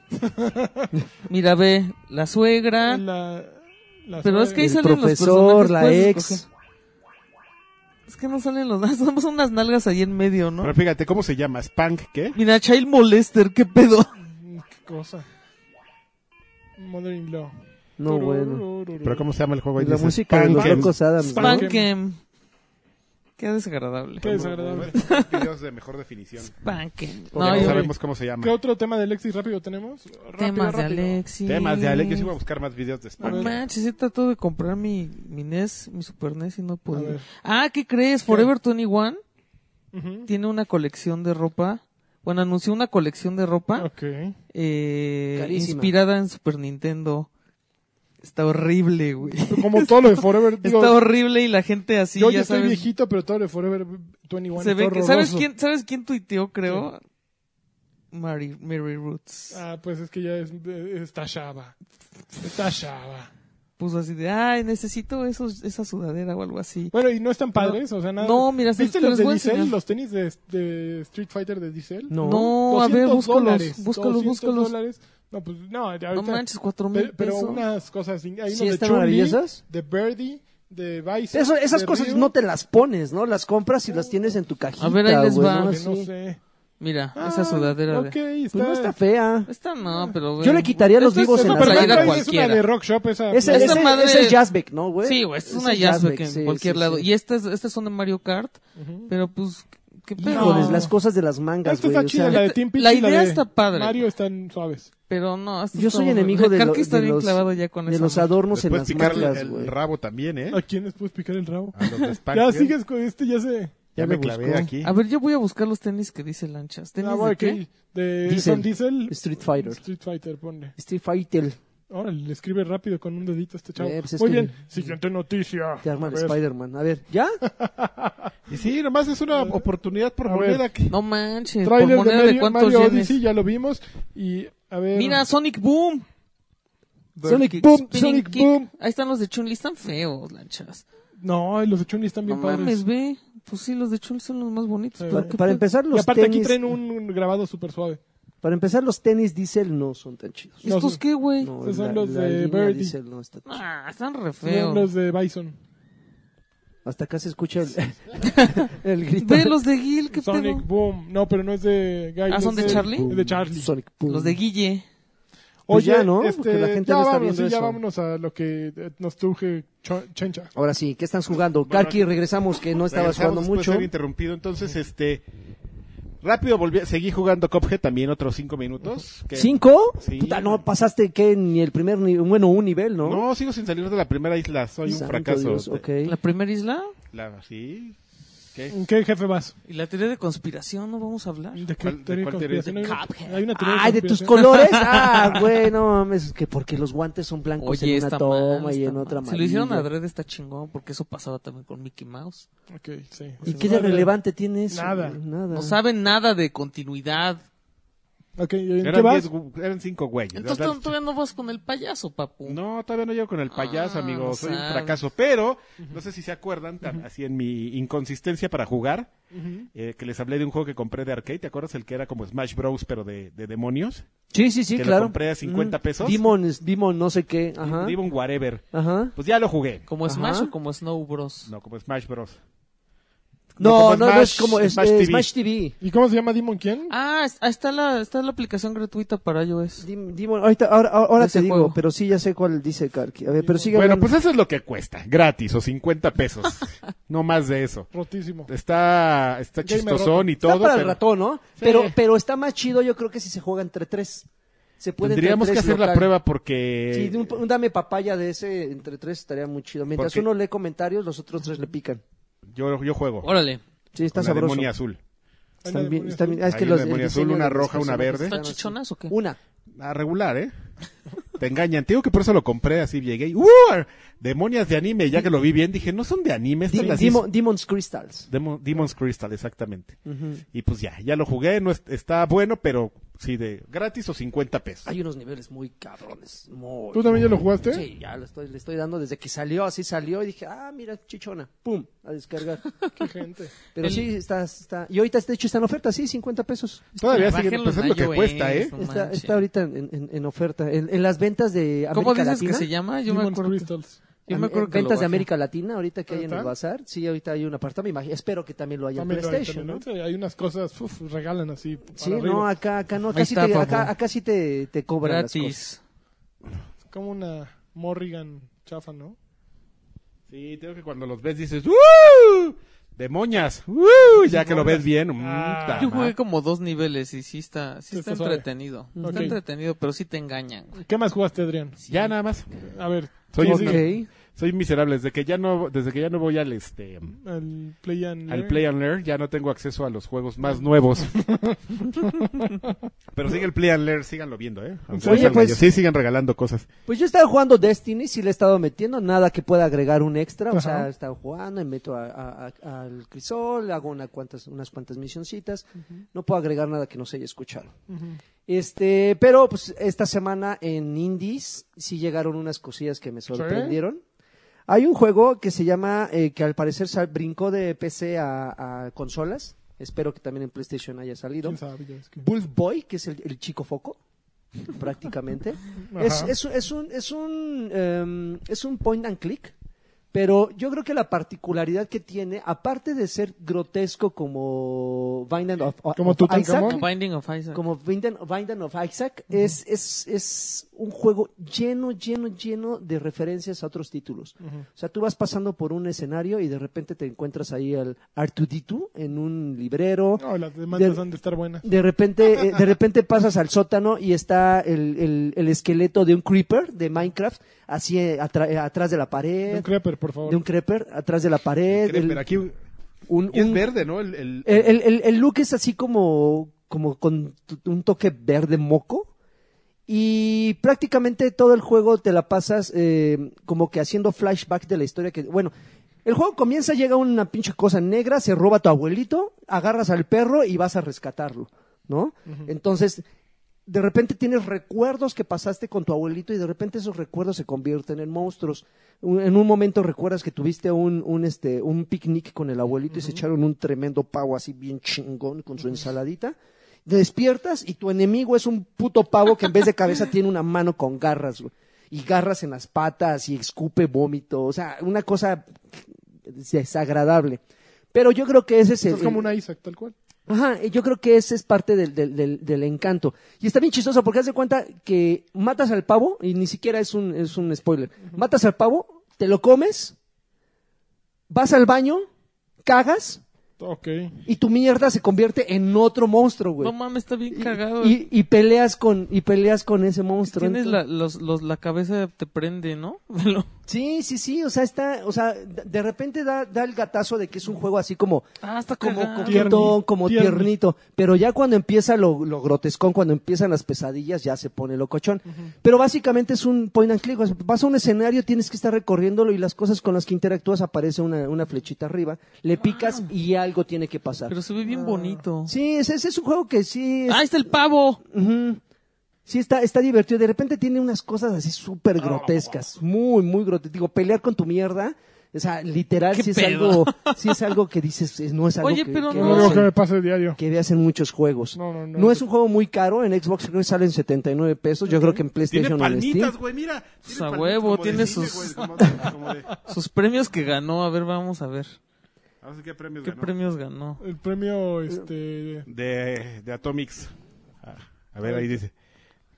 B: Mira, ve, la suegra.
C: La- la
B: Pero
C: suegra.
B: es que ahí
D: El
B: salen los
D: profesor,
B: personajes,
D: la
B: puedes
D: ex.
B: escoger. Es que no salen los somos unas nalgas ahí en medio, ¿no?
A: Pero fíjate, ¿cómo se llama? ¿Spank qué?
B: Mira, Child Molester, qué pedo.
C: Mm, Qué cosa. Mother in law.
D: No, bueno.
A: ¿Pero cómo se llama el juego? ahí
D: Y la
A: dice
D: música de los
A: Spanken.
D: locos Adams. ¿no?
C: Spank-
B: Spankem. Qué desagradable.
C: Qué desagradable.
A: Videos de mejor definición.
B: Spankem.
A: Porque
B: No,
A: no
B: yo-
A: sabemos cómo se llama.
C: ¿Qué otro tema de Alexis rápido tenemos? Rápido,
B: temas de
C: rápido.
B: Alexis.
A: Temas de Alex. Yo sí voy a buscar más videos de
B: No
A: Spank.
B: manches, he tratado de comprar mi, mi NES, mi Super NES y no
C: A
B: pude.
C: ver.
B: Ah, ¿qué crees? Forever 21
C: Ujú.
B: tiene una colección de ropa. Bueno, anunció una colección de ropa
C: Ok.
B: eh,
D: Carísima.
B: inspirada en Super Nintendo. Está horrible, güey.
C: Como todo lo de Forever. digo,
B: Está horrible y la gente así,
C: yo ya,
B: ya
C: estoy
B: sabes.
C: viejito, pero todo lo de Forever 21
B: se
C: está
B: ve que, ¿sabes,
C: horroroso.
B: quién, ¿Sabes quién tuiteó, creo? Mary, Mary Roots.
C: Ah, pues es que ya es, eh, está chava. Está chava.
B: Puso así de, ay, necesito esos, esa sudadera o algo así.
C: Bueno, y no están padres, o sea, nada.
B: No, mira, se-
C: ¿Viste
B: te
C: los
B: los
C: de
B: voy a
C: Diesel?
B: enseñar.
C: Los tenis de, de Street Fighter de Diesel.
D: No.
B: No, a ver,
C: 200
B: búscalos,
C: dólares,
B: búscalos,
C: 200
B: búscalos.
C: dólares. No, pues no, ya
B: No
C: ahorita-
B: manches, cuatro
C: pe-
B: mil
C: Pero,
B: pesos.
C: unas cosas, in- hay
D: ¿Sí
C: unos de
D: están
C: Chun-Li,
D: maravillosas?
C: de Birdie, de Vice.
D: Eso- esas cosas no te las pones, ¿no? Las compras y las tienes en tu cajita.
B: ver, ahí les
D: güey,
B: va.
D: ¿no?
C: No
D: Así.
C: sé.
B: Mira,
C: Ah,
B: esa sudadera
C: Ok, Ah.
B: de...
C: está.
D: Pues no está fea.
B: Esta no, pero...
D: Yo le quitaría los
B: Esta es
D: vivos en
B: una
C: No,
D: la
C: pero
B: playera
D: Zaira
C: esa es una
B: cualquiera.
C: de Rock Shop, esa.
D: Ese,
B: Esa
D: ese-
B: madre-
D: ese es Jazzbeck, ¿no, güey?
B: Sí, güey, esta es
D: Ese
B: una Jazzbeck en
D: sí,
B: cualquier
D: sí,
B: lado.
D: sí.
B: Y estas estas son de Mario Kart, pero pues... ¿qué pedo?
D: Híjoles,
C: No.
D: las cosas de las mangas,
C: Esta
D: güey.
C: está
D: o
C: chida, la
D: sea,
C: de Team Peach
B: la
C: y la
B: idea
C: de
B: está padre.
C: Mario están suaves.
B: Pero no, esto
D: Yo
B: está
D: soy
B: horrible.
D: enemigo de,
B: Creo
D: lo-
B: que está
D: de
B: bien
D: los,
B: clavado ya con
D: de
B: esa
D: los
B: madre.
D: adornos en
A: Después
D: las
A: picarle
D: mangas,
A: el
D: güey.
A: rabo también, ¿eh?
C: ¿A quién les puedes picar el rabo?
A: A los de Spank.
C: Ya sigues con este, ya se...
E: Ya me clavé
D: buscó. Ah, pues,
E: aquí.
B: A ver, yo voy a buscar los tenis que dice Lanchas. ¿Tenis
C: Ah,
B: de
C: bueno,
B: qué?
C: aquí, de
D: Diesel.
C: son Diesel.
D: Street Fighter.
C: Street Fighter, ponle.
D: Street Fighter.
C: Ahora le escribe rápido con un dedito a este chavo.
D: Eh, pues es
C: Muy
D: que-
C: bien, siguiente noticia.
D: Te arman
C: A ver.
D: Spider-Man. A ver, ¿ya?
A: Y sí, nomás es una oportunidad por
C: A ver.
A: moneda. que-
B: No manches, por
C: Trailer de
B: moneda de,
C: Mario,
B: cuántos
C: Mario
B: yenes.
C: Odyssey, ya lo vimos. Y, a ver.
B: Mira, Sonic Boom.
C: Sonic
B: Kick,
C: Boom,
B: Spinning
C: Sonic
B: Kick.
C: Boom.
B: Ahí están los de Chun-Li, están feos, Lanchas.
C: No, los de Chun-Li están
B: No
C: bien padres.
B: mames, ve. Pues sí, los de Chun-Li son los más bonitos.
C: Sí.
B: pero
D: Para,
B: qué
D: para
B: pe-
D: empezar,
C: Y
D: los
C: aparte aquí
D: tenis.
C: traen un, un grabado súper suave.
D: Para empezar, los tenis diésel no son tan chidos.
C: No,
B: ¿Estos
C: son-
B: qué, güey?
D: No,
C: Esos son los de
D: línea
C: Verdi.
D: diésel no está chida.
B: Ah, están re
C: Son
B: feos.
C: Los de Bison.
D: Hasta acá se escucha el, el grito.
B: Ve los de Gil, qué
C: Sonic
B: pedo.
C: Boom. No, pero no es de Guy.
B: Ah,
C: es
B: ¿son de Charlie?
C: Es de Charlie.
D: Sonic Boom.
B: Los de Guille.
D: Pues
C: Oye,
D: ya, ¿no?
C: este,
D: Porque la gente
C: ya
D: no está
C: vámonos,
D: viendo
C: sí, ya
D: eso.
C: vámonos a lo que eh, nos truje Cho- Chencha.
D: Ahora sí, ¿qué están jugando? Karki, regresamos, que no
A: Regresamos
D: estabas jugando
A: después
D: mucho.
A: de ser interrumpido. Entonces, este. Rápido volví, a- seguí jugando Cophead también otros cinco minutos. que-
D: ¿Cinco?
A: Sí.
D: Puta, no pasaste que ni el primer, ni, bueno, un nivel, ¿no?
A: No, sigo sin salir de la primera isla. Soy un
D: Santo
A: fracaso.
D: Dios, ok.
B: La primera isla.
A: La- sí. ¿Qué?
C: ¿En qué jefe vas?
B: Y la teoría de conspiración, ¿no vamos a hablar?
C: ¿De qué
A: ¿Cuál- de
C: teoría
A: cuál
C: conspiración?
A: teoría?
C: Hay una- Hay una teoría
D: Ay, de tus
C: conspiración.
D: colores. Ah, güey, no mames, que porque los guantes son blancos
B: Oye,
D: Pues en una
B: está
D: toma
B: mal,
D: y
B: está
D: en otra
B: mal. Si lo hicieron
D: amarillo.
B: adrede está chingón, porque eso pasaba también con Mickey Mouse.
C: Ok, sí.
D: ¿Y
C: Sí.
D: qué de relevante tiene eso?
C: Nada.
D: güey? Nada.
B: No saben nada de continuidad.
C: Ok, ¿y ¿en qué
A: Eran, diez
C: vas?
A: gu- eran cinco güeyes.
B: Entonces
A: Eran-
B: tú todavía no vas con el payaso, papu.
A: No, todavía no llego con el payaso,
B: Ah,
A: amigo.
B: no
A: Soy un
B: sabes.
A: fracaso. Pero, no sé si se acuerdan, tan- así en mi inconsistencia para jugar, eh, que les hablé de un juego que compré de arcade. ¿Te acuerdas el que era como Smash Bros, pero de, de demonios?
D: Sí, sí, sí,
A: Que lo
D: claro.
A: compré a 50
D: Mm.
A: pesos.
D: Demon, Demon, no sé qué.
B: Ah.
D: Ajá.
A: Digo un whatever.
D: Ajá.
A: Pues ya lo jugué.
B: Como
D: Ajá.
B: Smash o como Snow Bros.
A: No, como Smash Bros.
D: No,
A: como
D: no, no
A: Smash-
D: es como es,
A: Smash
D: eh,
A: TV.
D: Smash TV.
C: ¿Y cómo se llama Demon quién?
B: Ah, es- ah, está la, está la aplicación gratuita para iOS.
D: Dim- Demon, ahorita, ahora, ahora- ahora
B: De ese
D: te digo,
B: juego.
D: pero sí ya sé cuál dice Karki. A ver, pero sigue
A: Bueno,
D: hablando.
A: pues eso es lo que cuesta. Gratis o 50 pesos. no más de eso.
C: Rotísimo.
A: Está, está
C: Gamer
A: chistosón y todo.
D: Está para el
A: pero
D: ratón, ¿no? Pero, pero está más chido, yo creo que si se juega entre tres. Se puede entre
A: Tendríamos que
D: tres
A: hacer la
D: local.
A: prueba porque.
D: Sí, un, un dame papaya de ese entre tres estaría muy chido. Mientras
A: Porque-
D: uno lee comentarios, los otros tres le pican.
A: yo, yo juego.
B: Órale.
D: Sí, está
A: con la
D: sabroso.
A: demonia azul.
D: Están
C: Hay
D: bien-
C: una
D: están bien- ah, es
A: Hay
D: que
A: una
D: los, el
A: demonia azul,
D: diseño
A: una
D: de los
A: roja, una
D: personajes
A: verde.
D: están así.
B: ¿Están chichonas o qué?
D: Una.
A: Ah, regular, ¿eh? Te engañan. Te digo que por eso lo compré así. Llegué y. ¡Uh! Demonias de anime. Ya que lo vi bien, dije, no son de anime. Estas
D: Di-
A: las
D: Demon-
A: hizo-
D: Demon's Crystals.
A: Demo- Demon's Crystal, exactamente. Y pues ya, ya lo jugué. No es- está bueno, pero sí, de gratis o 50 pesos.
D: Hay unos niveles muy cabrones. Muy...
C: ¿Tú también ya lo jugaste?
D: Sí, ya lo estoy, le estoy dando desde que salió, así salió y dije, ah, mira, chichona, pum, a descargar.
C: Qué gente.
D: Pero
B: El-
D: sí, está, está. Y ahorita, de hecho, está en oferta, sí, 50 pesos.
A: Todavía sigue
B: Bájenlo
A: pues es
B: en
A: lo que
B: iOS,
A: cuesta, ¿eh?
B: no
D: Está,
B: manches.
D: está ahorita en, en- en oferta. En, en las ventas de América
B: ¿Cómo dices
D: Latina.
B: que se llama? Yo me
C: Demon's
B: acuerdo. que-
C: Crystals.
B: Yo me
D: Am-
B: acuerdo que lo
D: ventas de
B: bajé.
D: América Latina, ahorita que hay en el
C: ¿Está?
D: bazar. Sí, ahorita hay un apartado, me imagino. Espero que también lo haya en
C: También lo hay,
D: PlayStation.
C: también
D: ¿no?
C: lo hay. Hay unas cosas, uf, regalan así. para
D: Sí,
C: arriba.
D: no, acá, acá no. Acá
B: Ahí
D: sí,
B: está,
D: te,
B: papu.
D: acá, acá sí te, te cobran las cosas.
B: Gratis.
C: Como una Morrigan chafa, ¿no?
A: Sí, tengo que cuando los ves dices, ¡Uh! ¡Demonias! ¡Uh! Ya que lo ves bien. mm,
C: Ah.
A: ta
B: Yo
A: madre.
B: jugué como dos niveles y sí está, sí está,
C: Está suave.
B: entretenido.
C: Ok.
B: Está entretenido, pero sí te engañan. güey.
C: ¿Qué más jugaste, Adrián?
A: Ya nada más.
C: A ver.
A: Soy
C: ¿qué
A: un-
C: sigue?
D: Ok.
A: Soy miserable. Desde que ya no, desde que ya no voy al este
C: Al Play and
A: al
C: Learn.
A: Play and Learn, ya no tengo acceso a los juegos más nuevos. Pero sigue el Play and Learn, síganlo viendo, ¿eh? Aunque no
D: Oye,
A: salga
D: pues-
A: yo. Sí, sigan regalando cosas.
D: Pues yo estaba jugando Destiny, sí le he estado metiendo, nada que pueda agregar un extra, o
C: Ajá.
D: sea, he estado jugando, me meto a- a- a- al crisol, hago una cuantas, unas cuantas misioncitas, no puedo agregar nada que no se haya escuchado. Este, pero pues esta semana en Indies sí llegaron unas cosillas que me sorprendieron. Hay un juego que se llama, eh, que al parecer sal- brincó de PC a, a consolas, espero que también en PlayStation haya salido.
C: ¿Quién sabe? Ya es que-
D: Bull Boy, que es el, el chico foco, prácticamente.
C: Ajá.
D: es, es, es un, es, un, em, es un point and click, pero yo creo que la particularidad que tiene, aparte de ser grotesco como Binding of, of-
C: Como
D: of
C: Tutankamón.
D: Isaac,
B: Binding of Isaac.
D: como Binding, Binding of Isaac, es, es, es un juego lleno, lleno, lleno de referencias a otros títulos. O sea, tú vas pasando por un escenario y de repente te encuentras ahí al Artuditu en un librero.
C: No, las demandas
D: De-
C: han de estar buenas.
D: De repente, eh, de repente pasas al sótano y está el, el- el esqueleto de un creeper de Minecraft, así eh, atra- eh, atrás de la
C: De un
D: pared.
C: creeper, por favor.
D: De un creeper, atrás de la pared.
A: Creen,
D: el-
A: Pero aquí
D: un,
A: Y es
D: un- Eh.
A: verde, ¿no? El, el-
D: el, el- el- el look es así como, como con t- un toque verde moco. Y prácticamente todo el juego te la pasas eh, como que haciendo flashback de la historia que... Bueno, el juego comienza, llega una pinche cosa negra, se roba a tu abuelito, agarras al perro y vas a rescatarlo, ¿no? Entonces, de repente tienes recuerdos que pasaste con tu abuelito y de repente esos recuerdos se convierten en monstruos. Un- en un momento recuerdas que tuviste un, un, este, un picnic con el abuelito y se echaron un tremendo pavo así bien chingón con su ensaladita. Despiertas y tu enemigo es un puto pavo que en vez de cabeza tiene una mano con garras, güey. Y garras en las patas y escupe vómito. O sea, una cosa desagradable. Pero yo creo que ese es el...
C: Es como
D: el-
C: una Isaac, tal cual.
D: Ajá, y yo creo que ese es parte del, del, del, del encanto. Y está bien chistoso porque haz de cuenta que matas al pavo, y ni siquiera es un, es un spoiler, matas al pavo, te lo comes, vas al baño, cagas,
C: Ok.
D: y tu mierda se convierte en otro monstruo, güey.
B: No mames, está bien
D: Y-
B: cagado.
D: Y, y peleas con y peleas con ese monstruo.
B: Tienes
D: entonces-
B: la, los, los- la cabeza te prende, ¿no? Lo-
D: Sí, sí, sí, o sea, está, o sea, de de repente da, da el gatazo de que es un juego así como
B: ah, está
D: como
B: cagado.
C: Tierni-
D: coquetón, como
C: tierni.
D: tiernito. Pero ya cuando empieza lo, lo grotescón, cuando empiezan las pesadillas, ya se pone locochón. Pero básicamente es un point and click. o sea, Vas a un escenario, tienes que estar recorriéndolo y las cosas con las que interactúas aparece una, una flechita arriba, le picas y algo tiene que pasar.
B: Ah. Pero se ve bien bonito.
D: Ah. Sí, ese, ese es un juego que sí. es-
B: ¡Ah, está el pavo!
D: Ujú. Sí, está, está divertido. De repente tiene unas cosas así súper grotescas. Muy, muy grotescas. Digo, pelear con tu mierda. O sea, literal,
B: ¿Qué
D: si es
B: pedo?
D: algo, sí es algo que dices, es- no es algo
B: Oye,
D: que,
B: pero
D: que
C: No
B: No,
C: es algo
B: sí.
C: que me pase diario.
D: que veas en muchos juegos.
C: No, no, no.
D: es un juego muy caro, en Xbox creo que sale en 79 pesos, yo creo que en
A: Tiene
D: PlayStation o en Steam.
A: palmitas, güey, mira.
B: Pues
A: Tiene
B: a
A: palmitas
B: huevo,
A: como de
B: tiene
A: cine,
B: sus-
A: güey, como de- como de-
B: Sus premios que ganó. A ver, vamos a ver.
A: A ver qué premios
B: ¿Qué
A: ganó.
B: premios ganó?
C: El premio, este...
A: De, de Atomics. Ah, A ver, ahí dice.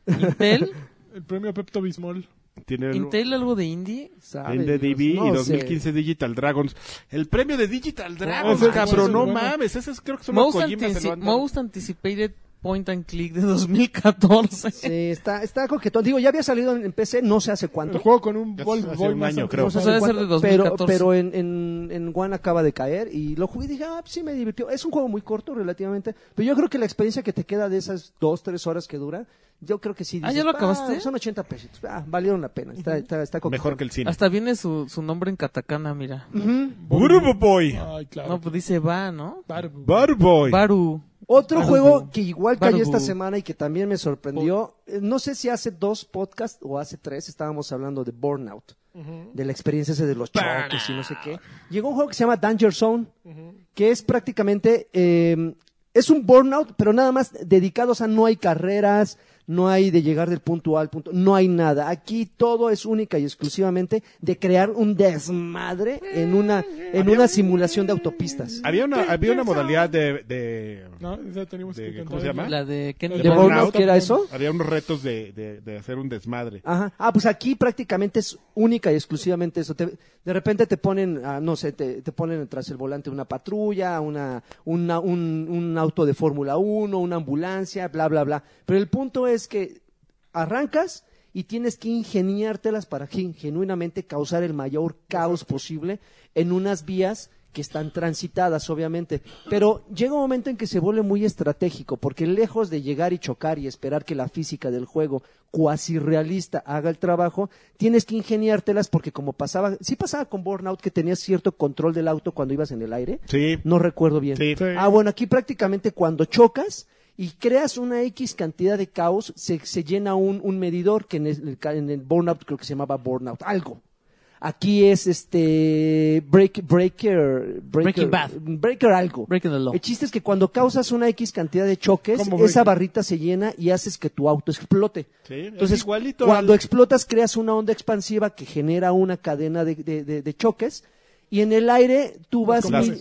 B: ¿Intel?
C: El premio Pepto Bismol.
A: Tiene el-
B: ¿Intel algo de indie?
D: Sabe
A: el de
D: Dios,
A: DB y
D: no
A: 2015 Digital Dragons. El premio de Digital Dragons,
C: ese-
A: cabrón,
C: ese-
A: no
C: bueno.
A: mames. Ese es, creo que son los
B: Most,
A: Kojima se
B: antici-
A: lo han dado.
B: Most Anticipated Point and Click de 2014.
D: sé. Sí, está, está coquetón. Digo, ya había salido en en PC, no sé hace
C: El
D: cuánto.
C: juego con un
A: Hace-
C: Ball
A: hace
C: Boy
A: un
C: más
A: año, creo.
D: No sé
B: O
D: hace
B: sea, debe ser
D: cuánto,
B: de
D: pero,
B: 2014.
D: pero en, en, en One acaba de caer y lo jugué y dije, ah, pues sí me divirtió. Es un juego muy corto relativamente, pero yo creo que la experiencia que te queda de esas dos, tres horas que dura, yo creo que sí.
B: Ah, ¿ya lo acabaste?
D: son 80 pesitos. Ah, valieron la pena. Está, está, está coquetón.
A: Mejor que el cine.
B: Hasta viene su, su nombre en katakana, mira.
A: Burbo Boy.
C: Ay, claro.
B: No, pues dice va, ¿no?
C: Barbu.
A: Barboy.
B: Baru.
D: Otro
B: Barbu.
D: juego que igual cayó
B: Barbu.
D: esta semana y que también me sorprendió, eh, no sé si hace dos podcasts o hace tres estábamos hablando de Burnout, de la experiencia ese de los choques y no sé qué. Llegó un juego que se llama Danger Zone, que es prácticamente, eh, es un Burnout, pero nada más dedicado, o sea, no hay carreras, no hay de llegar del punto A al punto, no hay nada. Aquí todo es única y exclusivamente de crear un desmadre en una, en una simulación de autopistas.
A: Había una, había una modalidad de, de-
C: No, esa tenemos
A: De-
C: que
A: ¿cómo se llama?
B: La de Kenny
D: ¿De
B: Burns.
D: Burnout que era eso?
A: Había unos retos de, de- de hacer un desmadre.
D: Ajá. Ah, pues aquí prácticamente es única y exclusivamente eso. Te- de repente te ponen, ah, no sé, te, te ponen tras el volante una patrulla, una, una- un, un auto de Fórmula 1, una ambulancia, bla, bla, bla. Pero el punto es que arrancas y tienes que ingeniártelas para gen- genuinamente causar el mayor caos posible en unas vías que están transitadas, obviamente. Pero llega un momento en que se vuelve muy estratégico, porque lejos de llegar y chocar y esperar que la física del juego cuasi realista haga el trabajo, tienes que ingeniártelas porque como pasaba, sí pasaba con Burnout que tenías cierto control del auto cuando ibas en el aire,
A: Sí.
D: no recuerdo bien.
A: Sí. Sí.
D: Ah, bueno, aquí prácticamente cuando chocas y creas una X cantidad de caos, se, se llena un, un medidor que en el, en el Burnout creo que se llamaba Burnout, algo. Aquí es este break, breaker, breaker-
B: Breaking Bad.
D: breaker algo.
B: Breaking the law.
D: El chiste es que cuando causas una X cantidad de choques,
C: Como
D: esa
C: Breaking.
D: barrita se llena y haces que tu auto explote.
A: Sí, es
D: Entonces,
A: igualito
D: cuando
A: al-
D: explotas, creas una onda expansiva que genera una cadena de, de- de- de choques. Y en el aire tú vas,
A: Las-
D: mi-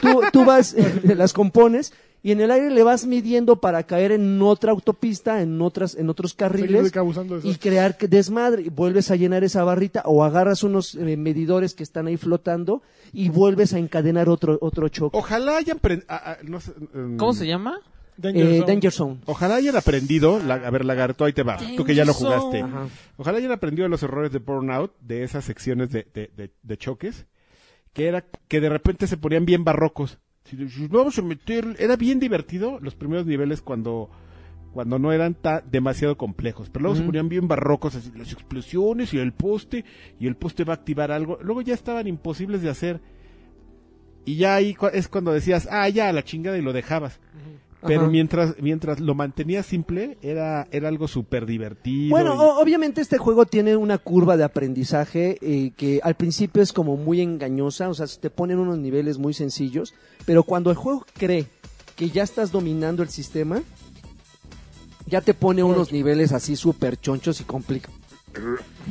D: tú, tú vas, eh, las compones y en el aire le vas midiendo para caer en otra autopista, en otras, en otros carriles
C: Seguir causando
D: y
C: desastres.
D: crear que- desmadre. Y vuelves a llenar esa barrita o agarras unos eh, medidores que están ahí flotando y vuelves a encadenar otro, otro choque.
A: Ojalá hayan pre- a- a- no sé, mm,
B: ¿Cómo se llama?
C: Danger
D: Eh,
C: Zone.
D: Danger Zone.
A: Ojalá hayan aprendido, la- a ver, lagarto, ahí te va, Ah, tú que ya lo jugaste.
D: Ajá.
A: Ojalá hayan aprendido los errores de Burnout, de esas secciones de, de- de- de choques,
E: que era que de repente se ponían bien barrocos. Si le- si Vamos a meter, era bien divertido los primeros niveles cuando cuando no eran ta- demasiado complejos, pero luego se
B: Ujú.
E: ponían bien barrocos, así, las explosiones y el poste y el poste va a activar algo. Luego ya estaban imposibles de hacer. Y ya ahí cua- es cuando decías, "Ah, ya, a la chingada" y lo dejabas. Pero
B: Ajá.
E: mientras mientras lo mantenías simple, era era algo súper divertido.
D: Bueno,
E: y-
D: o- obviamente este juego tiene una curva de aprendizaje eh, que al principio es como muy engañosa, o sea, se te ponen unos niveles muy sencillos, pero cuando el juego cree que ya estás dominando el sistema, ya te pone unos niveles así súper chonchos y complicados.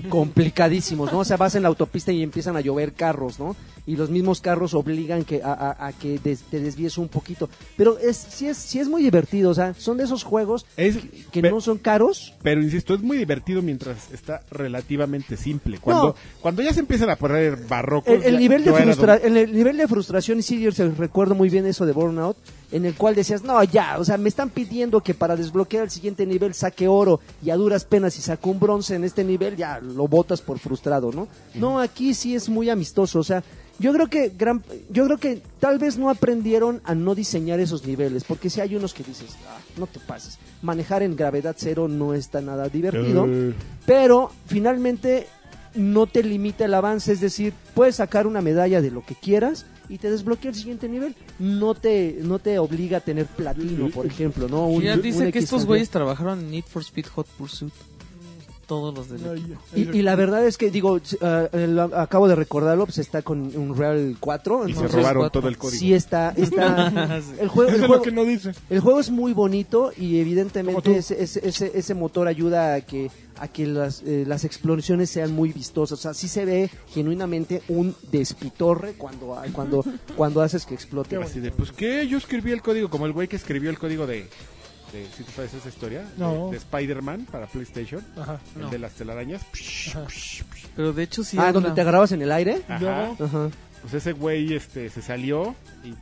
D: complicadísimos, ¿no? O sea, vas en la autopista y empiezan a llover carros, ¿no? Y los mismos carros obligan que a, a- a que des- te desvíes un poquito. Pero es, sí, es, sí es muy divertido, o sea, son de esos juegos
E: Es-
D: que
E: pe-
D: no son caros,
E: Pero insisto, es muy divertido mientras está relativamente simple. Cuando, cuando ya se empiezan a poner barrocos.
D: El, el
E: ya-
D: nivel de
E: yo era
D: frustra-
E: don-
D: el, el nivel de frustración, y sí, yo se- recuerdo muy bien eso de Burnout, en el cual decías, no, ya, o sea, me están pidiendo que para desbloquear el siguiente nivel saque oro y a duras penas si saco un bronce en este nivel, ya lo botas por frustrado, ¿no? No, aquí sí es muy amistoso, o sea, yo creo que gran, yo creo que tal vez no aprendieron a no diseñar esos niveles, porque si hay unos que dices, "Ah, no te pases, manejar en gravedad cero no está nada divertido
E: Eh,
D: pero finalmente no te limita el avance, es decir, puedes sacar una medalla de lo que quieras y te desbloquea el siguiente nivel. No te, no te obliga a tener platino, por ejemplo, ¿no? Un-
B: Ya
D: un
B: dice que
D: XY.
B: estos güeyes trabajaron en Need for Speed Hot Pursuit. Todos los del equipo.
D: Y, y la verdad es que, digo, s- ah, el- acabo de recordarlo, pues está con un Real 4.
E: Y se
D: entonces,
E: robaron
B: cuatro.
E: todo el código.
D: Sí está, está
B: Sí.
D: el juego,
C: Eso
D: el
C: es
D: juego-
C: lo que no dice.
D: El juego es muy bonito y
C: Como
D: evidentemente
C: tú.
D: ese, ese, ese, ese motor ayuda a que, a que las, eh, las explosiones sean muy vistosas. O sea, sí se ve genuinamente un despitorre cuando, cuando, cuando haces que explote. Ah,
E: así de, pues qué, yo escribí el código como el güey que escribió el código de... de ¿Sí te sabes esa historia? De-
C: No.
E: De, Spider-Man para PlayStation.
C: Ajá.
E: El
B: No.
E: de las telarañas. Psh, psh, psh.
B: Pero de hecho sí
D: ah,
B: habla.
D: donde te agarrabas en el aire.
E: Ajá.
C: luego?
D: Ajá.
E: Pues ese güey este, se salió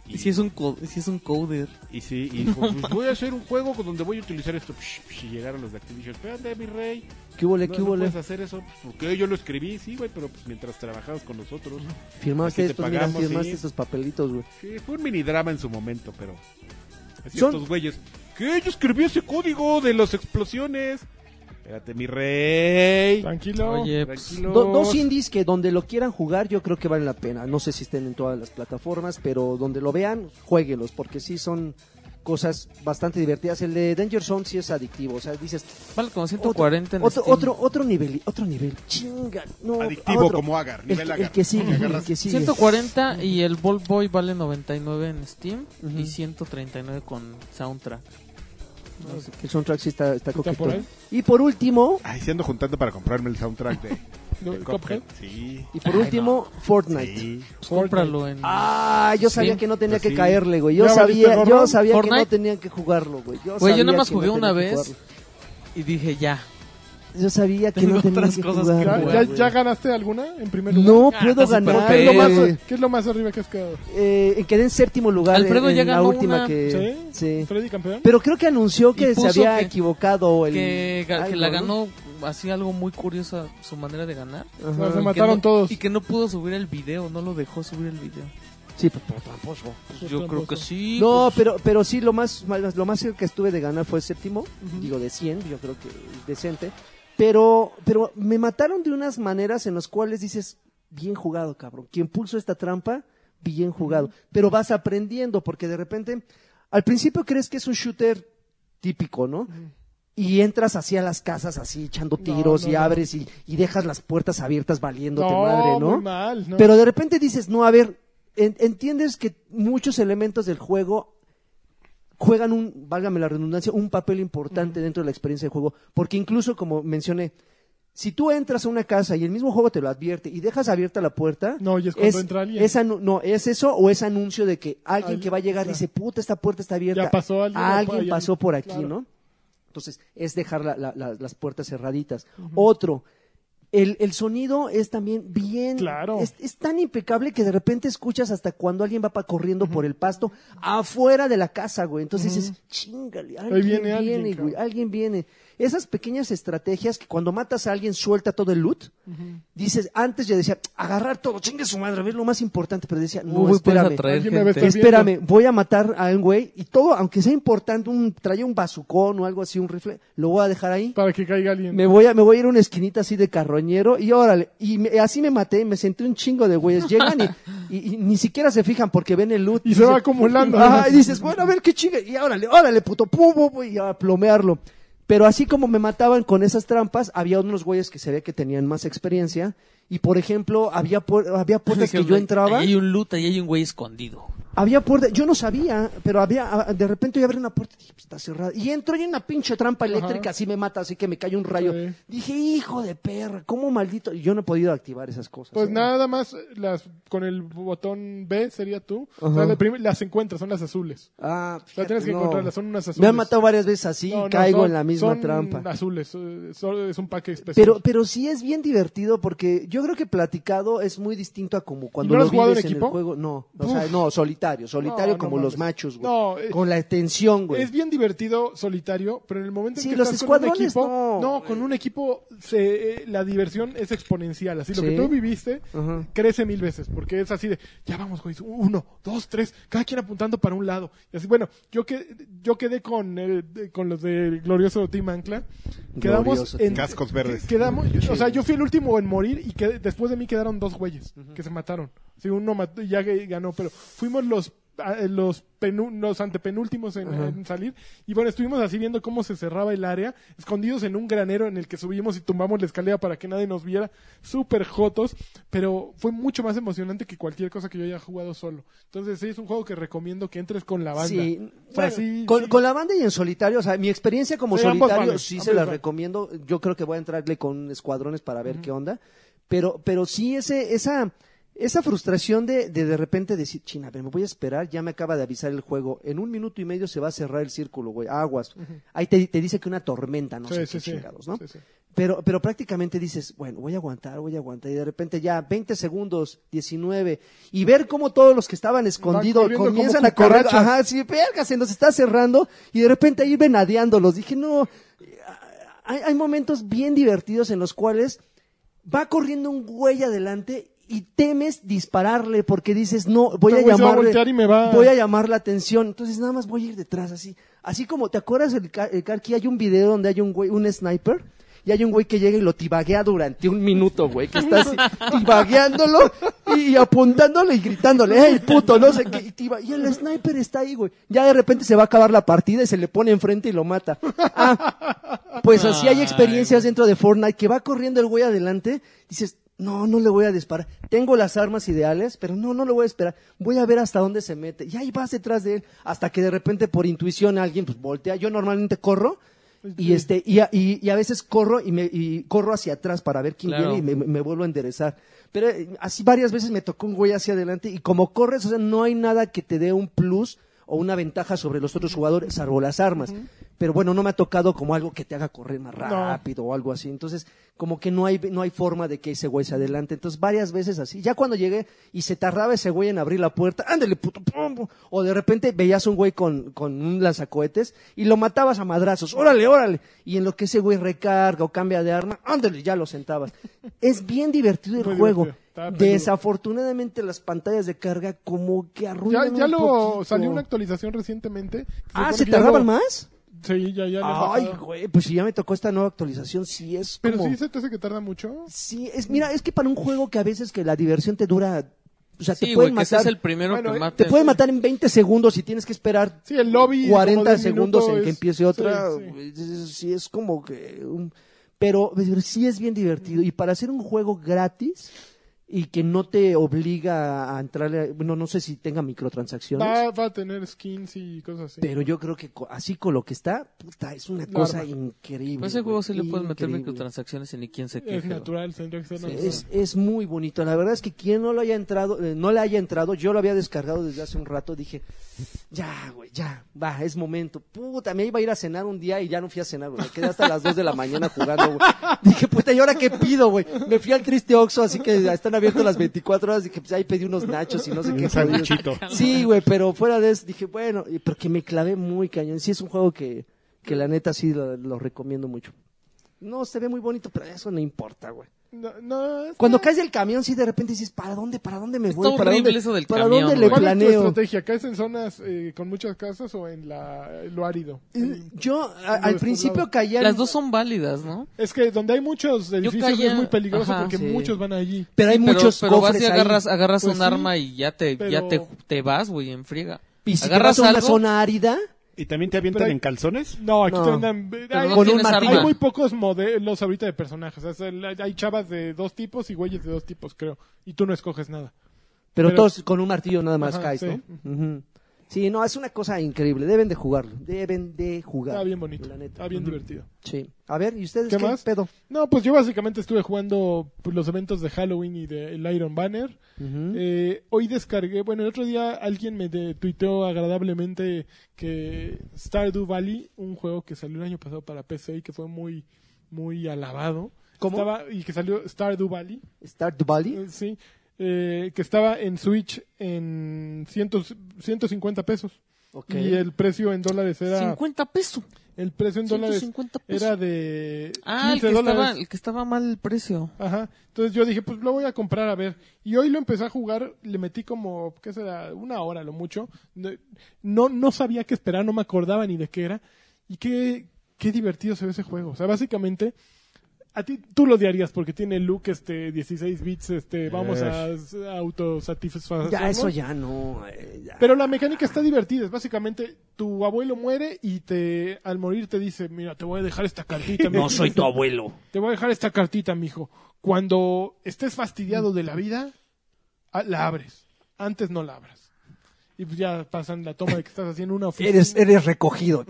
E: y,
B: Y si es un, co- si es un coder.
E: Y sí, y dijo, pues voy a hacer un juego con donde voy a utilizar esto. Psh, psh, y llegaron los de Activision. Espérate, mi rey.
D: ¿Qué huele,
E: No,
D: qué
E: no
D: huele?
E: puedes hacer eso. Pues, porque yo lo escribí, sí, güey, pero pues mientras trabajabas con nosotros.
D: firmaste
E: aquí te
D: estos, mira,
E: pagamos,
D: firmaste
E: sí.
D: estos papelitos, güey.
E: Sí, fue un mini drama en su momento, pero. Así
D: Son-
E: estos güeyes. ¿Qué? Yo escribí ese código de las explosiones. Espérate, mi rey.
C: Tranquilo.
B: Oye, pues,
E: Tranquilo.
D: Do- dos indies que donde lo quieran jugar yo creo que valen la pena. No sé si estén en todas las plataformas, pero donde lo vean, jueguelos, porque sí son cosas bastante divertidas. El de Danger Zone sí es adictivo, o sea, dices...
B: vale como
D: otro-
B: 140 en
D: otro,
B: Steam.
D: otro, otro nivel, otro nivel, chinga. No,
E: Adictivo
D: Ah, otro.
E: como agar.
D: el,
E: Nivel
D: que-
E: agar.
D: el que sigue, el
E: agarras-
D: que sigue.
B: 140 y el Bolt Boy vale 99 en Steam
D: Ujú.
B: y 139 con soundtrack. Pues No sé
D: El soundtrack sí está, está
C: ¿Está
D: coquetón.
C: por ahí?
D: Y por último,
E: Ay, se ando juntando para comprarme el soundtrack de,
C: ¿No?
E: de
C: ¿Cuphead?
E: Cuphead. Sí.
D: y por último, Fortnite.
E: Sí.
B: pues, cómpralo en
D: Ah, yo sabía
B: Sí,
D: que no tenía
E: pues
D: que
E: sí.
D: caerle, güey. Yo
C: ¿Ya valiste,
D: sabía, yo
C: gordo?
D: sabía que no
B: ¿Fortnite?
D: tenía que jugarlo, güey. Yo
B: Güey, yo
D: sabía
B: nada más
D: que no
B: jugué una
D: tenía que
B: vez.
D: jugarlo.
B: y dije ya.
D: Yo sabía que
B: Tengo
D: no tenía
B: otras
D: que
B: cosas
D: jugar.
B: que
C: ¿Ya,
D: güey.
C: ya,
B: güey.
C: ya ganaste alguna en primer lugar?
D: No
B: Ah,
D: puedo
B: está súper
D: ganar.
C: ¿Qué es, lo
D: güey.
C: más, ¿Qué es lo más arriba que has quedado?
D: Eh, quedé en séptimo lugar
B: Alfredo
D: en,
B: ya
D: en la
B: ganó
D: última
B: una.
D: que...
C: ¿Sí?
D: Sí.
C: ¿Freddy campeón?
D: Pero creo que anunció
B: Y
D: que se
B: puso
D: había
B: que-
D: equivocado el...
B: que, ga- que
D: algo,
B: la
D: ¿no?
B: ganó así algo muy curioso su manera de ganar.
D: Ajá.
C: No, se
B: Y que
C: mataron
B: no-
C: todos.
B: Y que no pudo subir el video, no lo dejó subir el video.
D: Sí, pero, pero tramposo.
B: Pues
C: Pues
B: yo creo
C: tramposo.
B: que sí.
D: No,
B: pues,
D: pero, pero sí, lo más, más- lo más cerca que estuve de ganar fue el séptimo, digo de 100, yo creo que es decente, pero, pero me mataron de unas maneras en las cuales dices, bien jugado, cabrón, quien puso esta trampa, bien jugado, pero vas aprendiendo porque de repente, al principio crees que es un shooter típico, ¿no? Y entras hacia las casas así, echando
C: No,
D: tiros
C: no,
D: y
C: no.
D: abres y, y dejas las puertas abiertas valiéndote
C: no,
D: madre, ¿no?
C: muy mal. No.
D: Pero de repente dices, no, a ver, en- entiendes que muchos elementos del juego juegan un, válgame la redundancia, un papel importante dentro de la experiencia de juego. Porque incluso, como mencioné, si tú entras a una casa y el mismo juego te lo advierte y dejas abierta la puerta,
C: No, y es cuando entra alguien.
D: es anu- no, es eso o es anuncio de que alguien
C: Alguien,
D: que va a llegar
C: claro.
D: dice, puta, esta puerta está abierta.
C: Ya pasó alguien,
D: Alguien
C: ya-
D: pasó por aquí,
C: claro.
D: ¿no? Entonces, es dejar la- la- la- las puertas cerraditas. Otro, El, el sonido es también bien.
C: Claro.
D: Es, es tan impecable que de repente escuchas hasta cuando alguien va pa- corriendo por el pasto afuera de la casa, güey. Entonces dices, chingale, alguien
C: viene
D: viene,
C: alguien,
D: güey,
C: cabrón.
D: alguien viene. Esas pequeñas estrategias que cuando matas a alguien suelta todo el loot. Dices, antes ya decía, agarrar todo, chingue su madre, a ver lo más importante. Pero decía, no,
B: Uy, puedes
D: espérame.
B: pues, atraer
C: Alguien me va a
B: gente.
C: estar-
D: Espérame, voy a matar a un güey y todo, aunque sea importante, un trae un bazucón o algo así, un rifle, lo voy a dejar ahí.
C: Para que caiga alguien.
D: Me voy a me voy a ir a una esquinita así de carroñero y órale, y me- así me maté, me senté un chingo de güeyes, llegan y, y- y ni siquiera se fijan porque ven el loot
C: Y se va acumulando.
D: Ajá, y dices, bueno, a ver qué chinga, y órale, órale, puto, pum, pum, pum, y a plomearlo. Pero así como me mataban con esas trampas, había unos güeyes que se ve que tenían más experiencia y por ejemplo, había puer- había puertas que yo entraba.
B: Ahí hay un loot, ahí hay un güey escondido.
D: Había puerta, yo no sabía, pero había, ah, de repente yo abrí una puerta y dije, "Pues, está cerrada. Y entro y hay una pinche trampa eléctrica, así me mata, así que me cae un rayo.
C: Sí.
D: Dije, hijo de perra, ¿cómo maldito? Y yo no he podido activar esas cosas.
C: Pues
D: ¿eh?
C: nada más las con el botón B sería tú. O sea,
D: Ajá.
C: la prim- las encuentras, son las azules.
D: Ah,
C: Las tienes que
D: no.
C: encontrarlas, son unas azules.
D: Me han matado varias veces así
C: No, no,
D: y caigo
C: son-
D: en la misma
C: son
D: trampa.
C: Azules, eh, son- es un pack especial.
D: Pero, pero sí es bien divertido porque yo creo que platicado es muy distinto a como cuando
C: no lo
D: lo
C: has jugado en
D: vives en,
C: equipo?
D: el juego. No, o sea,
C: Uf.
D: no, solitario, solitario
C: No, no
D: como los
C: mames.
D: machos, güey.
C: No, eh,
D: Con la tensión, güey.
C: Es bien divertido solitario, pero en el momento
D: Sí,
C: en que
D: los
C: estás con un
D: escuadrones,
C: equipo,
D: no.
C: con un equipo se, eh, la diversión es exponencial, así lo que
D: Sí.
C: tú viviste
D: Ajá.
C: crece mil veces, porque es así de, ya vamos, güey, uno, dos, tres, cada quien apuntando para un lado. Y así, bueno, yo que yo quedé con eh, de- con los del glorioso Team Ancla, quedamos
D: Glorioso
C: en
D: Team.
A: Cascos verdes.
C: que- Quedamos, yo- o sea, yo fui el último en morir y que después de mí quedaron dos güeyes que se mataron. Sí, uno mató y ya g- ganó, pero fuimos los a- eh, los, penu- los antepenúltimos en, en salir y bueno estuvimos así viendo cómo se cerraba el área escondidos en un granero en el que subimos y tumbamos la escalera para que nadie nos viera súper jotos pero fue mucho más emocionante que cualquier cosa que yo haya jugado solo entonces sí es un juego que recomiendo que entres con la banda
D: Sí,
C: O sea,
D: bueno,
C: sí,
D: con,
C: sí.
D: con la banda y en solitario, o sea, mi experiencia como
C: Sí, ambos
D: solitario
C: valen,
D: sí
C: ambos
D: se la
C: valen.
D: recomiendo. Yo creo que voy a entrarle con escuadrones para ver qué onda. Pero, pero sí ese, esa, esa frustración de, de de repente decir, China, pero me voy a esperar, ya me acaba de avisar el juego. En un minuto y medio se va a cerrar el círculo, güey. Aguas. Ahí te, te dice que una tormenta, no
C: Sí,
D: sé
C: sí,
D: qué
C: sí.
D: chingados, ¿no?
C: Sí, sí.
D: Pero, pero prácticamente dices, bueno, voy a aguantar, voy a aguantar. Y de repente ya 20 segundos, 19, y ver cómo todos los que estaban escondidos
C: corriendo
D: comienzan
C: como
D: a correr.
C: cucarachas.
D: Ajá, sí, verga, se nos está cerrando. Y de repente ahí venadeándolos. Dije, no, hay, hay momentos bien divertidos en los cuales va corriendo un güey adelante y temes dispararle porque dices, no, voy
C: Este
D: a
C: güey se va a
D: llamarle-
C: voltear y me va-
D: voy a llamar la atención. Entonces nada más voy a ir detrás así. Así como, ¿te acuerdas el, ca- el Karki? Hay un video donde hay un güey, un sniper. Y hay un güey que llega y lo tibaguea durante un minuto, güey, que está así tibagueándolo y apuntándole y gritándole, ¡Ey, puto! No sé qué. Y, tiba- y el sniper está ahí, güey. Ya de repente se va a acabar la partida y se le pone enfrente y lo mata. Ah, pues así hay experiencias dentro de Fortnite que va corriendo el güey adelante. Dices, no, no le voy a disparar. Tengo las armas ideales, pero no, no le voy a esperar. Voy a ver hasta dónde se mete. Y ahí vas detrás de él, hasta que de repente por intuición alguien pues voltea. Yo normalmente corro. Y este y a, y- y a veces corro y me y corro hacia atrás para ver quién
B: Claro.
D: viene y me, me vuelvo a enderezar. Pero eh, así varias veces me tocó un güey hacia adelante y como corres, o sea, no hay nada que te dé un plus o una ventaja sobre los otros jugadores, salvo las armas. Pero bueno, no me ha tocado como algo que te haga correr más rápido o algo así. Entonces, como que no hay, no hay forma de que ese güey se adelante. Entonces, varias veces así. Ya cuando llegué y se tardaba ese güey en abrir la puerta, ándale, puto, pum, pum. O de repente veías un güey con, con un lanzacohetes y lo matabas a madrazos. Órale, órale. Y en lo que ese güey recarga o cambia de arma, ándale, ya lo sentabas. es bien divertido el
C: Muy
D: juego.
C: divertido. Está peludo.
D: Desafortunadamente, las pantallas de carga como que
C: ya,
D: arruinan
C: ya
D: un
C: lo
D: poquito.
C: salió una actualización recientemente que supone
D: Ah, ¿se
C: que ya
D: tardaban
C: lo-
D: más?
C: Sí, ya, ya. le han
D: Ay,
C: bajado.
D: güey, pues si ya me tocó esta nueva actualización, sí es
C: Pero
D: como...
C: sí se te hace que tarda mucho.
D: Sí, es, mira, es que para un juego que a veces que la diversión te dura... O sea,
B: Sí,
D: te
B: güey,
D: pueden
B: que ese
D: matar...
B: es el primero
C: Bueno, eh,
B: que
D: Te
B: mata.
D: pueden matar en 20 segundos y tienes que esperar
C: Sí, el lobby.
D: 40
C: como de un
D: segundos
C: minuto
D: en que
C: es-
D: empiece otra.
C: sí, sí.
D: güey, es- Sí, es como que... un- Pero, pero sí es bien divertido. Y para hacer un juego gratis, y que no te obliga a entrarle, a- bueno, no sé si tenga microtransacciones.
C: Va, va a tener skins y cosas así.
D: Pero yo creo que co- así con lo que está, puta, es una
C: Lo
D: cosa
C: arma.
D: increíble.
B: Pero Pues ese juego sí le puedes meter
D: increíble.
B: microtransacciones y ni quién se
C: Es
B: queje. güey.
C: natural, tendría que ser natural.
D: Es, es muy bonito. La verdad es que quien no lo haya entrado, eh, no le haya entrado, yo lo había descargado desde hace un rato, dije, ya, güey, ya, va, es momento. Puta, me iba a ir a cenar un día y ya no fui a cenar, güey. Me quedé hasta las 2 de la mañana jugando, güey. Dije, puta, ¿y ahora qué pido, güey? Me fui al triste Oxxo, así que están abiertos las 24 horas. Dije, pues ahí pedí unos nachos y no sé qué.
A: Un
D: jodidos.
A: sanguchito.
D: Sí, güey, pero fuera de eso dije, bueno, y- porque me clavé muy cañón. Sí, es un juego que, que la neta sí lo, lo recomiendo mucho. No, se ve muy bonito, pero eso no importa, güey.
C: No, no, es-
D: Cuando caes del camión, sí, de repente dices, ¿para dónde, para dónde me voy? ¿Para
B: horrible
D: dónde,
B: eso del
D: ¿Para
B: camión,
D: dónde
B: güey.
D: le
C: ¿Cuál es tu
D: planeo?
C: estrategia? ¿Caes en zonas eh, con muchas casas o en la, lo árido?
D: Eh, Yo a-
C: Los
D: al
C: dos
D: principio
C: lados.
D: caía... en-
B: Las dos son válidas, ¿no?
C: Es que donde hay muchos edificios
B: caía-
C: es muy peligroso
B: ajá,
C: porque
D: sí.
C: muchos van allí.
D: Pero hay
B: Sí,
D: muchos
B: pero vas
D: cofres
B: y agarras,
D: ahí.
B: agarras
C: Pues
B: un
C: sí,
B: arma y ya te, ya
C: pero-
B: te, te vas, güey, en friega.
D: Y si te
B: agarras
D: vas a una
B: algo,
D: zona árida,
A: ¿Y también te avientan
C: Pero-
A: en calzones?
C: No, aquí
D: No.
C: te andan... eh, Hay,
B: no
D: con un
B: tienes
D: martillo.
C: hay
B: arma.
C: muy pocos modelos ahorita de personajes. O sea, hay- hay chavas de dos tipos y güeyes de dos tipos, creo. Y tú no escoges nada.
D: pero,
C: Pero-
D: todos con un martillo nada más
C: Ajá,
D: caes,
C: sí.
D: ¿no? Ujú. Sí, no, es una cosa increíble. Deben de jugarlo. Deben de jugarlo.
C: Está bien bonito.
D: la neta.
C: Está bien
D: Ujú.
C: divertido.
D: Sí. A ver, ¿y ustedes qué,
C: ¿Qué más?
D: pedo?
C: No, pues yo básicamente estuve jugando pues, los eventos de Halloween y de el Iron Banner.
D: Ujú.
C: Eh, hoy descargué, bueno, el otro día alguien me de- tuiteó agradablemente que Stardew Valley, un juego que salió el año pasado para PC y que fue muy, muy alabado.
D: ¿Cómo?
C: Estaba- y que salió Stardew Valley,
D: Stardew Valley.
C: eh, sí, eh, que estaba en Switch en ciento, 150 pesos.
D: Ok.
C: Y el precio en dólares era...
B: 50 pesos.
C: El precio en dólares
B: 150 pesos.
C: era de...
B: Ah, el
C: 15
B: que, estaba,
C: dólares.
B: el que estaba mal el precio.
C: Ajá. Entonces yo dije, pues lo voy a comprar a ver. Y hoy lo empecé a jugar, le metí como, ¿qué será? Una hora, lo mucho. No- No, no sabía qué esperar, no me acordaba ni de qué era. Y qué, qué divertido se ve ese juego. O sea, básicamente, a ti, tú lo odiarías porque tiene look, este, 16 bits, este, vamos a s- autosatisfacernos.
D: Ya, eso ya no. eh, ya.
C: Pero la mecánica está divertida, es básicamente tu abuelo muere y te al morir te dice, mira, te voy a dejar esta cartita. mijo".
D: abuelo.
C: Te voy a dejar esta cartita, mijo. Cuando estés fastidiado de la vida, a- la abres. Antes no la abras. Y pues ya pasan la toma de que estás haciendo una oficina.
D: Eres, eres recogido.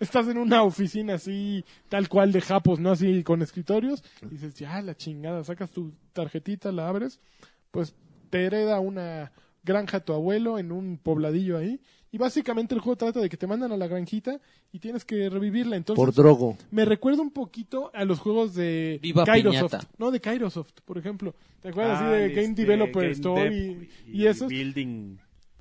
C: Estás en una oficina así, tal cual de japos, ¿no? Así con escritorios. Y dices, ya, la chingada. Sacas tu tarjetita, la abres. Pues te hereda una granja tu abuelo en un pobladillo ahí. Y básicamente el juego trata de que te mandan a la granjita y tienes que revivirla. Entonces,
D: Por drogo.
C: me recuerda un poquito a los juegos de
B: Viva
C: Kairosoft.
B: Piñata.
C: No, de Kairosoft, por ejemplo. ¿Te acuerdas
A: Ah,
C: así de
A: este,
C: Game Developer
A: Game
C: Store
A: Dev
C: y, y esos?
A: Building.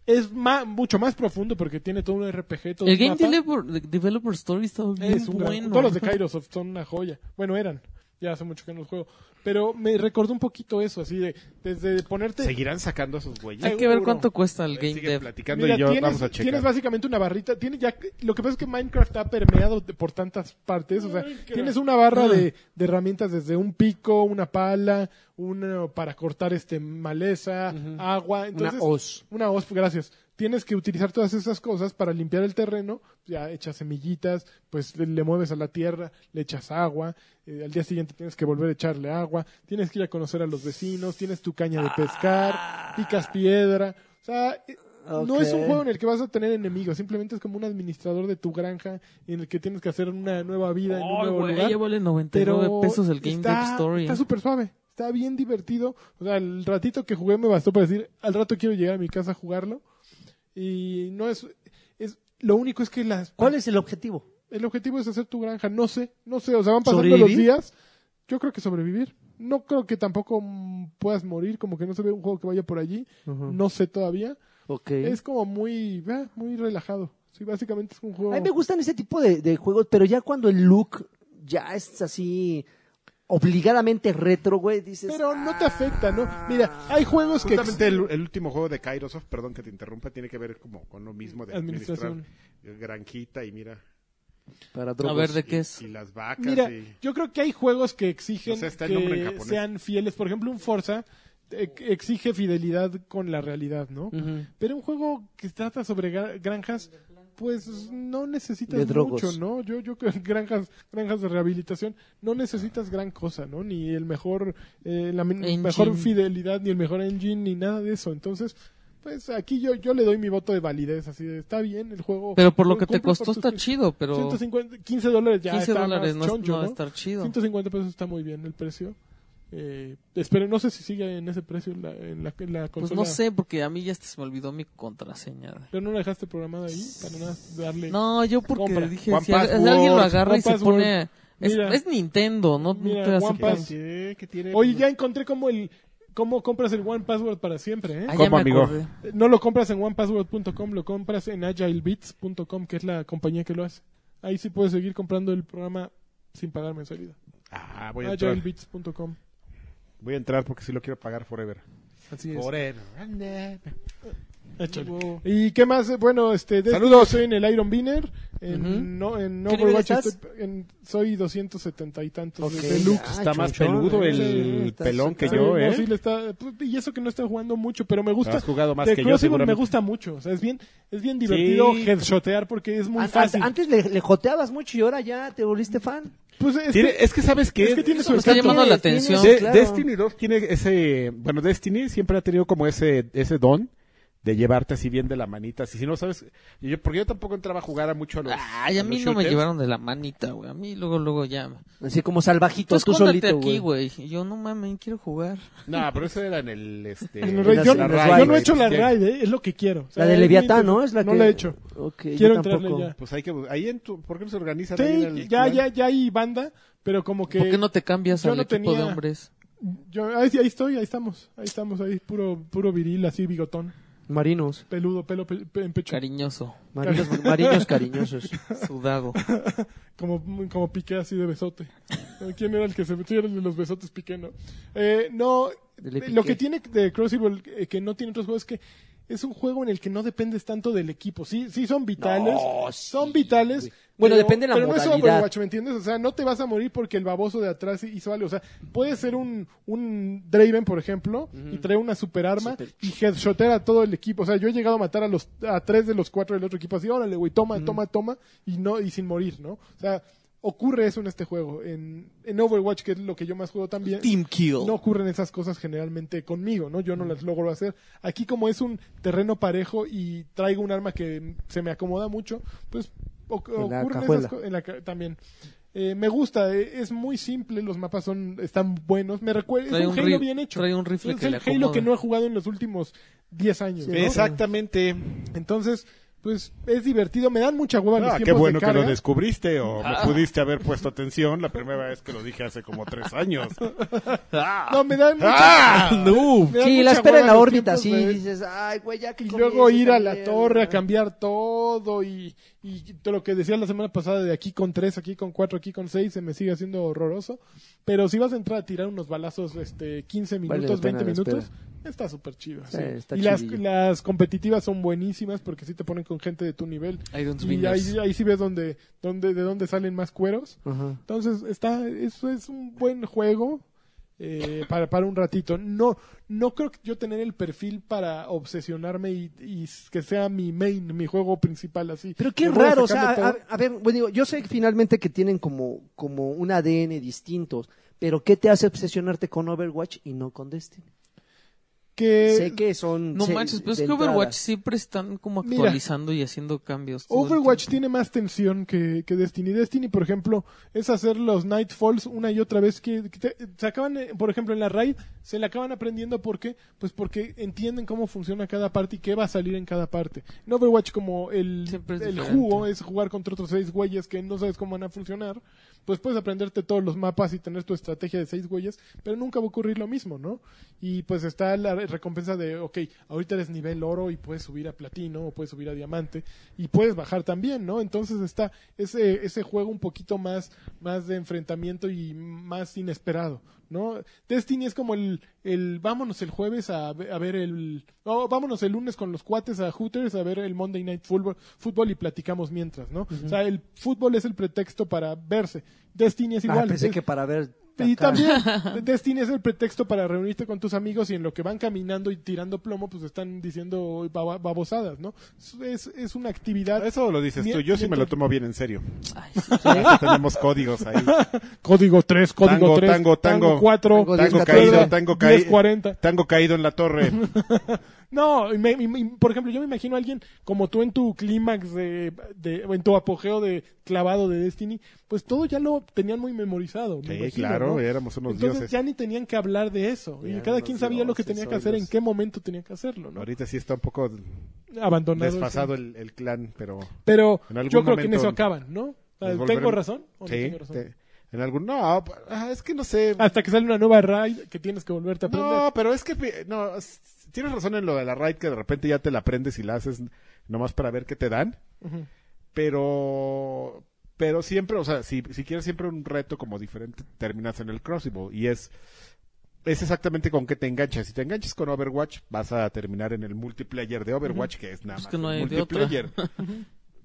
C: Es ma- mucho más profundo porque tiene todo un RPG, todo
B: El
C: un
B: Game
C: mapa.
B: Developer, Developer Story estaba bien
C: Es un gran-
B: bueno.
C: Todos los de Kairosoft son una joya. Bueno, eran. Ya hace mucho que no los juego. Pero me recordó un poquito eso, así de desde ponerte...
A: ¿Seguirán sacando a sus
B: Hay
A: güeyes?
B: que ver
C: seguro.
B: cuánto cuesta el Game
A: Siguen
B: Dev.
A: platicando
C: Mira,
A: y yo
C: tienes,
A: vamos a
C: tienes
A: checar.
C: básicamente una barrita, tienes ya lo que pasa es que Minecraft ha permeado de- por tantas partes, o sea, tienes una barra de, de herramientas desde un pico, una pala, una para cortar este maleza, agua, entonces
D: Una hoz.
C: una hoz, gracias. Tienes que utilizar todas esas cosas para limpiar el terreno, ya echas semillitas, pues le, le mueves a la tierra, le echas agua, eh, al día siguiente tienes que volver a echarle agua, tienes que ir a conocer a los vecinos, tienes tu caña de
B: Ah.
C: pescar, picas piedra, o sea, eh, no es un
D: Ok.
C: juego en el que vas a tener enemigos, simplemente es como un administrador de tu granja en el que tienes que hacer una nueva vida en un
B: Ay,
C: nuevo
B: güey,
C: lugar
B: ya vale 99
C: pero
B: pesos el Game
C: está,
B: Dev Story. ¿eh?
C: Está súper suave, está bien divertido. O sea, el ratito que jugué me bastó para decir, al rato quiero llegar a mi casa a jugarlo. Y no es... es lo único es que las,
D: ¿Cuál es el objetivo?
C: el objetivo es hacer tu granja. No sé, no sé. O sea, van pasando
D: ¿Sobrevivir?
C: los días. Yo creo que sobrevivir. No creo que tampoco mm, puedas morir, como que no se ve un juego que vaya por allí. No sé todavía.
D: Ok.
C: Es como muy, ah, muy relajado. Sí, básicamente es un juego...
D: A mí me gustan ese tipo de, de juegos, pero ya cuando el look ya es así obligadamente retro, güey, dices... "Ah,
C: Pero no te afecta, ¿no? Mira, hay juegos que...
A: Justamente el, el último juego de Kairosoft, perdón que te interrumpa, tiene que ver como con lo mismo de administrar
C: Administración.
E: eh,
A: granjita y mira
D: Para
B: A
D: drogos.
B: ver de qué es.
A: y las vacas
C: Mira,
A: y
C: yo creo que hay juegos que exigen
A: O sea, está el nombre en
C: que
A: japonés.
C: sean fieles. Por ejemplo, un Forza eh, exige fidelidad con la realidad, ¿no? Pero un juego que trata sobre gra- granjas, pues no necesitas
D: De drogos.
C: mucho, ¿no? Yo, yo creo que granjas, granjas de rehabilitación no necesitas gran cosa, ¿no? Ni el mejor, eh, la men-
B: Engine.
C: mejor fidelidad, ni el mejor engine, ni nada de eso. Entonces, pues aquí yo, yo le doy mi voto de validez, así de, está bien el juego.
B: Pero por lo que te
C: cumple
B: costó
C: tus
B: está
C: prin-
B: chido, pero
C: 150, 15 dólares ya
B: 15
C: está
B: dólares no,
C: más
B: es-
C: choncho,
B: no va a
C: ¿no?
B: estar chido.
C: 150 pesos está muy bien el precio. Eh, espero, no sé si sigue en ese precio la, en la, en la
B: Pues
C: consola.
B: no sé, porque a mí ya hasta se me olvidó mi contraseña.
C: ¿Pero no la dejaste programada ahí para nada darle?
B: No, yo porque
C: Compra.
B: dije,
A: One
B: si a-
A: Password,
B: alguien lo agarra
C: One
B: y se
C: Password.
B: pone... Es,
C: Mira.
B: es Nintendo, no, no
C: Mira,
B: te vas a
C: One
B: quitar.
C: Pass.
A: pues.
C: Oye, ya encontré cómo el cómo compras el One Password para siempre, ¿eh?
B: Ah, ya
A: ¿Cómo,
B: me
A: amigo?
B: acordé.
C: No lo compras en onepassword.com, lo compras en agilebeats.com, que es la compañía que lo hace. Ahí sí puedes seguir comprando el programa sin pagar mensualidad.
A: Ah, voy a entrar.
C: agilebeats.com.
A: Voy a entrar porque sí lo quiero pagar forever.
C: Así es.
A: Forever.
C: Échale. ¿Y qué más? Bueno, este, Destiny,
A: Saludos.
C: Soy en el Iron Beaner. En,
B: Ujú.
C: no, en
D: ¿Qué nivel
C: Overwatch
D: estás?
C: estoy en- soy 270 y tantos.
D: Ok.
C: de Deluxe.
D: Ah,
A: está más
D: chonchón,
A: peludo
D: ¿eh?
A: el
D: Sí, está-
A: pelón que
D: está-
A: yo,
C: Sí,
A: ¿eh?
C: no, sí le está- y eso que no está jugando mucho, pero me gusta.
A: Has jugado más
C: de
A: que yo,
C: Crosshair me
A: seguramente.
C: gusta mucho. O sea, es bien, es bien divertido
A: Sí.
C: headshotear porque es muy
D: An-
C: fácil.
D: an- Antes le, le joteabas mucho y ahora ya te volviste fan.
C: Pues es
A: Tiene-
C: que-
A: es que sabes que,
C: es que tiene su
B: Me está
C: encanto.
B: llamando la
D: Tienes-
B: atención.
A: De-
D: tienes- claro.
A: Destiny 2 tiene ese, bueno, Destiny siempre ha tenido como ese, ese don de llevarte así bien de la manita. Si, si no sabes, yo, porque yo tampoco entraba a jugar a mucho a los.
B: Ay, a
A: los
B: mí no me
A: shooters.
B: llevaron de la manita, güey. A mí luego, luego ya.
D: Así como salvajito,
B: Entonces,
D: tú
B: escóndete
D: solito,
B: aquí,
D: güey.
B: güey. Y Yo, no mames, quiero jugar.
A: No, pero eso era en el, este,
C: En el raid.
D: En
C: yo,
D: la
C: yo
D: raid,
C: no he hecho la
A: Sí.
C: raid, eh, es lo que quiero. O sea,
D: La de
C: es mi
D: Leviatán, ¿no?
C: inter-
D: Es la
C: no
D: que...
C: la he hecho.
D: Ok,
C: Quiero
D: yo
C: entrarle
D: tampoco.
C: ya.
A: Pues hay que, bu- ahí en tu, ¿por qué no se organiza
C: Sí,
A: también el
C: ya,
A: clan?
C: ya, ya hay banda, pero como que.
B: ¿Por qué no te cambias
C: yo
B: al
C: no
B: equipo de
C: tenía-
B: hombres?
C: yo- ahí, ahí estoy, ahí estamos. Ahí estamos, ahí puro, puro viril, así bigotón.
D: Marinos.
C: Peludo, pelo pe- pe- en pecho.
B: Cariñoso,
D: Marinos, marinos cariñosos.
B: sudado.
C: como, como piqué así de besote. ¿Quién era el que se metió? Era el de los besotes piqué, ¿no? Eh, no,
D: Le piqué.
C: lo que tiene de Cross Evil, eh, que no tiene otros juegos es que es un juego en el que no dependes tanto del equipo. Sí, sí son vitales.
D: No, sí,
C: son vitales.
D: Bueno, depende de la
C: pero no es
D: modalidad.
C: Overwatch, ¿me entiendes? O sea, no te vas a morir porque el baboso de atrás hizo algo. O sea, puede ser un, un Draven, por ejemplo, y trae una super arma y headshotear a todo el equipo. O sea, yo he llegado a matar a los a tres de los cuatro del otro equipo así, órale, güey, toma, toma, toma, y no, y sin morir, ¿no? O sea, ocurre eso en este juego. En, en Overwatch, que es lo que yo más juego también.
B: Team Kill.
C: No ocurren esas cosas generalmente conmigo, ¿no? Yo no las logro hacer. Aquí como es un terreno parejo y traigo un arma que se me acomoda mucho, pues o-
D: En la
C: ocurren
D: cajuela.
C: esas cosas también. Eh, me gusta, eh, es muy simple, los mapas son están buenos, me recuerda
B: Trae
C: es un,
B: un
C: Halo
B: ri-
C: bien hecho.
B: trae un rifle
C: es
B: que
C: el
B: le
C: Halo
B: acomoda.
C: que no he jugado en los últimos 10 años. ¿no?
A: Exactamente.
C: Entonces, pues es divertido, me dan mucha hueva en los
A: Ah, qué
C: tiempos de
A: bueno que lo
C: carga.
A: descubriste o me pudiste haber puesto atención la primera vez que lo dije hace como tres años.
C: No, me dan mucha,
A: ¡Ah!
C: me dan
D: Sí,
C: mucha
D: la espera en
C: hueva
D: la
C: los
D: órbita,
C: tiempos
D: sí.
C: de-
D: Dices, ay, güey, ya que
C: y luego
D: comience
C: ir a la
D: también,
C: torre a
D: ¿no?
C: cambiar todo y, y todo lo que decía la semana pasada de aquí con tres, aquí con cuatro, aquí con seis, se me sigue haciendo horroroso. Pero si vas a entrar a tirar unos balazos este 15
D: Vale la
C: minutos,
D: pena
C: 20
D: la espera.
C: minutos, está súper chido.
D: Sí,
C: sí.
D: está
C: y las,
D: chidillo.
C: las competitivas son buenísimas porque sí te ponen con gente de tu nivel.
B: Irons
C: Y
B: Vinners.
C: ahí, ahí sí ves donde, donde, de dónde salen más cueros.
D: Ajá.
C: Entonces, está, eso es un buen juego eh, para, para un ratito. No, no creo que yo tener el perfil para obsesionarme y, y que sea mi main, mi juego principal así.
D: Pero qué
C: Me voy a
D: raro, o sea,
C: sacar de
D: a,
C: todo.
D: a ver, bueno, digo, yo sé que finalmente que tienen como, como un ADN distintos, pero ¿qué te hace obsesionarte con Overwatch y no con Destiny?
C: que,
D: sé que son...
B: No
D: se-
B: manches, pero es
D: de
B: que Overwatch
D: entrada.
B: siempre están como
C: Mira.
B: actualizando y haciendo cambios. todo el
C: Overwatch
B: tiempo.
C: tiene más tensión que, que Destiny. Destiny, por ejemplo, es hacer los Nightfalls una y otra vez que, que te- se acaban, eh, por ejemplo, en la raid se la acaban aprendiendo porque, pues porque entienden cómo funciona cada parte y qué va a salir en cada parte. En Overwatch como el,
B: Siempre es
C: el
B: diferente.
C: jugo es jugar contra otros seis güeyes que no sabes cómo van a funcionar, pues puedes aprenderte todos los mapas y tener tu estrategia de seis güeyes, pero nunca va a ocurrir lo mismo, ¿no? Y pues está la re- recompensa de, ok, ahorita eres nivel oro y puedes subir a platino o puedes subir a diamante y puedes bajar también, ¿no? Entonces está ese, ese juego un poquito más, más de enfrentamiento y más inesperado, ¿no? Destiny es como el, el vámonos el jueves a, ve- a ver el, no, vámonos el lunes con los cuates a Hooters a ver el Monday Night Football, fútbol y platicamos mientras, ¿no? O sea, el fútbol es el pretexto para verse. Destiny es
D: Ah,
C: igual.
B: ¿eh?
D: pensé
C: es-
D: que para ver
C: Y también Destiny es el pretexto para reunirte con tus amigos y en lo que van caminando y tirando plomo, pues están diciendo baba- babosadas, ¿no? Es, es una actividad.
A: Eso lo dices tú, yo sí me lo tomo bien en serio.
B: Ay,
A: Ya tenemos códigos ahí.
C: Código 3, código
A: Tango,
C: 3,
A: tango, tango.
C: 4,
E: Tango
A: Tango
E: 10,
A: caído,
E: 14,
A: tango caído.
C: 40.
A: Tango caído en la torre.
C: No, y me- y- y, por ejemplo, yo me imagino a alguien como tú en tu clímax de, de- o en tu apogeo de clavado de Destiny, pues todo ya lo tenían muy memorizado. me
A: Sí,
C: imagino,
A: claro,
C: ¿no?
A: éramos unos
C: Entonces
A: dioses.
C: ya ni tenían que hablar de eso. Y
E: Ya,
C: cada
E: unos
C: quien sabía lo que
E: dioses,
C: tenía que hacer, en
E: oigas.
C: qué momento tenía que hacerlo, ¿no?
A: Ahorita sí está un poco
C: Abandonado. ese-
A: desfasado el, el clan, pero
C: Pero
A: En algún
C: yo creo que en
A: momento
C: eso acaban, ¿no? O sea,
A: nos
C: ¿Tengo
A: volveremos-
C: razón? ¿O no
A: sí.
C: tengo razón?
A: te- en algún no, pa- ah, es que no sé.
C: Hasta que sale una nueva raid que tienes que volverte a aprender.
A: No, pero es que pi- no s- tienes razón en lo de la raid que de repente ya te la aprendes y la haces nomás para ver qué te dan,
C: Ujú.
A: pero pero siempre, o sea, si, si quieres siempre un reto como diferente, terminas en el Crossbow y es es exactamente con qué te enganchas. Si te enganchas con Overwatch, vas a terminar en el multiplayer de Overwatch, que es nada
B: Pues
A: más
B: que no
A: el
B: hay de otra.
A: multiplayer.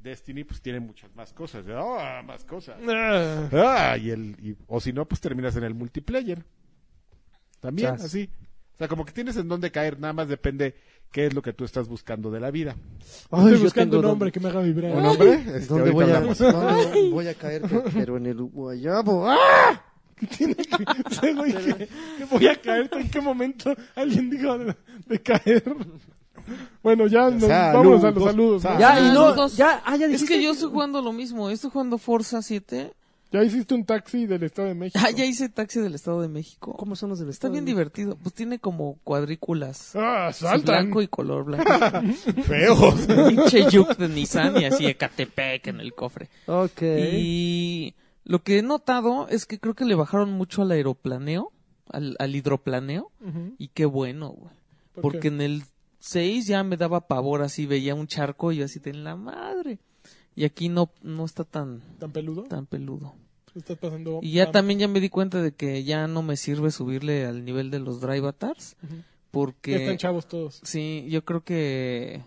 A: Destiny pues tiene muchas más cosas, Ah, más cosas.
C: Ah.
A: Ah, y el, y- o si no, pues terminas en el multiplayer. También,
D: Chas.
A: así. O sea, como que tienes en dónde caer, nada más depende qué es lo que tú estás buscando de la vida.
C: Estoy
D: yo
C: buscando
D: tengo
C: un
D: don-
C: hombre que me haga vibrar.
A: ¿Un hombre? Este,
E: ¿Dónde
A: ahorita
E: voy a,
A: hablamos.
E: dónde voy a caer? Pe- Pero en el guayabo. ¡Ah!
C: Tiene que- ese
B: Ah,
C: güey que- que voy a caer. ¿En qué momento alguien dijo de, de caer? Bueno, ya nos vamos a los saludos. ¿no?
B: Saludos.
D: Ya, y no,
B: Saludos.
D: ya, ah, ya
B: es
D: dijiste.
B: que yo estoy jugando lo mismo. Estoy jugando Forza 7.
C: Ya hiciste un taxi del Estado de México.
B: Ah, ya hice taxi del Estado de México.
D: ¿Cómo son los del
B: Está
D: Estado?
B: bien divertido. Pues tiene como cuadrículas.
C: Ah,
B: Así
C: saltan.
B: Blanco y color blanco.
A: Feos.
B: Pinche yuk de Nissan y así Ecatepec en el cofre.
D: Ok.
B: Y lo que he notado es que creo que le bajaron mucho al aeroplaneo, al, al hidroplaneo.
C: Ujú.
B: Y qué bueno, güey.
C: ¿Por
B: Porque
C: qué?
B: en el 6 ya me daba pavor así, veía un charco y yo así, en la madre. Y aquí no, no está tan,
C: ¿Tan peludo?
B: tan peludo.
C: Estás pasando.
B: Y ya
C: Ah,
B: también ya me di cuenta de que ya no me sirve subirle al nivel de los drive avatars.
C: Ujú.
B: Porque...
C: ya están chavos todos.
B: Sí, yo creo que.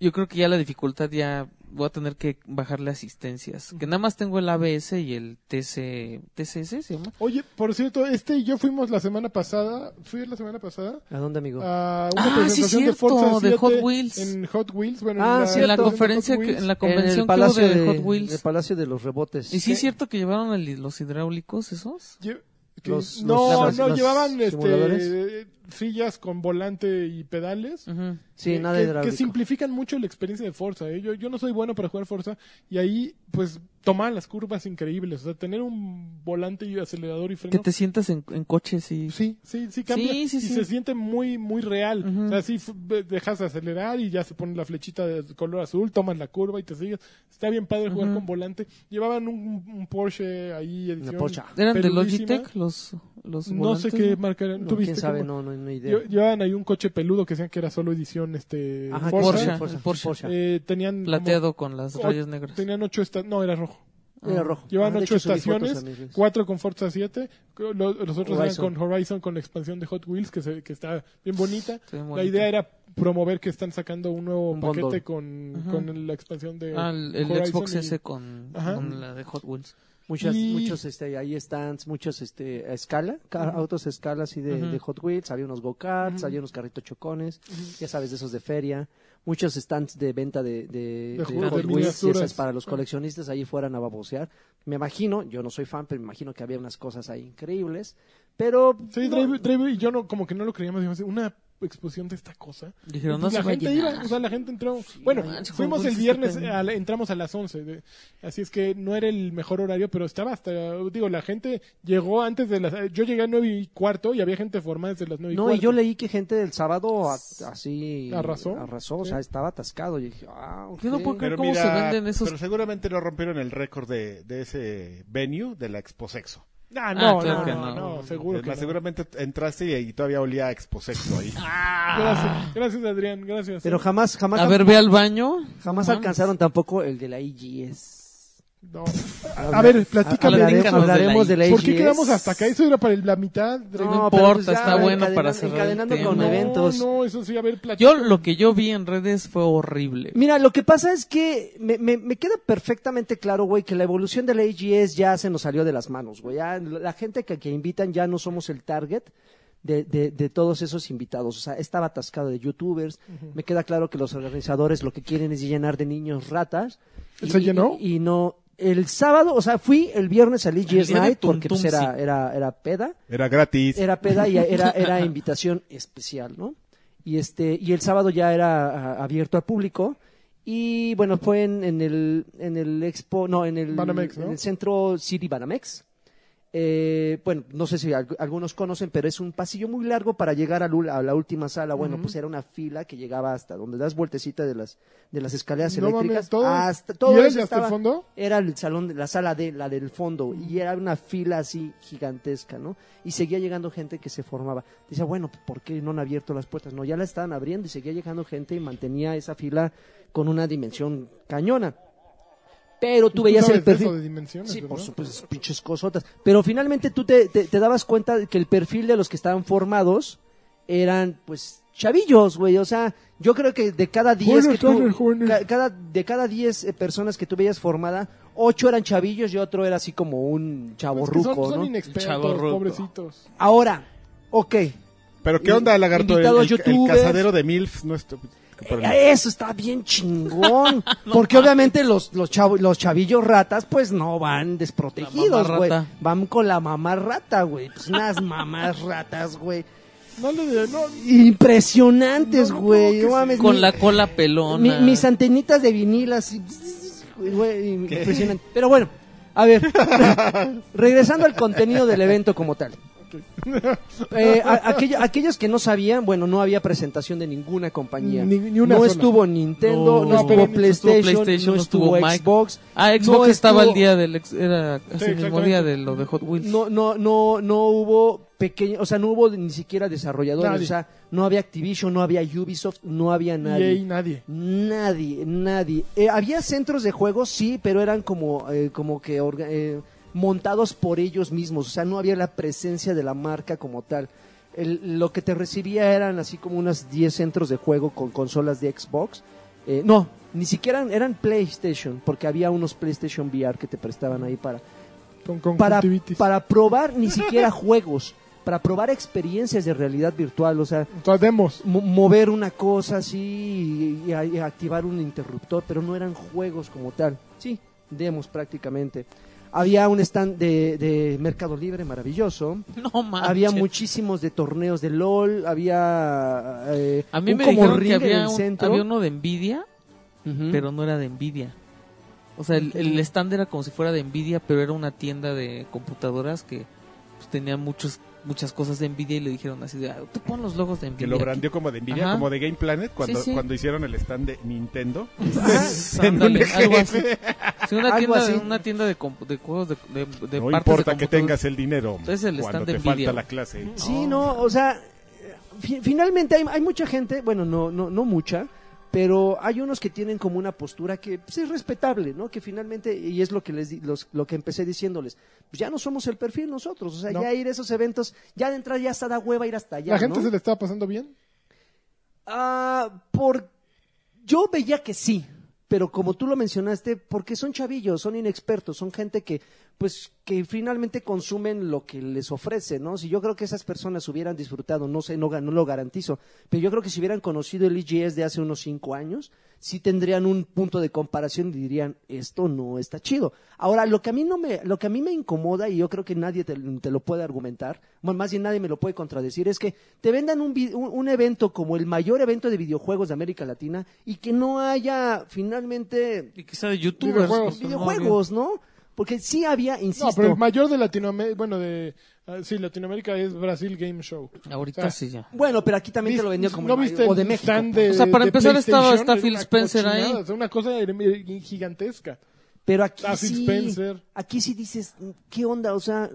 B: Yo creo que ya la dificultad ya voy a tener que bajarle asistencias. Que nada más tengo el ABS y el TC, TCS, ¿se llama?
C: Oye, por cierto, este y yo fuimos la semana pasada. Fui la semana pasada.
D: ¿A dónde, amigo?
C: a
B: Ah,
C: una
B: sí,
C: presentación de
B: cierto,
C: Forza
B: de
C: 7
B: Hot Wheels.
C: En Hot Wheels, bueno,
D: Ah,
C: en la,
D: cierto.
B: en la
D: de Hot
B: conferencia,
C: Hot
B: que-
C: Wheels.
B: en la
D: en
B: convención
D: el
B: que hubo
D: Palacio
B: de,
D: de,
B: Hot Wheels.
D: el Palacio de los Rebotes.
B: ¿Y sí es cierto que llevaron el- los hidráulicos esos?
C: Lle- que-
D: Los-
C: no,
D: los-
C: no,
D: los
C: llevaban
D: simuladores.
C: este, sillas con volante y pedales.
B: Ujú.
D: Sí,
C: que-
D: nada
C: que,
D: de
C: que
D: hidráulico.
C: simplifican mucho la experiencia de Forza. ¿eh? Yo, yo no soy bueno para jugar Forza y ahí, pues, tomar las curvas increíbles. O sea, tener un volante y acelerador y
B: Que
C: freno.
B: te sientas en, en coche, sí.
C: Sí, sí, sí cambia.
B: Sí, sí,
C: y
B: sí.
C: se siente muy, muy real.
B: Ujú.
C: O sea, sí f- ve- dejas de acelerar y ya se pone la flechita de color azul, tomas la curva y te sigues. Está bien padre jugar
B: Ujú.
C: con volante. Llevaban un, un Porsche ahí, edición.
D: Una Porsche. Eh,
B: ¿Eran de
C: peludísima.
B: Logitech los, los
C: No sé
B: volantes?
C: qué marca eran.
D: No,
C: ¿Tú
D: ¿Quién
C: viste
D: sabe?
C: cómo?
D: No, no, no hay idea.
C: Lle- Llevaban ahí un coche peludo que decían que era solo edición este
D: Ajá,
C: Porsche.
B: Porsche, el Porsche.
C: Eh, tenían como-
B: Plateado con las
C: o-
B: rayas negras.
C: Tenían ocho esta- no, era rojo.
D: Era rojo.
C: Llevaban
D: Ah, de
C: ocho
D: hecho, subí fotos
C: estaciones,
D: a mis redes.
C: cuatro con Forza 7, lo- los otros eran
D: Horizon.
C: con Horizon, con la expansión de Hot Wheels, que, se- que está bien bonita.
B: Está bien
C: La
B: bonita.
C: idea era promover que están sacando un nuevo
D: Un
C: paquete
D: bundle.
C: con,
B: Ajá.
C: con la expansión de
B: Ah, el, el
C: Horizon
B: Xbox
C: y-
B: S con,
C: Ajá.
B: con la de Hot Wheels.
D: Muchas,
C: Y-
D: muchos, este, ahí stands, muchos, este, a escala, ca- autos a escala así de,
B: Ujú.
D: de Hot Wheels, había unos go-karts, había unos carritos chocones, ya sabes, de esos de feria, muchos stands de venta de, de, Ah. de
C: juegos, de
D: Hot Wheels, y
C: miniaturas.
D: esas para los coleccionistas ahí fueran a babosear. Me imagino, yo no soy fan, pero me imagino que había unas cosas ahí increíbles, pero...
C: Sí,
D: no,
C: Drive- Drive y yo no, como que no lo creíamos, dijimos, una exposición de esta cosa.
B: Dijeron, no
C: la
B: se va a
C: gente
B: llenar.
C: iba, o sea, la gente entró. bueno,
B: manches,
C: fuimos
B: Juan
C: el
B: Dulce
C: viernes,
B: está
C: a la- entramos a las 11, de- así es que no era el mejor horario, pero estaba hasta, digo, la gente llegó antes de las, yo llegué a 9 y cuarto y había gente formada desde las 9 y
D: No,
C: cuarto.
D: y yo leí que gente del sábado a- así...
C: Arrasó.
D: o
C: Sí.
D: sea, estaba atascado. Y dije, ah, ok.
B: Yo no puedo creer
A: Pero
B: cómo
A: mira,
B: se venden esos.
A: pero seguramente no rompieron el récord de, de ese venue de la Exposexo.
C: Ah, no,
B: Ah, claro
C: no,
B: que
C: no,
B: no.
C: no, seguro
A: Es
C: que
A: más,
C: no.
A: Seguramente entraste y, y todavía olía a Exposexo ahí.
C: Gracias, gracias Adrián, gracias.
D: Pero jamás, jamás...
B: A ver, ve al baño.
D: Jamás
B: No mames.
D: alcanzaron tampoco el de la IGS.
C: No. A ver, platícame.
B: Hablaremos
C: Nelson.
B: de la
D: Hablaremos de la
C: ¿Por qué
D: AGS?
C: quedamos hasta acá? Eso era para el- la mitad.
B: No,
D: pero pues
B: importa,
D: ya,
B: está bueno
D: encadenando-
B: para cerrar el
D: Encadenando
B: tema.
D: con
B: No,
D: eventos.
C: No, eso sí, a ver, platícame.
B: Yo lo que yo vi en redes fue horrible.
D: Mira, lo que pasa es que me, me- me queda perfectamente claro, güey, que la evolución de la AGS ya se nos salió de las manos, güey. Ya La gente que, que invitan ya no somos el target de, de- de todos esos invitados. O sea, estaba atascado de youtubers. Me queda claro que los organizadores lo que quieren es llenar de niños ratas. Y-
C: ¿Se llenó?
D: Y, y no... El sábado, o sea, fui el viernes al AGS
B: día de
D: Night porque pues,
B: Tuntum,
D: era, era, era peda.
A: Era gratis.
D: Era peda y era, era invitación especial, ¿no? Y este, y el sábado ya era a- abierto al público. Y bueno, fue en, en el, en el expo, no, en el,
C: Banamex, ¿no?
D: en el centro City Banamex. Eh, bueno, no sé si al- algunos conocen, pero es un pasillo muy largo para llegar al ul- a, la última sala. Bueno, pues era una fila que llegaba hasta donde das vueltecita de las, de las escaleras
C: No mames,
D: eléctricas.
C: ¿todo?
D: Hasta,
C: ¿Y
D: todo
C: era el
D: eso
C: de hasta el
D: estaba-
C: fondo?
D: era el salón, de- la sala de la del fondo y era una fila así gigantesca, ¿no? Y seguía llegando gente que se formaba. Dice, bueno, ¿por qué no han abierto las puertas? No, ya la estaban abriendo y seguía llegando gente y mantenía esa fila con una dimensión cañona. Pero tú veías
C: sabes
D: el
C: de
D: perfil.
C: eso de dimensiones,
D: Sí, por
C: ¿verdad?
D: supuesto, Pues, pinches cosotas. Pero finalmente tú te, te- te dabas cuenta de que el perfil de los que estaban formados eran, pues, chavillos, güey. O sea, yo creo que de cada 10 que
C: Buenas
D: tú-
C: tardes, jóvenes.
D: ca- cada, de cada 10 eh, personas que tú veías formada, ocho eran chavillos y otro era así como un chavo
C: Es Pues que son,
D: ruco,
C: son
D: ¿no?
C: inexpertos,
B: Chavorruco.
C: pobrecitos.
D: Ahora, ok,
A: Pero ¿qué onda, lagarto? El,
D: Invitados
A: el- el
D: youtubers.
A: cazadero de MILF no es... pero-
D: Eh, Eso está bien chingón. porque obviamente los, los, chavos- los chavillos ratas, pues no van
B: La
D: desprotegidos,
B: mamá
D: güey.
B: rata.
D: Van con la mamá rata, güey. Pues unas mamás ratas, güey.
C: No le de- no,
D: Impresionantes,
C: No, no
D: güey.
C: creo que
D: No mames,
B: Con
D: mi-
B: la cola pelona.
D: mi- mis antenitas de vinil así. Güey, impresionante. Pero bueno, a ver. regresando al contenido del evento como tal. Eh, a- aquello- aquellos que no sabían, bueno, no había presentación de ninguna compañía.
C: Ni- ni una
D: no
C: sola.
D: estuvo Nintendo, no,
B: No, no,
D: estuvo,
C: pero ni-
D: PlayStation,
B: estuvo PlayStation,
D: no
B: no
D: estuvo,
B: estuvo Mike.
D: Xbox.
B: Ah, Xbox
D: no
B: estaba
D: estuvo-
B: el día del ex- era así el mismo
C: exactamente.
B: día de lo de Hot Wheels.
D: No, no, no, no hubo pequeño, o sea, no hubo ni siquiera desarrolladores,
C: Nadie.
D: o sea, no había Activision, no había Ubisoft, no había nadie.
C: EA, nadie.
D: Nadie, nadie. Eh, había centros de juegos, sí, pero eran como, eh, como que orga- eh, montados por ellos mismos. O sea, no había la presencia de la marca como tal. El- lo que te recibía eran así como unos 10 centros de juego con consolas de Xbox. Eh, no, ni siquiera eran, eran PlayStation, porque había unos PlayStation VR que te prestaban ahí para,
C: Con
D: para,
C: conjuntivitis.
D: para probar ni siquiera juegos, para probar experiencias de realidad virtual. O sea,
C: Entonces, demos.
D: mo- mover una cosa así y, y a- y activar un interruptor, pero no eran juegos como tal. Sí, demos prácticamente. Había un stand de, de Mercado Libre maravilloso.
B: No manches.
D: Había muchísimos de torneos de LOL. Había. eh,
B: A mí
D: un
B: me
D: como
B: dijeron
D: ring
B: que
D: en el
B: había, un-
D: centro.
B: había uno de Nvidia,
D: Ujú.
B: pero no era de Nvidia. O sea, el, el stand era como si fuera de Nvidia, pero era una tienda de computadoras que pues, tenía muchos muchas cosas de Nvidia y le dijeron así de, "Ah, tú pon los logos de Nvidia.
A: Que lo
B: aquí".
A: brandeó como de envidia,
B: Ajá.
A: como de Game Planet, cuando,
B: Sí, sí.
A: cuando hicieron el stand de Nintendo.
B: Ah,
A: En un
B: ándale, algo así.
A: eje.
B: Sí, una,
D: Algo
B: tienda,
D: así.
B: una tienda de, compu- de juegos de, de, de
A: no
B: partes de
A: importa que
B: computadoras.
A: tengas el dinero.
B: Es el
A: cuando
B: stand
A: te
B: de
A: falta
B: envidia.
A: la clase.
D: Sí, no, o sea, fi- finalmente hay, hay mucha gente, bueno, no, no, no mucha, pero hay unos que tienen como una postura que pues, es respetable, ¿no? Que finalmente, y es lo que les di- los- lo que empecé diciéndoles, pues ya no somos el perfil nosotros, o sea,
C: No.
D: ya ir a esos eventos, ya de entrada ya hasta da hueva ir hasta allá.
C: ¿La gente
D: ¿no?
C: se le estaba pasando bien?
D: Ah, por... Yo veía que sí, pero como tú lo mencionaste, porque son chavillos, son inexpertos, son gente que, pues, que finalmente consumen lo que les ofrece, ¿no? Si yo creo que esas personas hubieran disfrutado, no sé, no, ga- no lo garantizo, pero yo creo que si hubieran conocido el EGS de hace unos cinco años, sí tendrían un punto de comparación y dirían, esto no está chido. Ahora, lo que a mí no me, lo que a mí me incomoda, y yo creo que nadie te, te lo puede argumentar, bueno, más bien nadie me lo puede contradecir, es que te vendan un, vi- un, un evento como el mayor evento de videojuegos de América Latina y que no haya finalmente
B: Y quizá de youtubers.
C: Videojuegos.
B: pues, no,
D: videojuegos, ¿no? Porque sí había,
C: No,
D: insisto.
C: pero el mayor de Latinoamérica, bueno, de... ah, sí, Latinoamérica es Brasil Game Show.
B: había- Ahorita
C: O sea,
B: sí ya.
D: Bueno, pero aquí también te lo vendió
C: ¿Viste-
D: como
C: ¿No
D: el mayor-
C: viste
D: o de
C: el
D: México.
C: stand de
B: O sea, para
C: de
B: empezar estaba-
C: PlayStation?
B: está
C: Era
B: Phil
C: una
B: Spencer ahí.
C: cochinada, o sea, una cosa gigantesca.
D: Pero aquí
C: Taffy
D: sí,
C: Spencer.
D: aquí sí dices, ¿qué onda? O sea,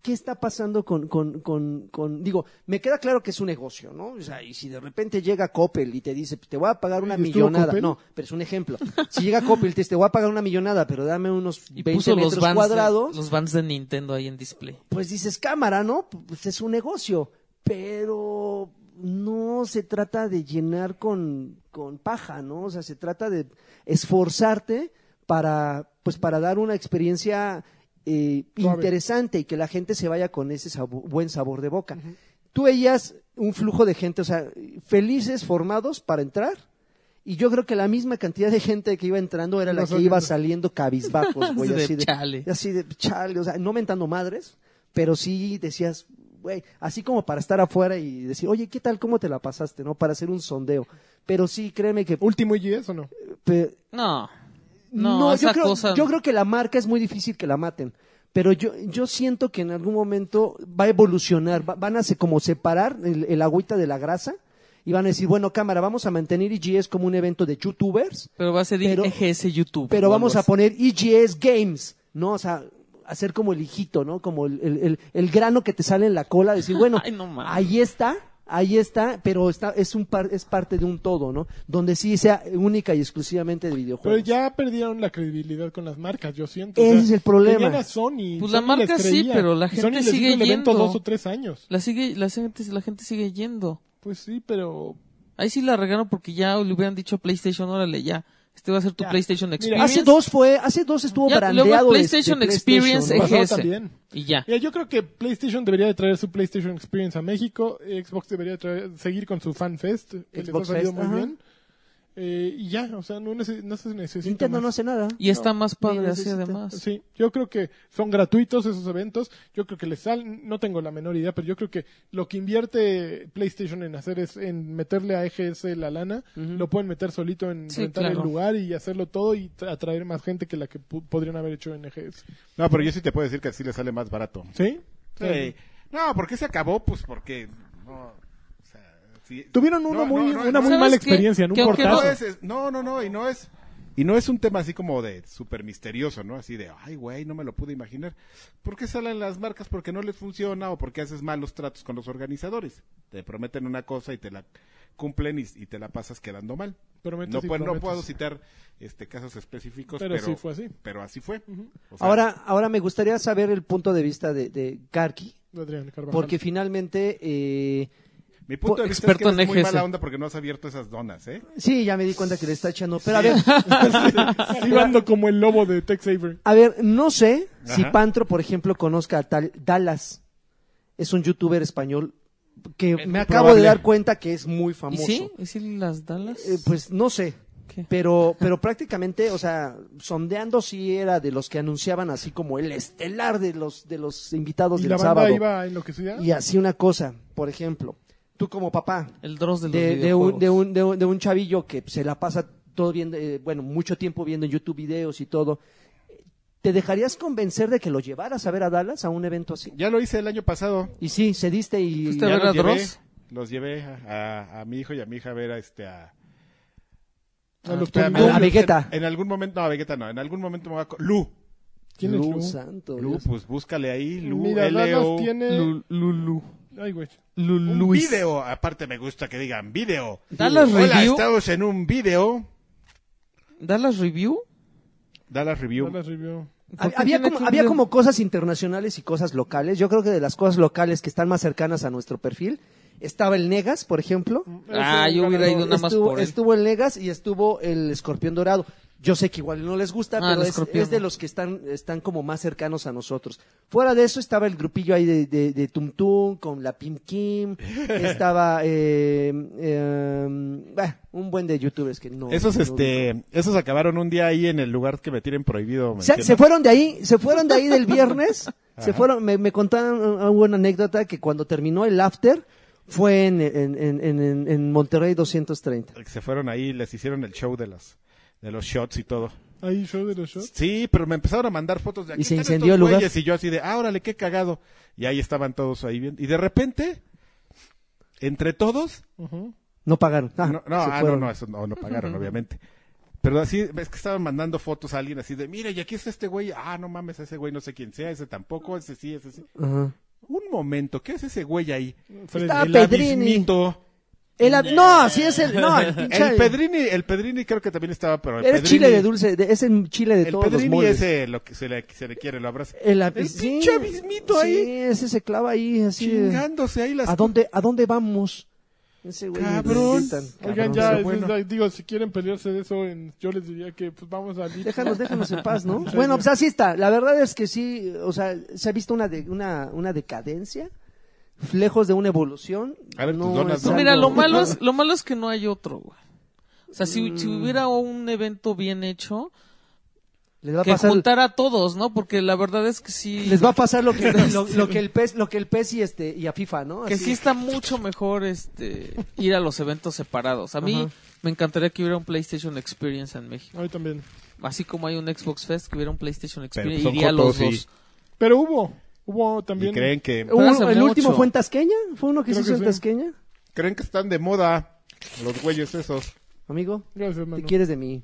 D: ¿qué está pasando con, con, con, con- digo, me queda claro que es un negocio, ¿no? O sea, y si de repente llega Coppel y te dice, te voy a pagar una
C: ¿Estuvo
D: millonada,
C: Coppel?
D: no, pero es un ejemplo. Si llega Coppel y te dice, te voy a pagar una millonada, pero dame unos
B: Y
D: 20
B: puso
D: metros
B: los vans,
D: cuadrados
B: de, los vans de Nintendo ahí en display.
D: pues dices cámara, ¿no? Pues es un negocio, pero no se trata de llenar con, con paja, ¿no? O sea, se trata de esforzarte para, pues para dar una experiencia eh,
C: Suave.
D: interesante y que la gente se vaya con ese sabo- buen sabor de boca. Tú veías un flujo de gente, o sea, felices, formados para entrar. Y yo creo que la misma cantidad de gente que iba entrando era la
C: Iba
D: que iba
C: saliendo.
D: saliendo cabizbajos, güey,
B: De
D: así de,
B: chale.
D: así de chale, o sea, no mentando madres, pero sí decías, güey, así como para estar afuera y decir, oye, ¿qué tal? ¿Cómo te la pasaste? ¿No? Para hacer un sondeo. Pero sí, créeme que...
C: ¿Último IGS o no?
D: pe-
B: No. No, esa
D: yo, creo,
B: cosa-
D: yo creo que la marca es muy difícil que la maten. Pero yo, yo siento que en algún momento va a evolucionar, va- van a se, como separar el, el agüita de la grasa y van a decir, bueno, cámara, vamos a mantener EGS como un evento de youtubers,
B: Pero va a ser
D: Pero-
B: EGS YouTube.
D: pero
B: o
D: vamos
B: algo
D: a poner EGS Games, ¿no? O sea, hacer como el hijito, ¿no? Como el, el- el- el grano que te sale en la cola, decir, bueno,
B: Ay, no mames.
D: ahí está, ahí está, pero está, es un par- es parte de un todo, ¿no? Donde sí sea única y exclusivamente de
C: Pero
D: videojuegos.
C: ya perdieron la credibilidad con las marcas, yo siento.
D: Ese es el problema.
C: tenían a Sony.
B: Pues la
C: Sony
B: marca
C: les
B: sí,
C: creía.
B: pero la
C: Y
B: gente
C: Sony les hizo
B: sigue
C: el evento
B: yendo.
C: dos o tres años.
B: La, sigue, la, gente, la gente sigue yendo.
C: Pues sí, pero...
B: Ahí sí la regaron porque ya le hubieran dicho a PlayStation, órale, ya. Este va a ser tu
C: Ya.
B: PlayStation
C: Mira,
B: Experience.
D: Hace dos fue, hace dos estuvo
B: Ya,
D: brandeado
B: luego
D: de- de
B: PlayStation Experience,
D: ¿no?
C: Pasó
B: EGS.
C: también.
B: Y ya.
C: Mira, yo creo que PlayStation debería de traer su PlayStation Experience a México. Xbox debería de traer- seguir con su Fan Fest, que les ha
D: Xbox
C: salido
D: Fest,
C: muy
D: ajá.
C: bien. Eh, y ya, o sea, no, nece- no se necesita
D: Nintendo
C: más.
D: no hace nada.
B: Y está más
D: ni
B: padre así
D: necesita.
B: además.
C: Sí, yo creo que son gratuitos esos eventos. Yo creo que les salen, no tengo la menor idea, pero yo creo que lo que invierte PlayStation en hacer es en meterle a EGS la lana, lo pueden meter solito en
B: Sí,
C: rentar
B: claro.
C: el lugar y hacerlo todo y tra- atraer más gente que la que pu- podrían haber hecho en EGS.
E: No, pero yo sí te puedo decir que así le sale más barato.
C: ¿Sí?
E: Sí. No, ¿por qué se acabó? Pues porque. No, o sea, sí.
C: Tuvieron una
E: No,
C: muy,
E: no, no,
C: una
E: no,
C: muy
B: ¿Sabes
C: mala
B: qué?
C: experiencia en
B: Que
C: un
B: aunque
E: no,
C: portazo.
E: es- es- no, no, no, y no es. Y no es un tema así como de súper misterioso, ¿no? Así de, ay, güey, no me lo pude imaginar. ¿Por qué salen las marcas? Porque no les funciona o porque haces malos tratos con los organizadores. Te prometen una cosa y te la cumplen y, y te la pasas quedando mal.
C: Prometes
E: no,
C: y
E: puedo- no
C: prometes.
E: puedo citar este, casos específicos,
C: Pero
E: pero,
C: sí fue así.
E: Pero así fue. O sea,
D: Ahora, ahora me gustaría saber el punto de vista de, de Karki,
C: Adrián Carvajal.
D: porque finalmente, eh,
E: mi punto
D: por-
E: de vista es que
B: experto en
E: eres muy
B: EGS.
E: mala onda porque no has abierto esas donas, ¿eh?
D: sí, ya me di cuenta que le está echando, pero a ver,
C: Iba ando como el lobo de Tex Avery.
D: A ver, no sé si
E: Ajá.
D: Pantro, por ejemplo, conozca a tal Dallas. Es un youtuber español que me acabo
C: probable.
D: de dar cuenta que es muy
B: ¿Y
D: famoso.
B: sí? ¿Y sí las Dallas?
D: Eh, pues no sé.
B: ¿Qué?
D: Pero, pero prácticamente, o sea, sondeando sí era de los que anunciaban así como el estelar de los, de los invitados
C: Y
D: del
C: la banda
D: sábado.
C: iba en lo que sea.
D: Y así una cosa, por ejemplo, tú como papá,
B: El Dross de los
D: de, de
B: videojuegos.
D: un, de, un, de, un, de un chavillo que se la pasa todo viendo, eh, bueno, mucho tiempo viendo en YouTube videos y todo. ¿Te dejarías convencer de que lo llevaras a ver a Dallas a un evento así?
E: Ya lo hice el año pasado.
D: Y sí, cediste y...
B: Fuiste a
E: Ya
B: ver
E: los
B: a
E: llevé,
B: Dross?
E: Los llevé a, a- a mi hijo y a mi hija a ver a este a...
C: A los
E: espérame,
D: Tumbos.
E: en-
D: A Vegeta.
E: En, algún momento, no, a Vegeta no, en algún momento me va a... co- Lu.
C: ¿Quién es
D: Lu,
C: Lu?
D: santo,
E: Lu,
D: Dios.
E: pues búscale ahí, Lu,
C: Mira,
E: L-O.
C: Dallas tiene...
B: Lu- Lulu.
C: Ay, güey.
E: Un
B: Luluis.
E: video, aparte me gusta que digan video.
B: Dallas
E: Hola,
B: Review.
E: estamos en un video.
B: ¿Dallas Review?
E: Dallas Review.
C: Dallas Review.
B: ¿Por
D: Hab-
B: qué
D: Había
B: tiene
D: como,
B: que
D: había
B: ver-
D: como cosas internacionales y cosas locales. Yo creo que de las cosas locales que están más cercanas a nuestro perfil, estaba el Negas, por ejemplo.
B: Ah,
C: Es un
B: yo hubiera
C: ganador.
B: ido nada más
D: estuvo,
B: por él.
D: estuvo el Negas y estuvo el Escorpión Dorado. Yo sé que igual no les gusta,
B: Ah,
D: pero
B: el
D: es,
B: Escorpión.
D: es de los que están, están como más cercanos a nosotros. Fuera de eso estaba el grupillo ahí de, de, de Tum Tum con la Pim Kim. Estaba eh, eh, bah, un buen de youtubers que no.
E: Esos,
D: no
E: este, esos acabaron un día ahí en el lugar que me tienen prohibido.
D: se,
A: Pues,
E: mencionar.
D: se fueron de ahí, se fueron de ahí del viernes, se fueron, me, me contaron una buena anécdota que cuando terminó el after fue en, en, en, en, en Monterrey 230.
E: se fueron ahí, les hicieron el show de las de los shots y todo.
C: Ahí, show de los shows.
E: Sí, pero me empezaron a mandar fotos de aquí.
D: Y se
E: están estos
D: incendió el lugar.
E: güeyes, Y yo así de, ah, órale, qué cagado. Y ahí estaban todos ahí viendo. Y de repente, entre todos,
D: No pagaron. Ah,
E: no, no,
D: se
E: ah, no,
D: fueron.
E: no, eso no, no pagaron, obviamente.
A: Pero así, es que estaban mandando fotos a alguien así de, mira, y aquí está este güey. Ah, no mames, ese güey no sé quién sea, ese tampoco, ese sí, ese sí.
D: Ajá.
A: Un momento, ¿qué hace ese güey ahí?
D: Está
A: el
D: Pedrini.
A: abismito.
D: El ab- No, sí es el. No, el pinche.
A: El Pedrini, el Pedrini creo que también estaba, pero el
D: Eres
A: Pedrini-
D: chile de dulce, de- es el chile de
A: El
D: todos los
A: Pedrini
D: moles.
A: ese, lo que se le, se le quiere, lo abraza.
D: El,
A: El
D: abis- sí.
A: pinche abismito
D: Sí,
A: ahí,
D: ese se clava ahí, así. de-
A: chingándose ahí las...
D: ¿A dónde, ¿A dónde vamos? Ese güey.
A: Cabrón.
D: le gritan,
C: Oigan,
D: cabrón,
C: ya,
D: pero
C: es-
D: bueno.
C: es- digo, si quieren pelearse de eso, en- yo les diría que pues vamos a...
D: Déjanos, déjanos en paz, ¿no? Bueno, pues así está. La verdad es que sí, o sea, se ha visto una, de- una, una decadencia, lejos de una evolución.
A: A ver, tus donas,
D: es
A: ¿no?
D: algo-
B: Mira, lo malo es, lo malo es que no hay otro, güey. O sea, si, si
D: Mm.
B: hubiera un evento bien hecho,
D: Les va a
B: que
D: pasar,
B: juntar a todos, ¿no? Porque la verdad es que sí.
D: les va a pasar lo que, lo, lo que el pez, lo que el pez y este, y a FIFA, ¿no?
B: que
D: Así.
B: sí está mucho mejor este ir a los eventos separados. A mí
D: Ajá.
B: me encantaría que hubiera un PlayStation Experience en México.
C: Hoy también.
B: Así como hay un Xbox Fest, que hubiera un
A: Pero,
B: PlayStation
A: pues,
B: Experience.
A: son
B: iría a los
A: cotos
B: dos.
A: y,
C: Pero hubo, hubo
A: y
C: también...
A: creen que...
D: Hubo-
B: Pero hace
D: el último
B: mucho.
D: fue en Tasqueña, fue uno que se
C: Creo
D: hizo
C: que
D: en
C: sí.
D: Tasqueña,
A: Creen que están de moda los güeyes esos.
D: amigo.
C: Gracias, hermano.
D: ¿Qué quieres de mí?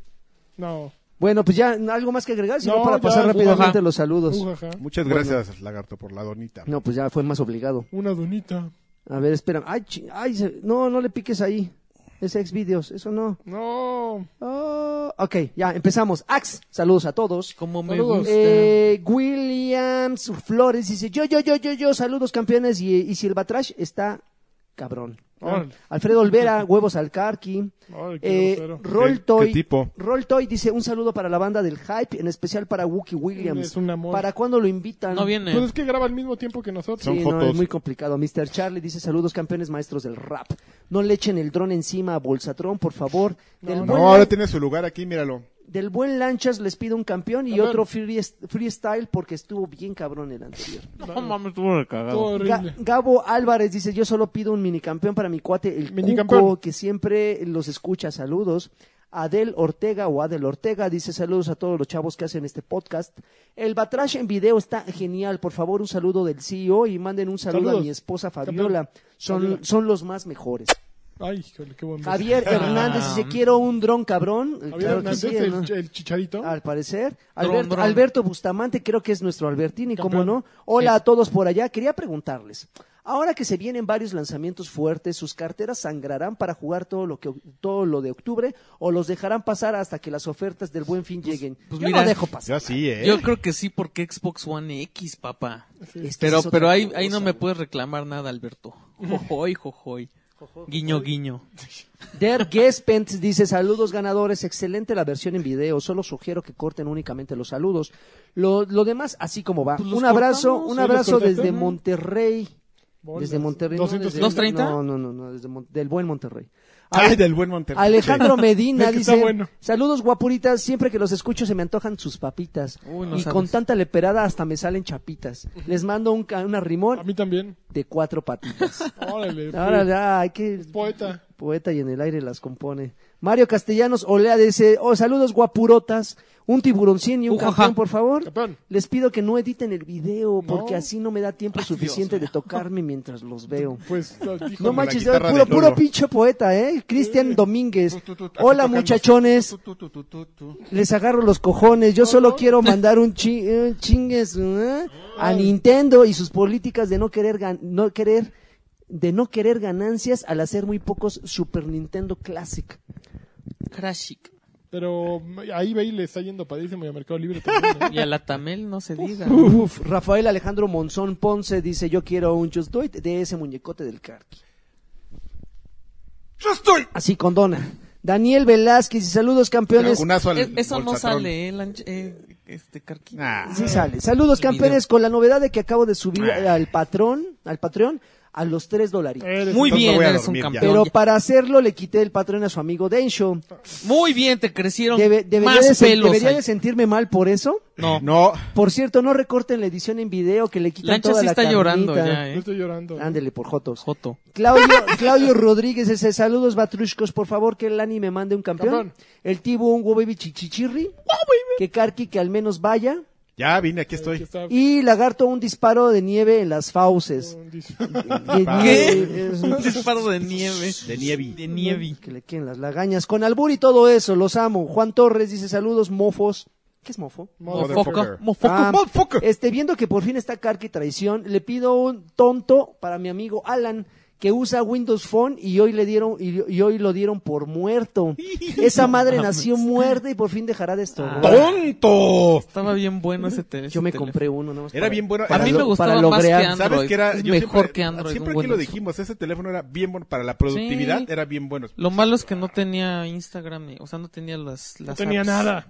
C: No.
D: Bueno, pues ya algo más que agregar, sino
C: No,
D: para
C: ya,
D: pasar
C: ujaja.
D: rápidamente los saludos.
C: Ujaja.
A: Muchas gracias, Lagarto, por la donita.
D: No, pues ya fue más obligado.
C: Una donita.
D: A ver, espera. Ay, chi- ay, se- no, no le piques ahí. Es Xvideos, eso no.
C: No.
D: Ah, ok, ya empezamos. Ax, saludos a todos.
B: Como me
C: Saludos.
B: gusta.
D: Eh, Williams Flores dice, yo, yo, yo, yo, yo, saludos campeones y, y Silvatrash está cabrón.
C: Órale.
D: Alfredo Olvera, huevos al carqui.
C: Ay, qué
D: Eh,
C: grosero.
D: Roltoy,
A: ¿Qué- qué tipo?
D: Roltoy dice un saludo para la banda del hype, en especial para Wookie Williams.
C: Es un amor.
D: ¿Para cuándo lo invitan?
B: No viene.
C: Pues es que graba al mismo tiempo que nosotros.
A: Eh. Son
D: Sí, no,
A: jotos.
D: es muy complicado. Mr. Charlie dice saludos campeones maestros del rap. No le echen el dron encima a Bolsatrón, por favor. del,
A: No,
D: buen,
A: ahora tiene su lugar aquí, míralo.
D: del buen Lanchas les pido un campeón y
C: A ver.
D: otro free- freestyle porque estuvo bien cabrón el anterior.
B: No mames, estuvo de
C: Todo
B: cagado.
C: horrible.
D: Ga- Gabo Álvarez dice, yo solo pido un minicampeón para mi cuate, el
C: Minicampeón.
D: Cuco, que siempre los escucha. Saludos. Adel Ortega o Adel Ortega dice saludos a todos los chavos que hacen este podcast. El Batrash en video está genial. Por favor, un saludo del CEO y manden un saludo a
C: Saludos.
D: mi esposa
C: Campeón.
D: Fabiola. Son,
C: Fabiola.
D: son los más mejores.
C: Ay, híjole, qué buen beso.
D: Javier Hernández dice, quiero un dron cabrón. Eh,
C: Javier
D: Claro que
C: Hernández,
D: sí,
C: el,
D: ¿no? Ah,
C: el chicharito.
D: Al parecer.
B: Dron,
D: Alberto,
B: dron.
D: Alberto Bustamante, creo que es nuestro Albertini, ¿cómo
C: Campeón.
D: no? Hola a todos por allá. Quería preguntarles. Ahora que se vienen varios lanzamientos fuertes, ¿sus carteras sangrarán para jugar todo lo que todo lo de octubre o los dejarán pasar hasta que las ofertas del buen fin lleguen?
B: pues
D: Yo
B: mira,
D: no dejo
A: Yo
D: pasar.
A: sí, ¿eh?
B: Yo creo que sí, porque Xbox One X, papá.
D: Es que
B: Pero,
D: Este es otra
B: pero ahí,
D: cosa,
B: ahí no me
D: güey.
B: puedes reclamar nada, Alberto. Jojoy, jojoy. Guiño, guiño.
D: Der Gespent dice saludos ganadores, excelente la versión en video, solo sugiero que corten únicamente los saludos. Lo, lo demás así como va.
B: Pues los
D: un abrazo,
B: cortamos,
D: un
C: sí, los
D: abrazo
C: cortaste.
D: desde Monterrey.
C: Bolas.
D: Desde Monterrey.
C: 230.
D: No, desde-
B: 230?
D: No, no, no, no, desde Mon- del buen Monterrey.
A: Ay,
D: Ale-
A: del buen Monterrey.
D: Alejandro Medina
C: Es que está
D: dice,
C: bueno.
D: saludos guapuritas, siempre que los escucho se me antojan sus papitas.
B: Uy, no
D: y
B: sabes.
D: con tanta leperada hasta me salen chapitas. Les mando un, ca- una
C: A
D: rimón
C: mí también.
D: de cuatro patitas.
C: Órale.
D: Ahora
C: pues,
D: ya hay que...
C: Poeta.
D: Poeta y en el aire las compone. Mario Castellanos Olea dice, oh, saludos guapurotas, un tiburoncín y un
B: Ujaja.
D: campeón, por favor.
C: Campeón.
D: Les pido que no editen el video porque
C: No.
D: así no me da tiempo suficiente de tocarme mientras los veo.
C: Pues, dijo,
D: No
A: la
D: manches, yo-
A: guitarra
D: puro,
A: de
D: puro
A: Lolo.
D: pinche poeta, ¿eh? Cristian Domínguez. Hola muchachones, les agarro los cojones. Yo solo quiero mandar un chi- eh, chingues ¿eh? a Nintendo y sus políticas de no querer gan- no querer de no querer ganancias al hacer muy pocos Super Nintendo Classic.
B: Crashic.
C: Pero ahí Bale le está yendo padísimo y a Mercado Libre también. ¿no?
B: Y a la Tamel no se diga.
D: Uf, Rafael Alejandro Monzón Ponce dice, "Yo quiero un Just Do It de ese muñecote del Karki."
A: ¡Yo estoy!
D: Así condona. Daniel Velázquez, y saludos campeones.
A: Algunazo al
B: Eh, Eso no
A: Bolsatrón.
B: sale, eh, Lanch- eh, este, Carqui.
A: Ah,
D: Sí sale. Saludos campeones con la novedad de que acabo de subir
A: Ah.
D: al patrón, al Patreon, a los tres dolaritos.
C: Eres-
B: Muy
A: Entonces
B: bien,
A: voy a
B: eres un
A: dormir ya.
B: campeón.
D: Pero para hacerlo le quité el patrón a su amigo Densho.
B: Muy bien, te crecieron
D: Debe- debería de
B: más
D: sen-
B: pelos.
D: debería
B: ahí.
D: de sentirme mal por eso.
A: No.
B: No.
D: Por cierto, no recorten la edición en video que le quitan
B: Lancha
D: toda
B: sí
D: la
B: está llorando
D: carnita.
C: Yo
B: ya, eh.
C: estoy llorando.
D: Ándele por Jotos.
B: Joto.
D: Claudio, Claudio Rodríguez dice, saludos batrushcos, por favor que el Lani me mande un campeón.
C: Campeón.
B: Oh,
D: El Tibu un huevo baby chichichirri. Que Karki que al menos vaya.
A: Ya vine, aquí estoy.
C: Está-
D: Y Lagarto, un disparo de nieve en las fauces.
B: ¿Qué?
D: Es
B: Un
D: un-
B: disparo de nieve.
A: De nievi.
B: De nieve.
D: Que le queden las lagañas. Con albur y todo eso, los amo. Juan Torres dice saludos, mofos. ¿Qué es mofo?
B: Mofoco.
A: Motherfucker.
B: Mofoco.
D: Ah,
B: Mofoco.
D: Este, viendo que por fin está Karki Traición, le pido un tonto para mi amigo Alan, que usa Windows Phone y hoy le dieron, y, y hoy lo dieron por muerto. Esa madre nació muerta y por fin dejará de esto.
A: ¡Tonto!
B: Estaba bien bueno Ah, ese teléfono.
D: Yo me compré uno, nada más
A: Era
D: para-
A: bien bueno.
B: A
A: Era
B: mí
A: lo-
B: me gustaba
D: para
B: más que
D: lograr-
B: Android.
A: ¿Sabes qué era?
B: Es
A: Yo
B: mejor
A: siempre-
B: que Android.
A: Siempre
B: un
A: aquí lo
B: Windows.
A: dijimos, ese teléfono era bien bueno para la productividad,
B: Sí.
A: era bien bueno.
B: Lo malo es que no tenía Instagram, eh, o sea, no tenía las, las
C: No tenía
B: apps.
C: nada.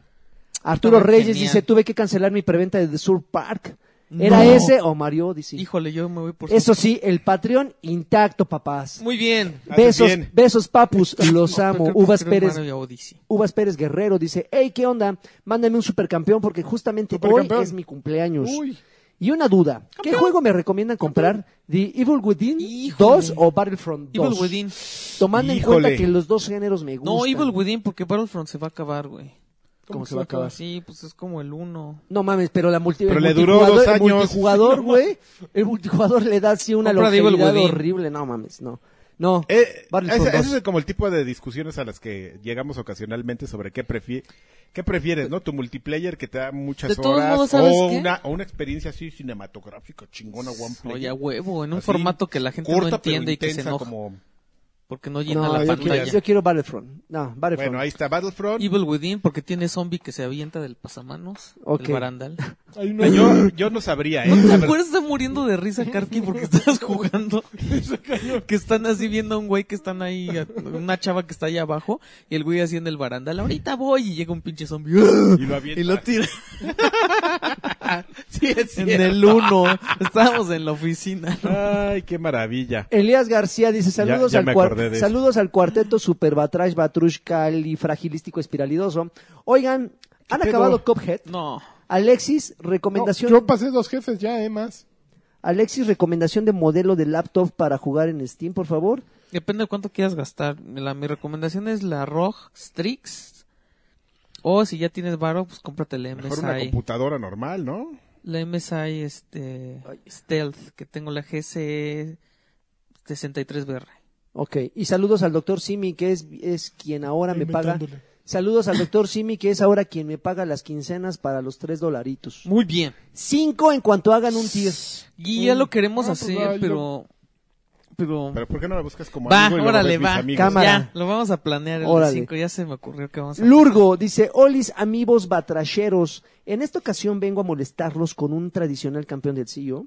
D: Arturo
B: Estaba
D: Reyes
B: genial.
D: dice, tuve que cancelar mi preventa de The Sur Park. ¿Era
B: No.
D: ese o Mario Odyssey?
B: Híjole, yo me voy por
D: Eso sí, el Patreon intacto, papás.
B: Muy bien.
A: Haces
D: Besos,
A: bien.
D: besos, papus, los
B: No,
D: amo.
B: creo que
D: Uvas
B: creo
D: Pérez,
B: Mario Odyssey.
D: Uvas Pérez Guerrero dice, hey, ¿qué onda? Mándame un supercampeón porque justamente hoy
C: Supercampeón.
D: es mi cumpleaños.
C: Uy.
D: Y una duda, ¿qué juego me recomiendan comprar? ¿The Evil Within
B: Híjole.
D: 2 o Battlefront 2?
B: Evil Within.
D: Tomando en
A: Híjole.
D: cuenta que los dos géneros me gustan.
B: No, Evil Within porque Battlefront se va a acabar, güey.
D: ¿Cómo se va a acabar?
B: Sí, pues es como el uno.
D: No mames, pero la multi
A: Pero
D: el
A: le duró
D: multijugador-
A: dos
D: el
A: años.
D: multijugador, güey. El multijugador le da así una
B: Compra Devil
D: longevidad
B: Within.
D: horrible. No mames, no. No.
A: Eh,
D: Battlefront
A: ese,
D: 2.
A: ese es como el tipo de discusiones a las que llegamos ocasionalmente sobre qué, prefi- qué prefieres, ¿no? Tu multiplayer que te da muchas
B: De todos
A: horas
B: modos, ¿sabes
A: o,
B: qué?
A: una, o una experiencia así cinematográfica, chingona, one play.
B: Oye, a huevo, en un
A: Así,
B: formato que la gente
A: corta,
B: no
A: pero
B: entiende y que se
A: intensa,
B: enoja
A: como-
B: porque no llena
D: No,
B: la
D: yo, quiero,
B: pantalla.
D: yo quiero Battlefront. No, Battlefront.
A: Bueno, ahí está Battlefront.
B: Evil Within porque tiene zombie que se avienta del pasamanos,
D: Ok.
B: el barandal.
C: Hay uno-
A: Ay, Yo, yo no sabría, ¿eh?
B: ¿Te
A: La verdad.
B: acuerdas de muriendo de risa, Karki, porque estás jugando? que están así viendo a un güey que están ahí, a- una chava que está allá abajo, y el güey así en el barandal, ahorita voy, y llega un pinche zombie.
A: Y lo avienta.
B: Y lo tira. En el uno. Estábamos en la oficina.
A: Ay, qué maravilla.
D: Elías García dice saludos,
A: Ya- ya me
D: al, cuar-
A: acordé de eso.
D: saludos al cuarteto Super Batrash Batrush Cali Fragilístico Espiralidoso. Oigan, ¿han
A: pedo?
D: acabado Cuphead?
B: No.
D: Alexis,
C: No,
D: recomendación.
C: yo pasé dos jefes ya, eh, más.
D: Alexis, recomendación de modelo de laptop para jugar en Steam, por favor.
B: Depende de cuánto quieras gastar. La, mi recomendación es la ROG Strix. O si ya tienes varo, pues cómprate la
A: Mejor una
B: MSI.
A: computadora normal, ¿no?
B: La MSI este, Stealth, que tengo la E GCE 63BR.
D: Ok, y saludos al doctor Simi, que es, es quien ahora me paga.
C: Inventándole.
D: Saludos al doctor Simi, que es ahora quien me paga las quincenas para los tres dolaritos.
B: Muy bien.
D: Cinco en cuanto hagan un tier.
B: Y ya lo queremos
C: Ah, pues
B: hacer,
C: va, yo-
B: pero... Pero...
A: Pero ¿por qué no me buscas como
B: Va,
A: amigo y luego
B: órale,
A: ves mis
B: va.
A: amigos?
D: Cámara.
B: Ya, lo vamos a planear el
D: Órale.
B: 5. Ya se me ocurrió que vamos a...
D: Lurgo dice, Olis amigos batrasheros, en esta ocasión vengo a molestarlos con un tradicional campeón del CEO,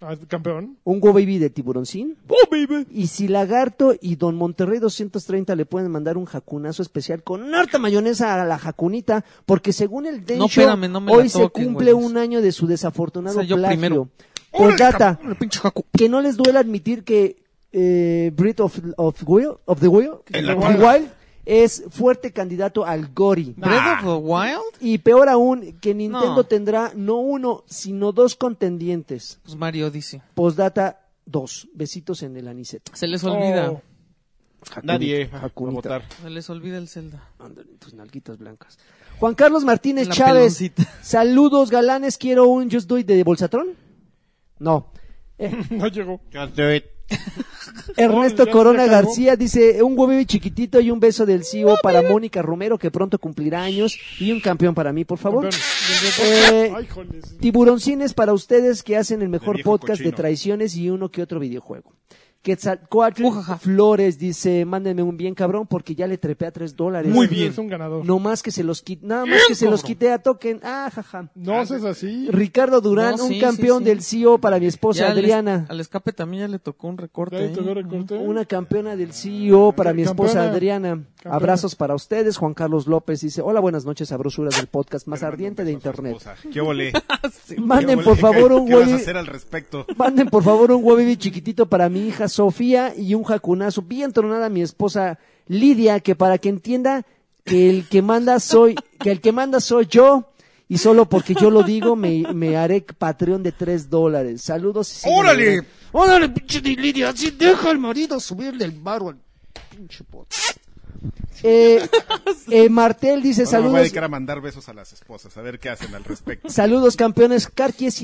C: Ah, campeón.
D: un Go Baby de Tiburoncín,
C: ¡Oh, baby!
D: y si Lagarto y Don Monterrey 230 le pueden mandar un jacunazo especial con harta mayonesa a la jacunita, porque según el Densho,
B: No, espérame, no me la
D: hoy se
B: toquen,
D: cumple
B: güeyes.
D: un año de su desafortunado
B: O sea, yo
D: plagio.
B: primero.
D: Por data,
B: El pinche Jaco.
D: que no les duele admitir que eh, Breath of, of, Will, of the Will,
A: El
D: of the
A: Wild.
D: Wild, es fuerte candidato al Gori.
B: Breath of the Wild,
D: Y peor aún, que Nintendo
B: No.
D: tendrá no uno, sino dos contendientes.
B: pues Mario dice.
D: Postdata 2. Besitos en el aniceto.
B: Se les olvida.
C: Oh.
A: Nadie va
D: Jacunita,
E: ah,
A: a
D: jacunita.
A: votar.
B: Se les olvida el Zelda.
D: Ándale, tus nalguitas blancas. Juan Carlos Martínez
B: La
D: Chávez.
B: peloncita.
D: Saludos, galanes. Quiero un Just Do It de Bolsatrón. No.
C: No llegó.
D: Ernesto
C: ya se
D: Corona
C: acabó.
D: García dice un huevo chiquitito y un beso del CEO para Mónica Romero que pronto cumplirá años y un campeón para mí, por favor.
C: Campeón.
D: Eh,
C: Ay, joles.
D: Tiburoncines para ustedes que hacen el mejor
A: El viejo
D: podcast de
A: cochino.
D: traiciones y uno que otro videojuego. Quetzalcoatl Flores dice, mándenme un bien cabrón porque ya le trepé a tres dólares.
C: Muy bien. Es un ganador.
D: No más que se los quite, nada más que se los quite a token. Ah, jaja.
C: No seas así.
D: Ricardo Durán,
B: No,
D: un
B: sí,
D: campeón
B: sí, sí.
D: del CEO para mi esposa
B: Ya al es-
D: Adriana.
B: Al escape también ya le tocó un recorte.
C: Dale,
B: ¿eh?
C: te veo recorte.
D: Una campeona del CEO para mi esposa
C: Campeona.
D: Adriana.
C: Campeona.
D: Abrazos para ustedes. Juan Carlos López dice, hola, buenas noches, sabrosura del podcast más
A: Te mando
D: ardiente
A: un
D: de
A: beso a su
D: internet.
A: esposa. ¿Qué volé?
B: Ah, Sí.
D: Manden
A: ¿Qué
D: por
A: volé?
D: favor un
A: ¿Qué vas
D: huevi-
A: a hacer al respecto?
D: Manden por favor un huevibi chiquitito para mi hija Sofía y un jacunazo bien tronada a mi esposa Lidia, que para que entienda que el que manda soy, que el que manda soy yo, y solo porque yo lo digo me, me haré Patreon de tres dólares. Saludos. y sigan
A: ¡Órale!
D: adelante.
E: Órale, pinche de Lidia, así deja al marido subirle el barro al pinche pot.
D: Eh, eh, Martel dice
A: Ahora me voy a
D: saludos.
A: dedicar a mandar besos a las esposas, a ver qué hacen al respecto.
D: Saludos campeones, Karki es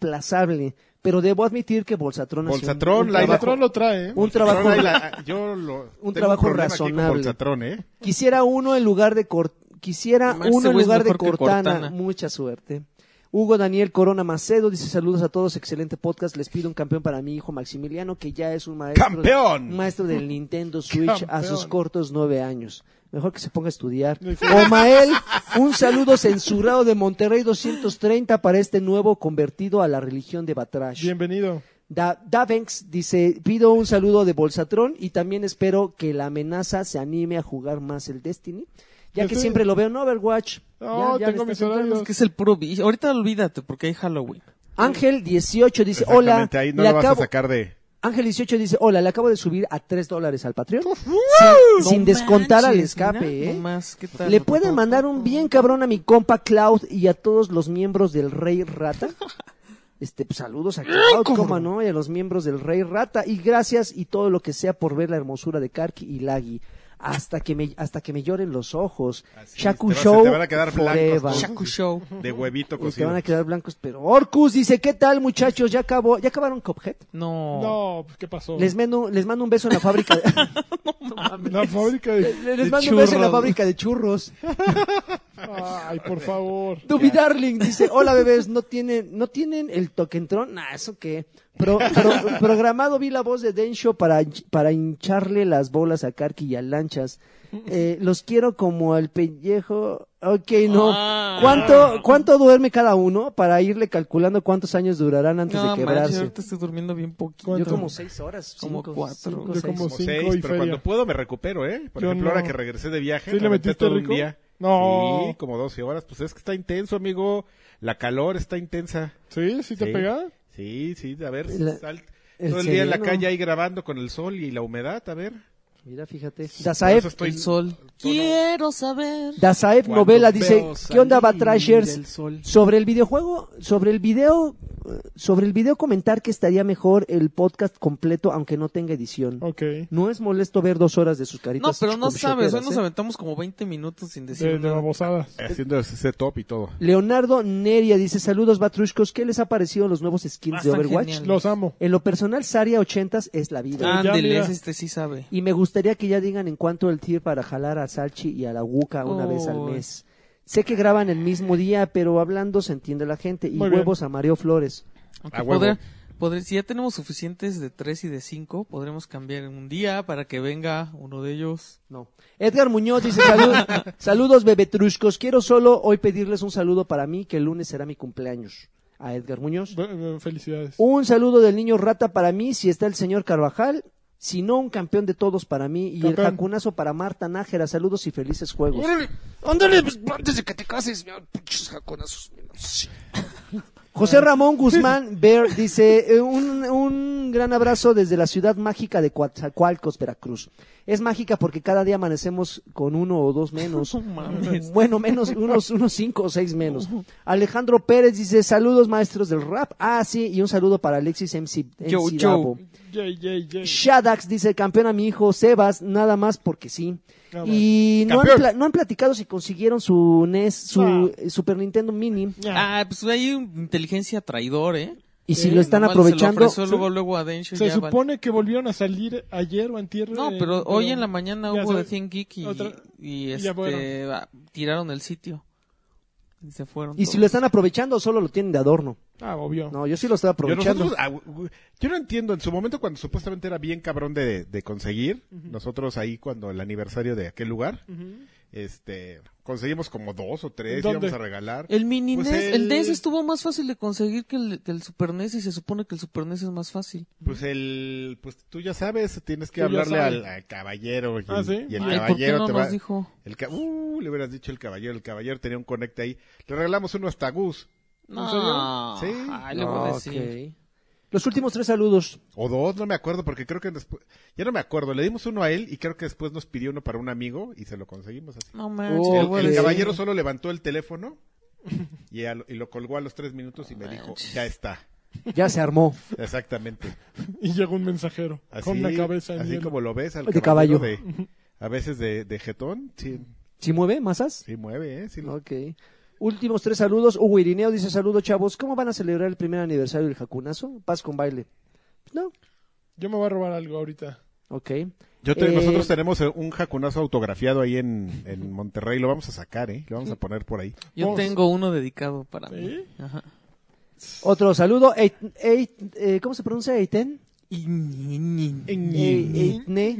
D: irreemplazable, pero debo admitir que Bolsatron hace un-
A: Bolsatrón,
D: un
A: la-
D: trabajo-
C: Patrón lo trae, ¿eh?
D: un trabajo
A: Ahora la- yo lo, tengo
D: trabajo
A: problema aquí
D: razonable.
A: Con Bolsatrón, ¿eh?
D: Quisiera uno en lugar de Cor- quisiera
B: Marce
D: uno en
B: Güey es
D: lugar de
B: mejor que
D: Cortana.
B: Cortana.
D: Mucha suerte. Hugo Daniel Corona Macedo dice saludos a todos, excelente podcast. Les pido un campeón para mi hijo Maximiliano, que ya es un maestro,
A: ¡Campeón!
D: un maestro del Nintendo Switch a sus
C: Campeón.
D: cortos nueve años. Mejor que se ponga a estudiar. Omael, un saludo censurado de Monterrey 230 para este nuevo convertido a la religión de Batrash.
C: Bienvenido.
D: Da Davenks dice, pido un saludo de Bolsatrón y también espero que la amenaza se anime a jugar más el Destiny, ya
C: Yo
D: que
C: estoy-
D: siempre lo veo en Overwatch.
C: No,
D: le
C: tengo
D: estás
C: mis
D: entrando.
C: horarios.
B: Es que es el puro bicho. Ahorita olvídate porque hay Halloween.
D: Ángel 18 dice, hola,
A: Exactamente, ahí no
D: le
A: lo vas
D: acabo-
A: a sacar de...
D: Ángel 18 dice, hola, le acabo de subir a 3 dólares al Patreon sin, sin descontar al escape, ¿eh?
B: Más, ¿qué tal?
D: ¿Le pueden mandar un bien cabrón a mi compa Cloud y a todos los miembros del Rey Rata? Este, pues, saludos a Cloud, cómo no, y a los miembros del Rey Rata. Y gracias y todo lo que sea por ver la hermosura de Karki y Lagi. Hasta que me, hasta que me lloren los ojos.
A: Así es,
D: Shaku
A: te vas a-
D: Show
A: te van a quedar blancos
D: forever.
A: todos.
B: Shaku Show.
A: De huevito
D: Y te
A: cocido.
D: van a quedar blancos, pero Orcus dice, ¿qué tal muchachos? ¿Ya acabó? ¿Ya acabaron Cophead?
B: No.
C: No, pues, ¿qué pasó?
D: Les mando, les mando un beso en la fábrica. de-
C: La fábrica de...
D: les
B: De
D: mando un beso en la
B: churros.
D: fábrica de churros.
C: Ay, por favor.
D: Dubi Darling dice, hola bebés, ¿no tienen, ¿no tienen el toquentrón? Nah, ¿eso qué? Pro- pro- programado vi la voz de Densho para, para hincharle las bolas a Karki y a Lanchas. Eh, los quiero como al pellejo. Ok, no.
B: Ah.
D: ¿Cuánto, ¿Cuánto duerme cada uno para irle calculando cuántos años durarán antes de
B: No, manches,
D: quebrarse?
B: ahorita estoy durmiendo bien poquito.
D: Yo como seis horas.
B: Como
D: cinco,
B: cuatro.
D: cinco,
C: Yo
D: seis.
C: como
A: Como
C: cinco
A: seis,
C: y
A: pero
C: feria.
A: cuando puedo me recupero, ¿eh? Por
C: Yo
A: ejemplo,
C: no.
A: ahora que regresé de viaje,
C: ¿Sí le
A: aventé
C: metiste
A: todo un
C: rico?
A: día.
C: No.
A: Sí, como 12 horas. Pues es que está intenso, amigo. La calor está intensa.
C: ¿Sí? ¿Sí te
A: Sí.
C: pega?
A: Sí, sí, a ver,
D: La-
A: sal-
D: el
A: todo el día en la
D: sereno.
A: calle ahí grabando con el sol y la humedad, a ver.
D: Mira, fíjate.
A: Por
D: Dazaev,
A: eso estoy
B: El sol. Quiero saber.
D: Dazaev
A: Cuando
D: Novela
A: veo
D: dice, ¿qué onda
A: salir
D: Batrashers?
A: del sol.
D: Sobre el videojuego, sobre el video, eh, sobre el video comentar que estaría mejor el podcast completo aunque no tenga edición.
C: Ok.
D: No es molesto ver dos horas de sus
B: No,
D: caritas.
B: pero no
D: como
B: sabes. Hoy
D: choqueras,
B: nos
D: ¿eh?
B: aventamos como 20 minutos sin decir
C: De, de
B: nada.
C: babosadas.
A: Haciendo ese top y todo.
D: Leonardo Neria dice, saludos Batrushkos, ¿qué les ha parecido los nuevos skins
B: Ah,
D: de
B: están
D: Overwatch?
B: geniales.
C: Los amo.
D: En lo personal, Saria 80s es la vida.
C: Ah. ya,
B: Ándele,
C: mira.
B: ese este sí sabe.
D: Y me gustaría que ya digan en cuanto el tier para jalar a Salchi y a la Wuka una
B: Oh.
D: vez al mes. Sé que graban el mismo día, pero hablando se entiende la gente. Y
C: Muy bien.
D: huevos a Mario Flores.
B: Aunque
A: A huevo.
B: podrá- podrá- si ya tenemos suficientes de 3 y de 5, podremos cambiar en un día para que venga uno de ellos.
D: No. Edgar Muñoz dice, "Salud- saludos bebetruscos, quiero solo hoy pedirles un saludo para mí, que el lunes será mi cumpleaños. A Edgar Muñoz.
C: Be- be- Felicidades.
D: Un saludo del niño rata para mí, si está el señor Carvajal, si no un campeón de todos para mí, y el
C: Campeón.
D: jacunazo para Marta Nájera, saludos y felices juegos.
E: Órale, ándale, pues, antes de que te cases, mira, pinches jaconazos. mira, sí.
D: José Ramón Guzmán Bear dice, eh, un, un gran abrazo desde la ciudad mágica de Coatzacoalcos, Veracruz. Es mágica porque cada día amanecemos con uno o dos menos.
B: No mames.
D: Bueno, menos, unos, unos cinco o seis menos. Alejandro Pérez dice, saludos maestros del rap. Ah, sí, y un saludo para Alexis MC, MC
B: Yo, yo.
D: Davo.
C: Yay, yay, yay.
D: Shadax dice, campeón a mi hijo Sebas, nada más porque sí.
C: Ah, bueno.
D: Y no han,
A: Campeón.
D: pla- no han platicado si consiguieron su NES, su
C: Ah.
D: eh, Super Nintendo Mini,
C: Ya.
B: Ah, pues hay un inteligencia traidor, ¿eh?
D: y si
C: Eh,
D: lo están
B: Nomás
D: aprovechando.
B: Se lo ofreció luego, luego a Densho y
C: Se
B: ya
C: supone que volvieron a salir ayer o antier.
B: valió.
C: eh,
B: No, pero hoy en la mañana
C: ya
B: hubo
C: se-
B: de 100 Geek y,
C: otra-
B: y,
C: ya
B: este,
C: fueron.
B: ah, tiraron el sitio. Y se fueron.
D: Y si lo están aprovechando, o solo lo tienen de adorno.
C: Ah, obvio.
D: No, yo sí lo estaba
A: Yo,
D: aprovechando.
A: nosotros, ah, u- u- yo no entiendo, en su momento cuando supuestamente era bien cabrón de, de conseguir, nosotros ahí cuando el aniversario de aquel lugar, este, conseguimos como dos o tres,
C: ¿Dónde?
A: íbamos a regalar.
B: El mini
A: Pues
B: NES, el...
A: el-
B: NES estuvo más fácil de conseguir que el, que el Super NES y se supone que el Super NES es más fácil.
A: Pues el, pues tú ya sabes, tienes que
C: Tú ya
A: hablarle
C: sabes.
A: al, al caballero y,
C: Ah, ¿sí?
A: y el
B: Ay, ¿por qué
A: caballero
B: no
A: te
B: nos
A: va-
B: dijo?
A: el ca- uh, le hubieras dicho el caballero, el caballero tenía un conecte ahí. Le regalamos uno hasta Gus.
B: No,
A: serio? Sí.
B: Ay, le voy a
D: Ah,
B: decir.
D: ok. Los últimos tres saludos.
A: O dos, no me acuerdo, porque creo que después, ya no me acuerdo, le dimos uno a él y creo que después nos pidió uno para un amigo y se lo conseguimos así.
B: No manches,
D: Oh,
B: le
A: el,
B: voy a
A: el
B: decir.
A: caballero solo levantó el teléfono y, a lo- y lo colgó a los tres minutos y me dijo, ya está.
D: Ya se armó.
A: Exactamente.
C: Y llegó un mensajero
A: Así,
C: con la cabeza en
A: así
C: hielo.
A: como lo ves al
D: De
A: caballero
D: caballo.
A: de- A veces de, de jetón, sí,
D: ¿Sí mueve masas?
A: sí mueve, ¿eh? Sí lo-
D: Ok. Últimos tres saludos. Hugo Irineo dice, saludos chavos, ¿cómo van a celebrar el primer aniversario del jacunazo? Paz con baile. Pues No.
C: Yo me voy a robar algo ahorita.
D: Ok.
A: Yo te-
D: Eh,
A: Nosotros tenemos eh, un jacunazo autografiado ahí en, en Monterrey. Lo vamos a sacar, ¿eh? Lo vamos a poner por ahí.
B: Yo
C: Vamos.
B: tengo uno dedicado para
C: ¿Sí?
B: mí. Ajá.
D: Otro saludo. Eit- eit- eh, ¿Cómo se pronuncia? Eiten. Ey- Eitne.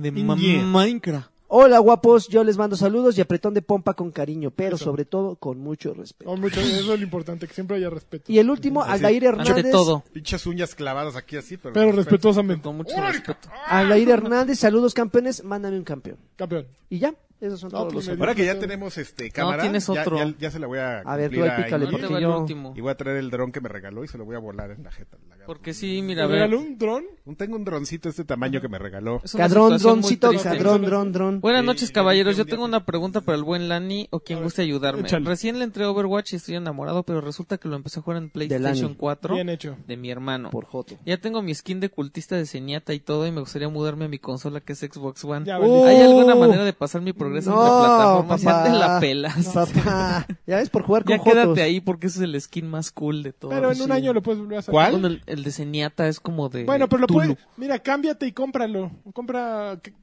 B: De ma- Minecraft.
D: Hola guapos, yo les mando saludos y apretón de pompa con cariño, pero sobre todo con mucho respeto.
C: Oh, mucho, eso es lo importante, que siempre haya respeto.
D: Y el último, Aldair Hernández.
B: Ante todo.
A: Pinches uñas clavadas aquí así, pero...
C: Pero respetuosamente.
B: Con mucho
E: ¡Órale,
B: respeto.
D: Aldair Hernández, saludos campeones, mándame un campeón.
C: Campeón.
D: Y ya, esos son
C: No, pues
D: todos
C: me
D: los saludos.
A: Ahora que ya tenemos este cámara,
B: tienes
A: ya-
B: otro.
A: Ya, ya se la voy a
D: A ver, tú
A: cumplir
D: ahí pícale,
B: No
A: Ingrid.
B: te
D: porque
B: va el
D: yo-
B: último.
A: Y voy a traer el dron que me regaló y se lo voy a volar en la jeta. al lagarto.
B: Porque sí, mira, a
C: ¿Te
B: ver.
C: regaló un dron?
A: Un- Tengo un droncito de este tamaño que me regaló.
B: es una
D: Cadrón,
B: situación muy
D: droncito,
B: triste.
D: cadrón, dron, dron.
B: Buenas
A: Sí,
B: noches,
A: y
B: caballeros.
A: dije
B: Yo
A: un día
B: tengo
A: que-
B: una pregunta para el buen Lani o quien guste ayudarme.
C: échale.
B: Recién le entré a Overwatch y estoy enamorado, pero resulta que lo empecé a jugar en PlayStation
D: Lani.
B: 4
C: Bien hecho.
B: de mi hermano.
D: Por Joto.
B: Ya tengo mi skin de cultista de Zenyatta y todo y me gustaría mudarme a mi consola que es Xbox One.
C: Ya,
D: Oh,
B: ¿Hay alguna manera de pasar mi progreso en la plataforma? Si
D: papá.
B: ya te la pelas.
D: Papá, ya ves por jugar con
B: ya
D: Jotos.
B: quédate ahí porque ese es el skin más cool de todos.
C: Pero en un
B: Sí.
C: año lo puedes volver a sacar.
A: ¿Cuál?
B: Bueno, el, el de Zenyatta es como de
C: Bueno, pero lo
B: Tulu.
C: puedes. Mira, cámbiate y cómpralo. Compra. que-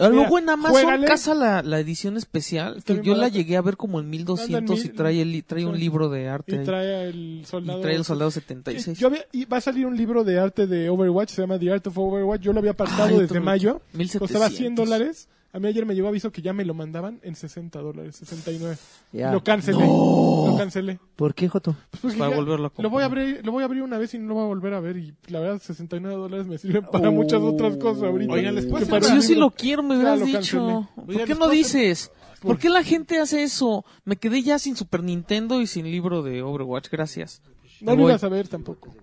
B: Ah,
C: Mira,
B: Luego en Amazon
C: juégale.
B: casa la, la edición especial,
C: Está
B: que
C: bien
B: yo la
C: barata.
B: llegué a ver como en 1200 y
C: mil-
B: trae, el, li- trae un
C: sí.
B: libro de arte
C: Y
B: ahí.
C: trae el soldado.
B: y trae el soldado
C: Y
B: 76.
C: Yo había- y va a salir un libro de arte de Overwatch, se llama The Art of Overwatch. Yo lo había
B: Ay,
C: apartado
B: otro
C: desde
B: loco.
C: mayo.
B: 1700.
C: Costaba 100 dólares. A mí ayer me llegó aviso que ya me lo mandaban en 60 dólares, 69.
D: Ya.
C: Lo cancelé. Lo cancelé.
D: ¿Por qué, Joto?
C: Pues porque
B: Para
C: ya-
B: volverlo a comprar.
C: Lo voy a abrir, lo voy a abrir una vez y no lo voy a volver a ver. Y la verdad, 69 dólares me sirven para muchas otras cosas ahorita.
A: Oigan, les puedo
C: Que
A: hacer
C: para
B: Pero
A: un
B: yo
C: un
B: sí
C: libro.
B: lo quiero, me
C: Ya
B: hubieras
C: lo
B: dicho.
C: cancelé.
B: ¿Por qué no dices? ¿Por qué la gente hace eso? Me quedé ya sin Super Nintendo y sin libro de Overwatch, gracias.
C: No
B: Me
C: lo
B: voy.
C: ibas a ver tampoco.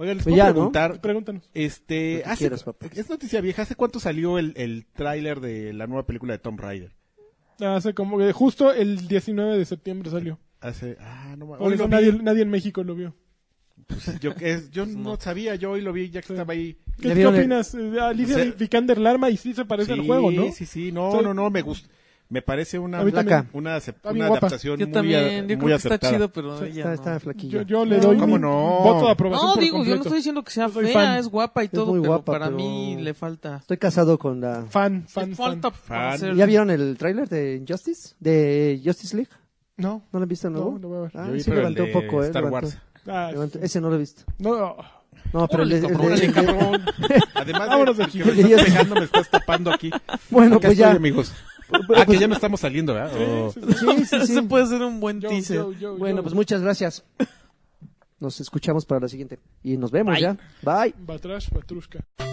A: Oigan, les
D: Pues
A: puedo
D: ya, ¿no?
A: preguntar...
C: Pregúntanos.
A: Este, hace-
D: quieras, papá.
A: es noticia vieja. ¿Hace cuánto salió el, el tráiler de la nueva película de Tom Raider?
C: Hace como que eh, justo el 19 de septiembre salió.
A: Hace, ah, no, ma-
C: Por
A: hoy
C: eso
A: lo
C: nadie,
A: vi.
C: nadie en México lo vio.
A: Pues, yo es- yo no. sabía, yo hoy lo vi ya que estaba ahí.
D: ¿Ya
C: ¿Qué, qué
D: vieron el-
C: opinas? Eh, Alicia
A: O sea-
C: Vikander Larma y sí se parece al juego, ¿no?
A: Sí, sí, no,
C: Sí.
A: no, no, me gusta. Me parece una,
C: A mí también.
A: una, acep-
C: Está bien
A: una
C: guapa.
A: adaptación
B: Yo
A: muy,
B: también,
A: a-
B: yo
A: muy
B: creo que está
A: acertada.
B: chido, pero ella
D: Está,
B: no.
D: está
C: Yo,
D: flaquilla.
C: yo le doy
A: ¿Cómo
C: mi
A: no?
C: voto de aprobación
B: No,
C: por
B: digo, yo no
C: completo.
B: estoy diciendo que sea
C: Yo soy
B: fea,
C: fan.
B: es guapa y
D: Es
B: todo,
D: muy
B: pero
D: guapa,
B: para
D: pero-
B: mí le falta.
D: Estoy casado con la...
C: Fan, fan,
B: Le falta para
A: Fan.
B: ser-
D: ¿Ya vieron el tráiler de Injustice? ¿De Justice League?
C: fan. No.
D: ¿No lo han visto de nuevo?
C: No, lo voy a ver.
D: Ah,
A: Yo vi,
D: sí
A: pero el
D: levantó un
A: de
D: poco, ¿eh?
A: Star
D: levantó-
A: Wars.
C: Ah,
D: levantó- Ese no lo he visto.
C: no.
D: No, pero el de-
B: Órale,
D: el de-
B: cabrón, órale,
A: Cabrón. Además
C: Vámonos
A: de,
C: de
A: de que
C: aquí.
A: me estás pegando, me estás tapando aquí.
D: Bueno,
A: Acá
D: pues
A: estoy,
D: ya.
A: amigos.
D: Pues-
A: Ah, que ya no estamos saliendo, ¿verdad? Oh.
C: Sí, sí, sí.
D: Sí, sí,
B: Ese
D: sí.
B: puede ser un buen
C: Yo,
B: teaser.
C: yo, yo,
D: Bueno,
C: yo.
D: pues muchas gracias. Nos escuchamos para la siguiente. Y nos vemos ya. Bye.
C: Batrash, Batrushka.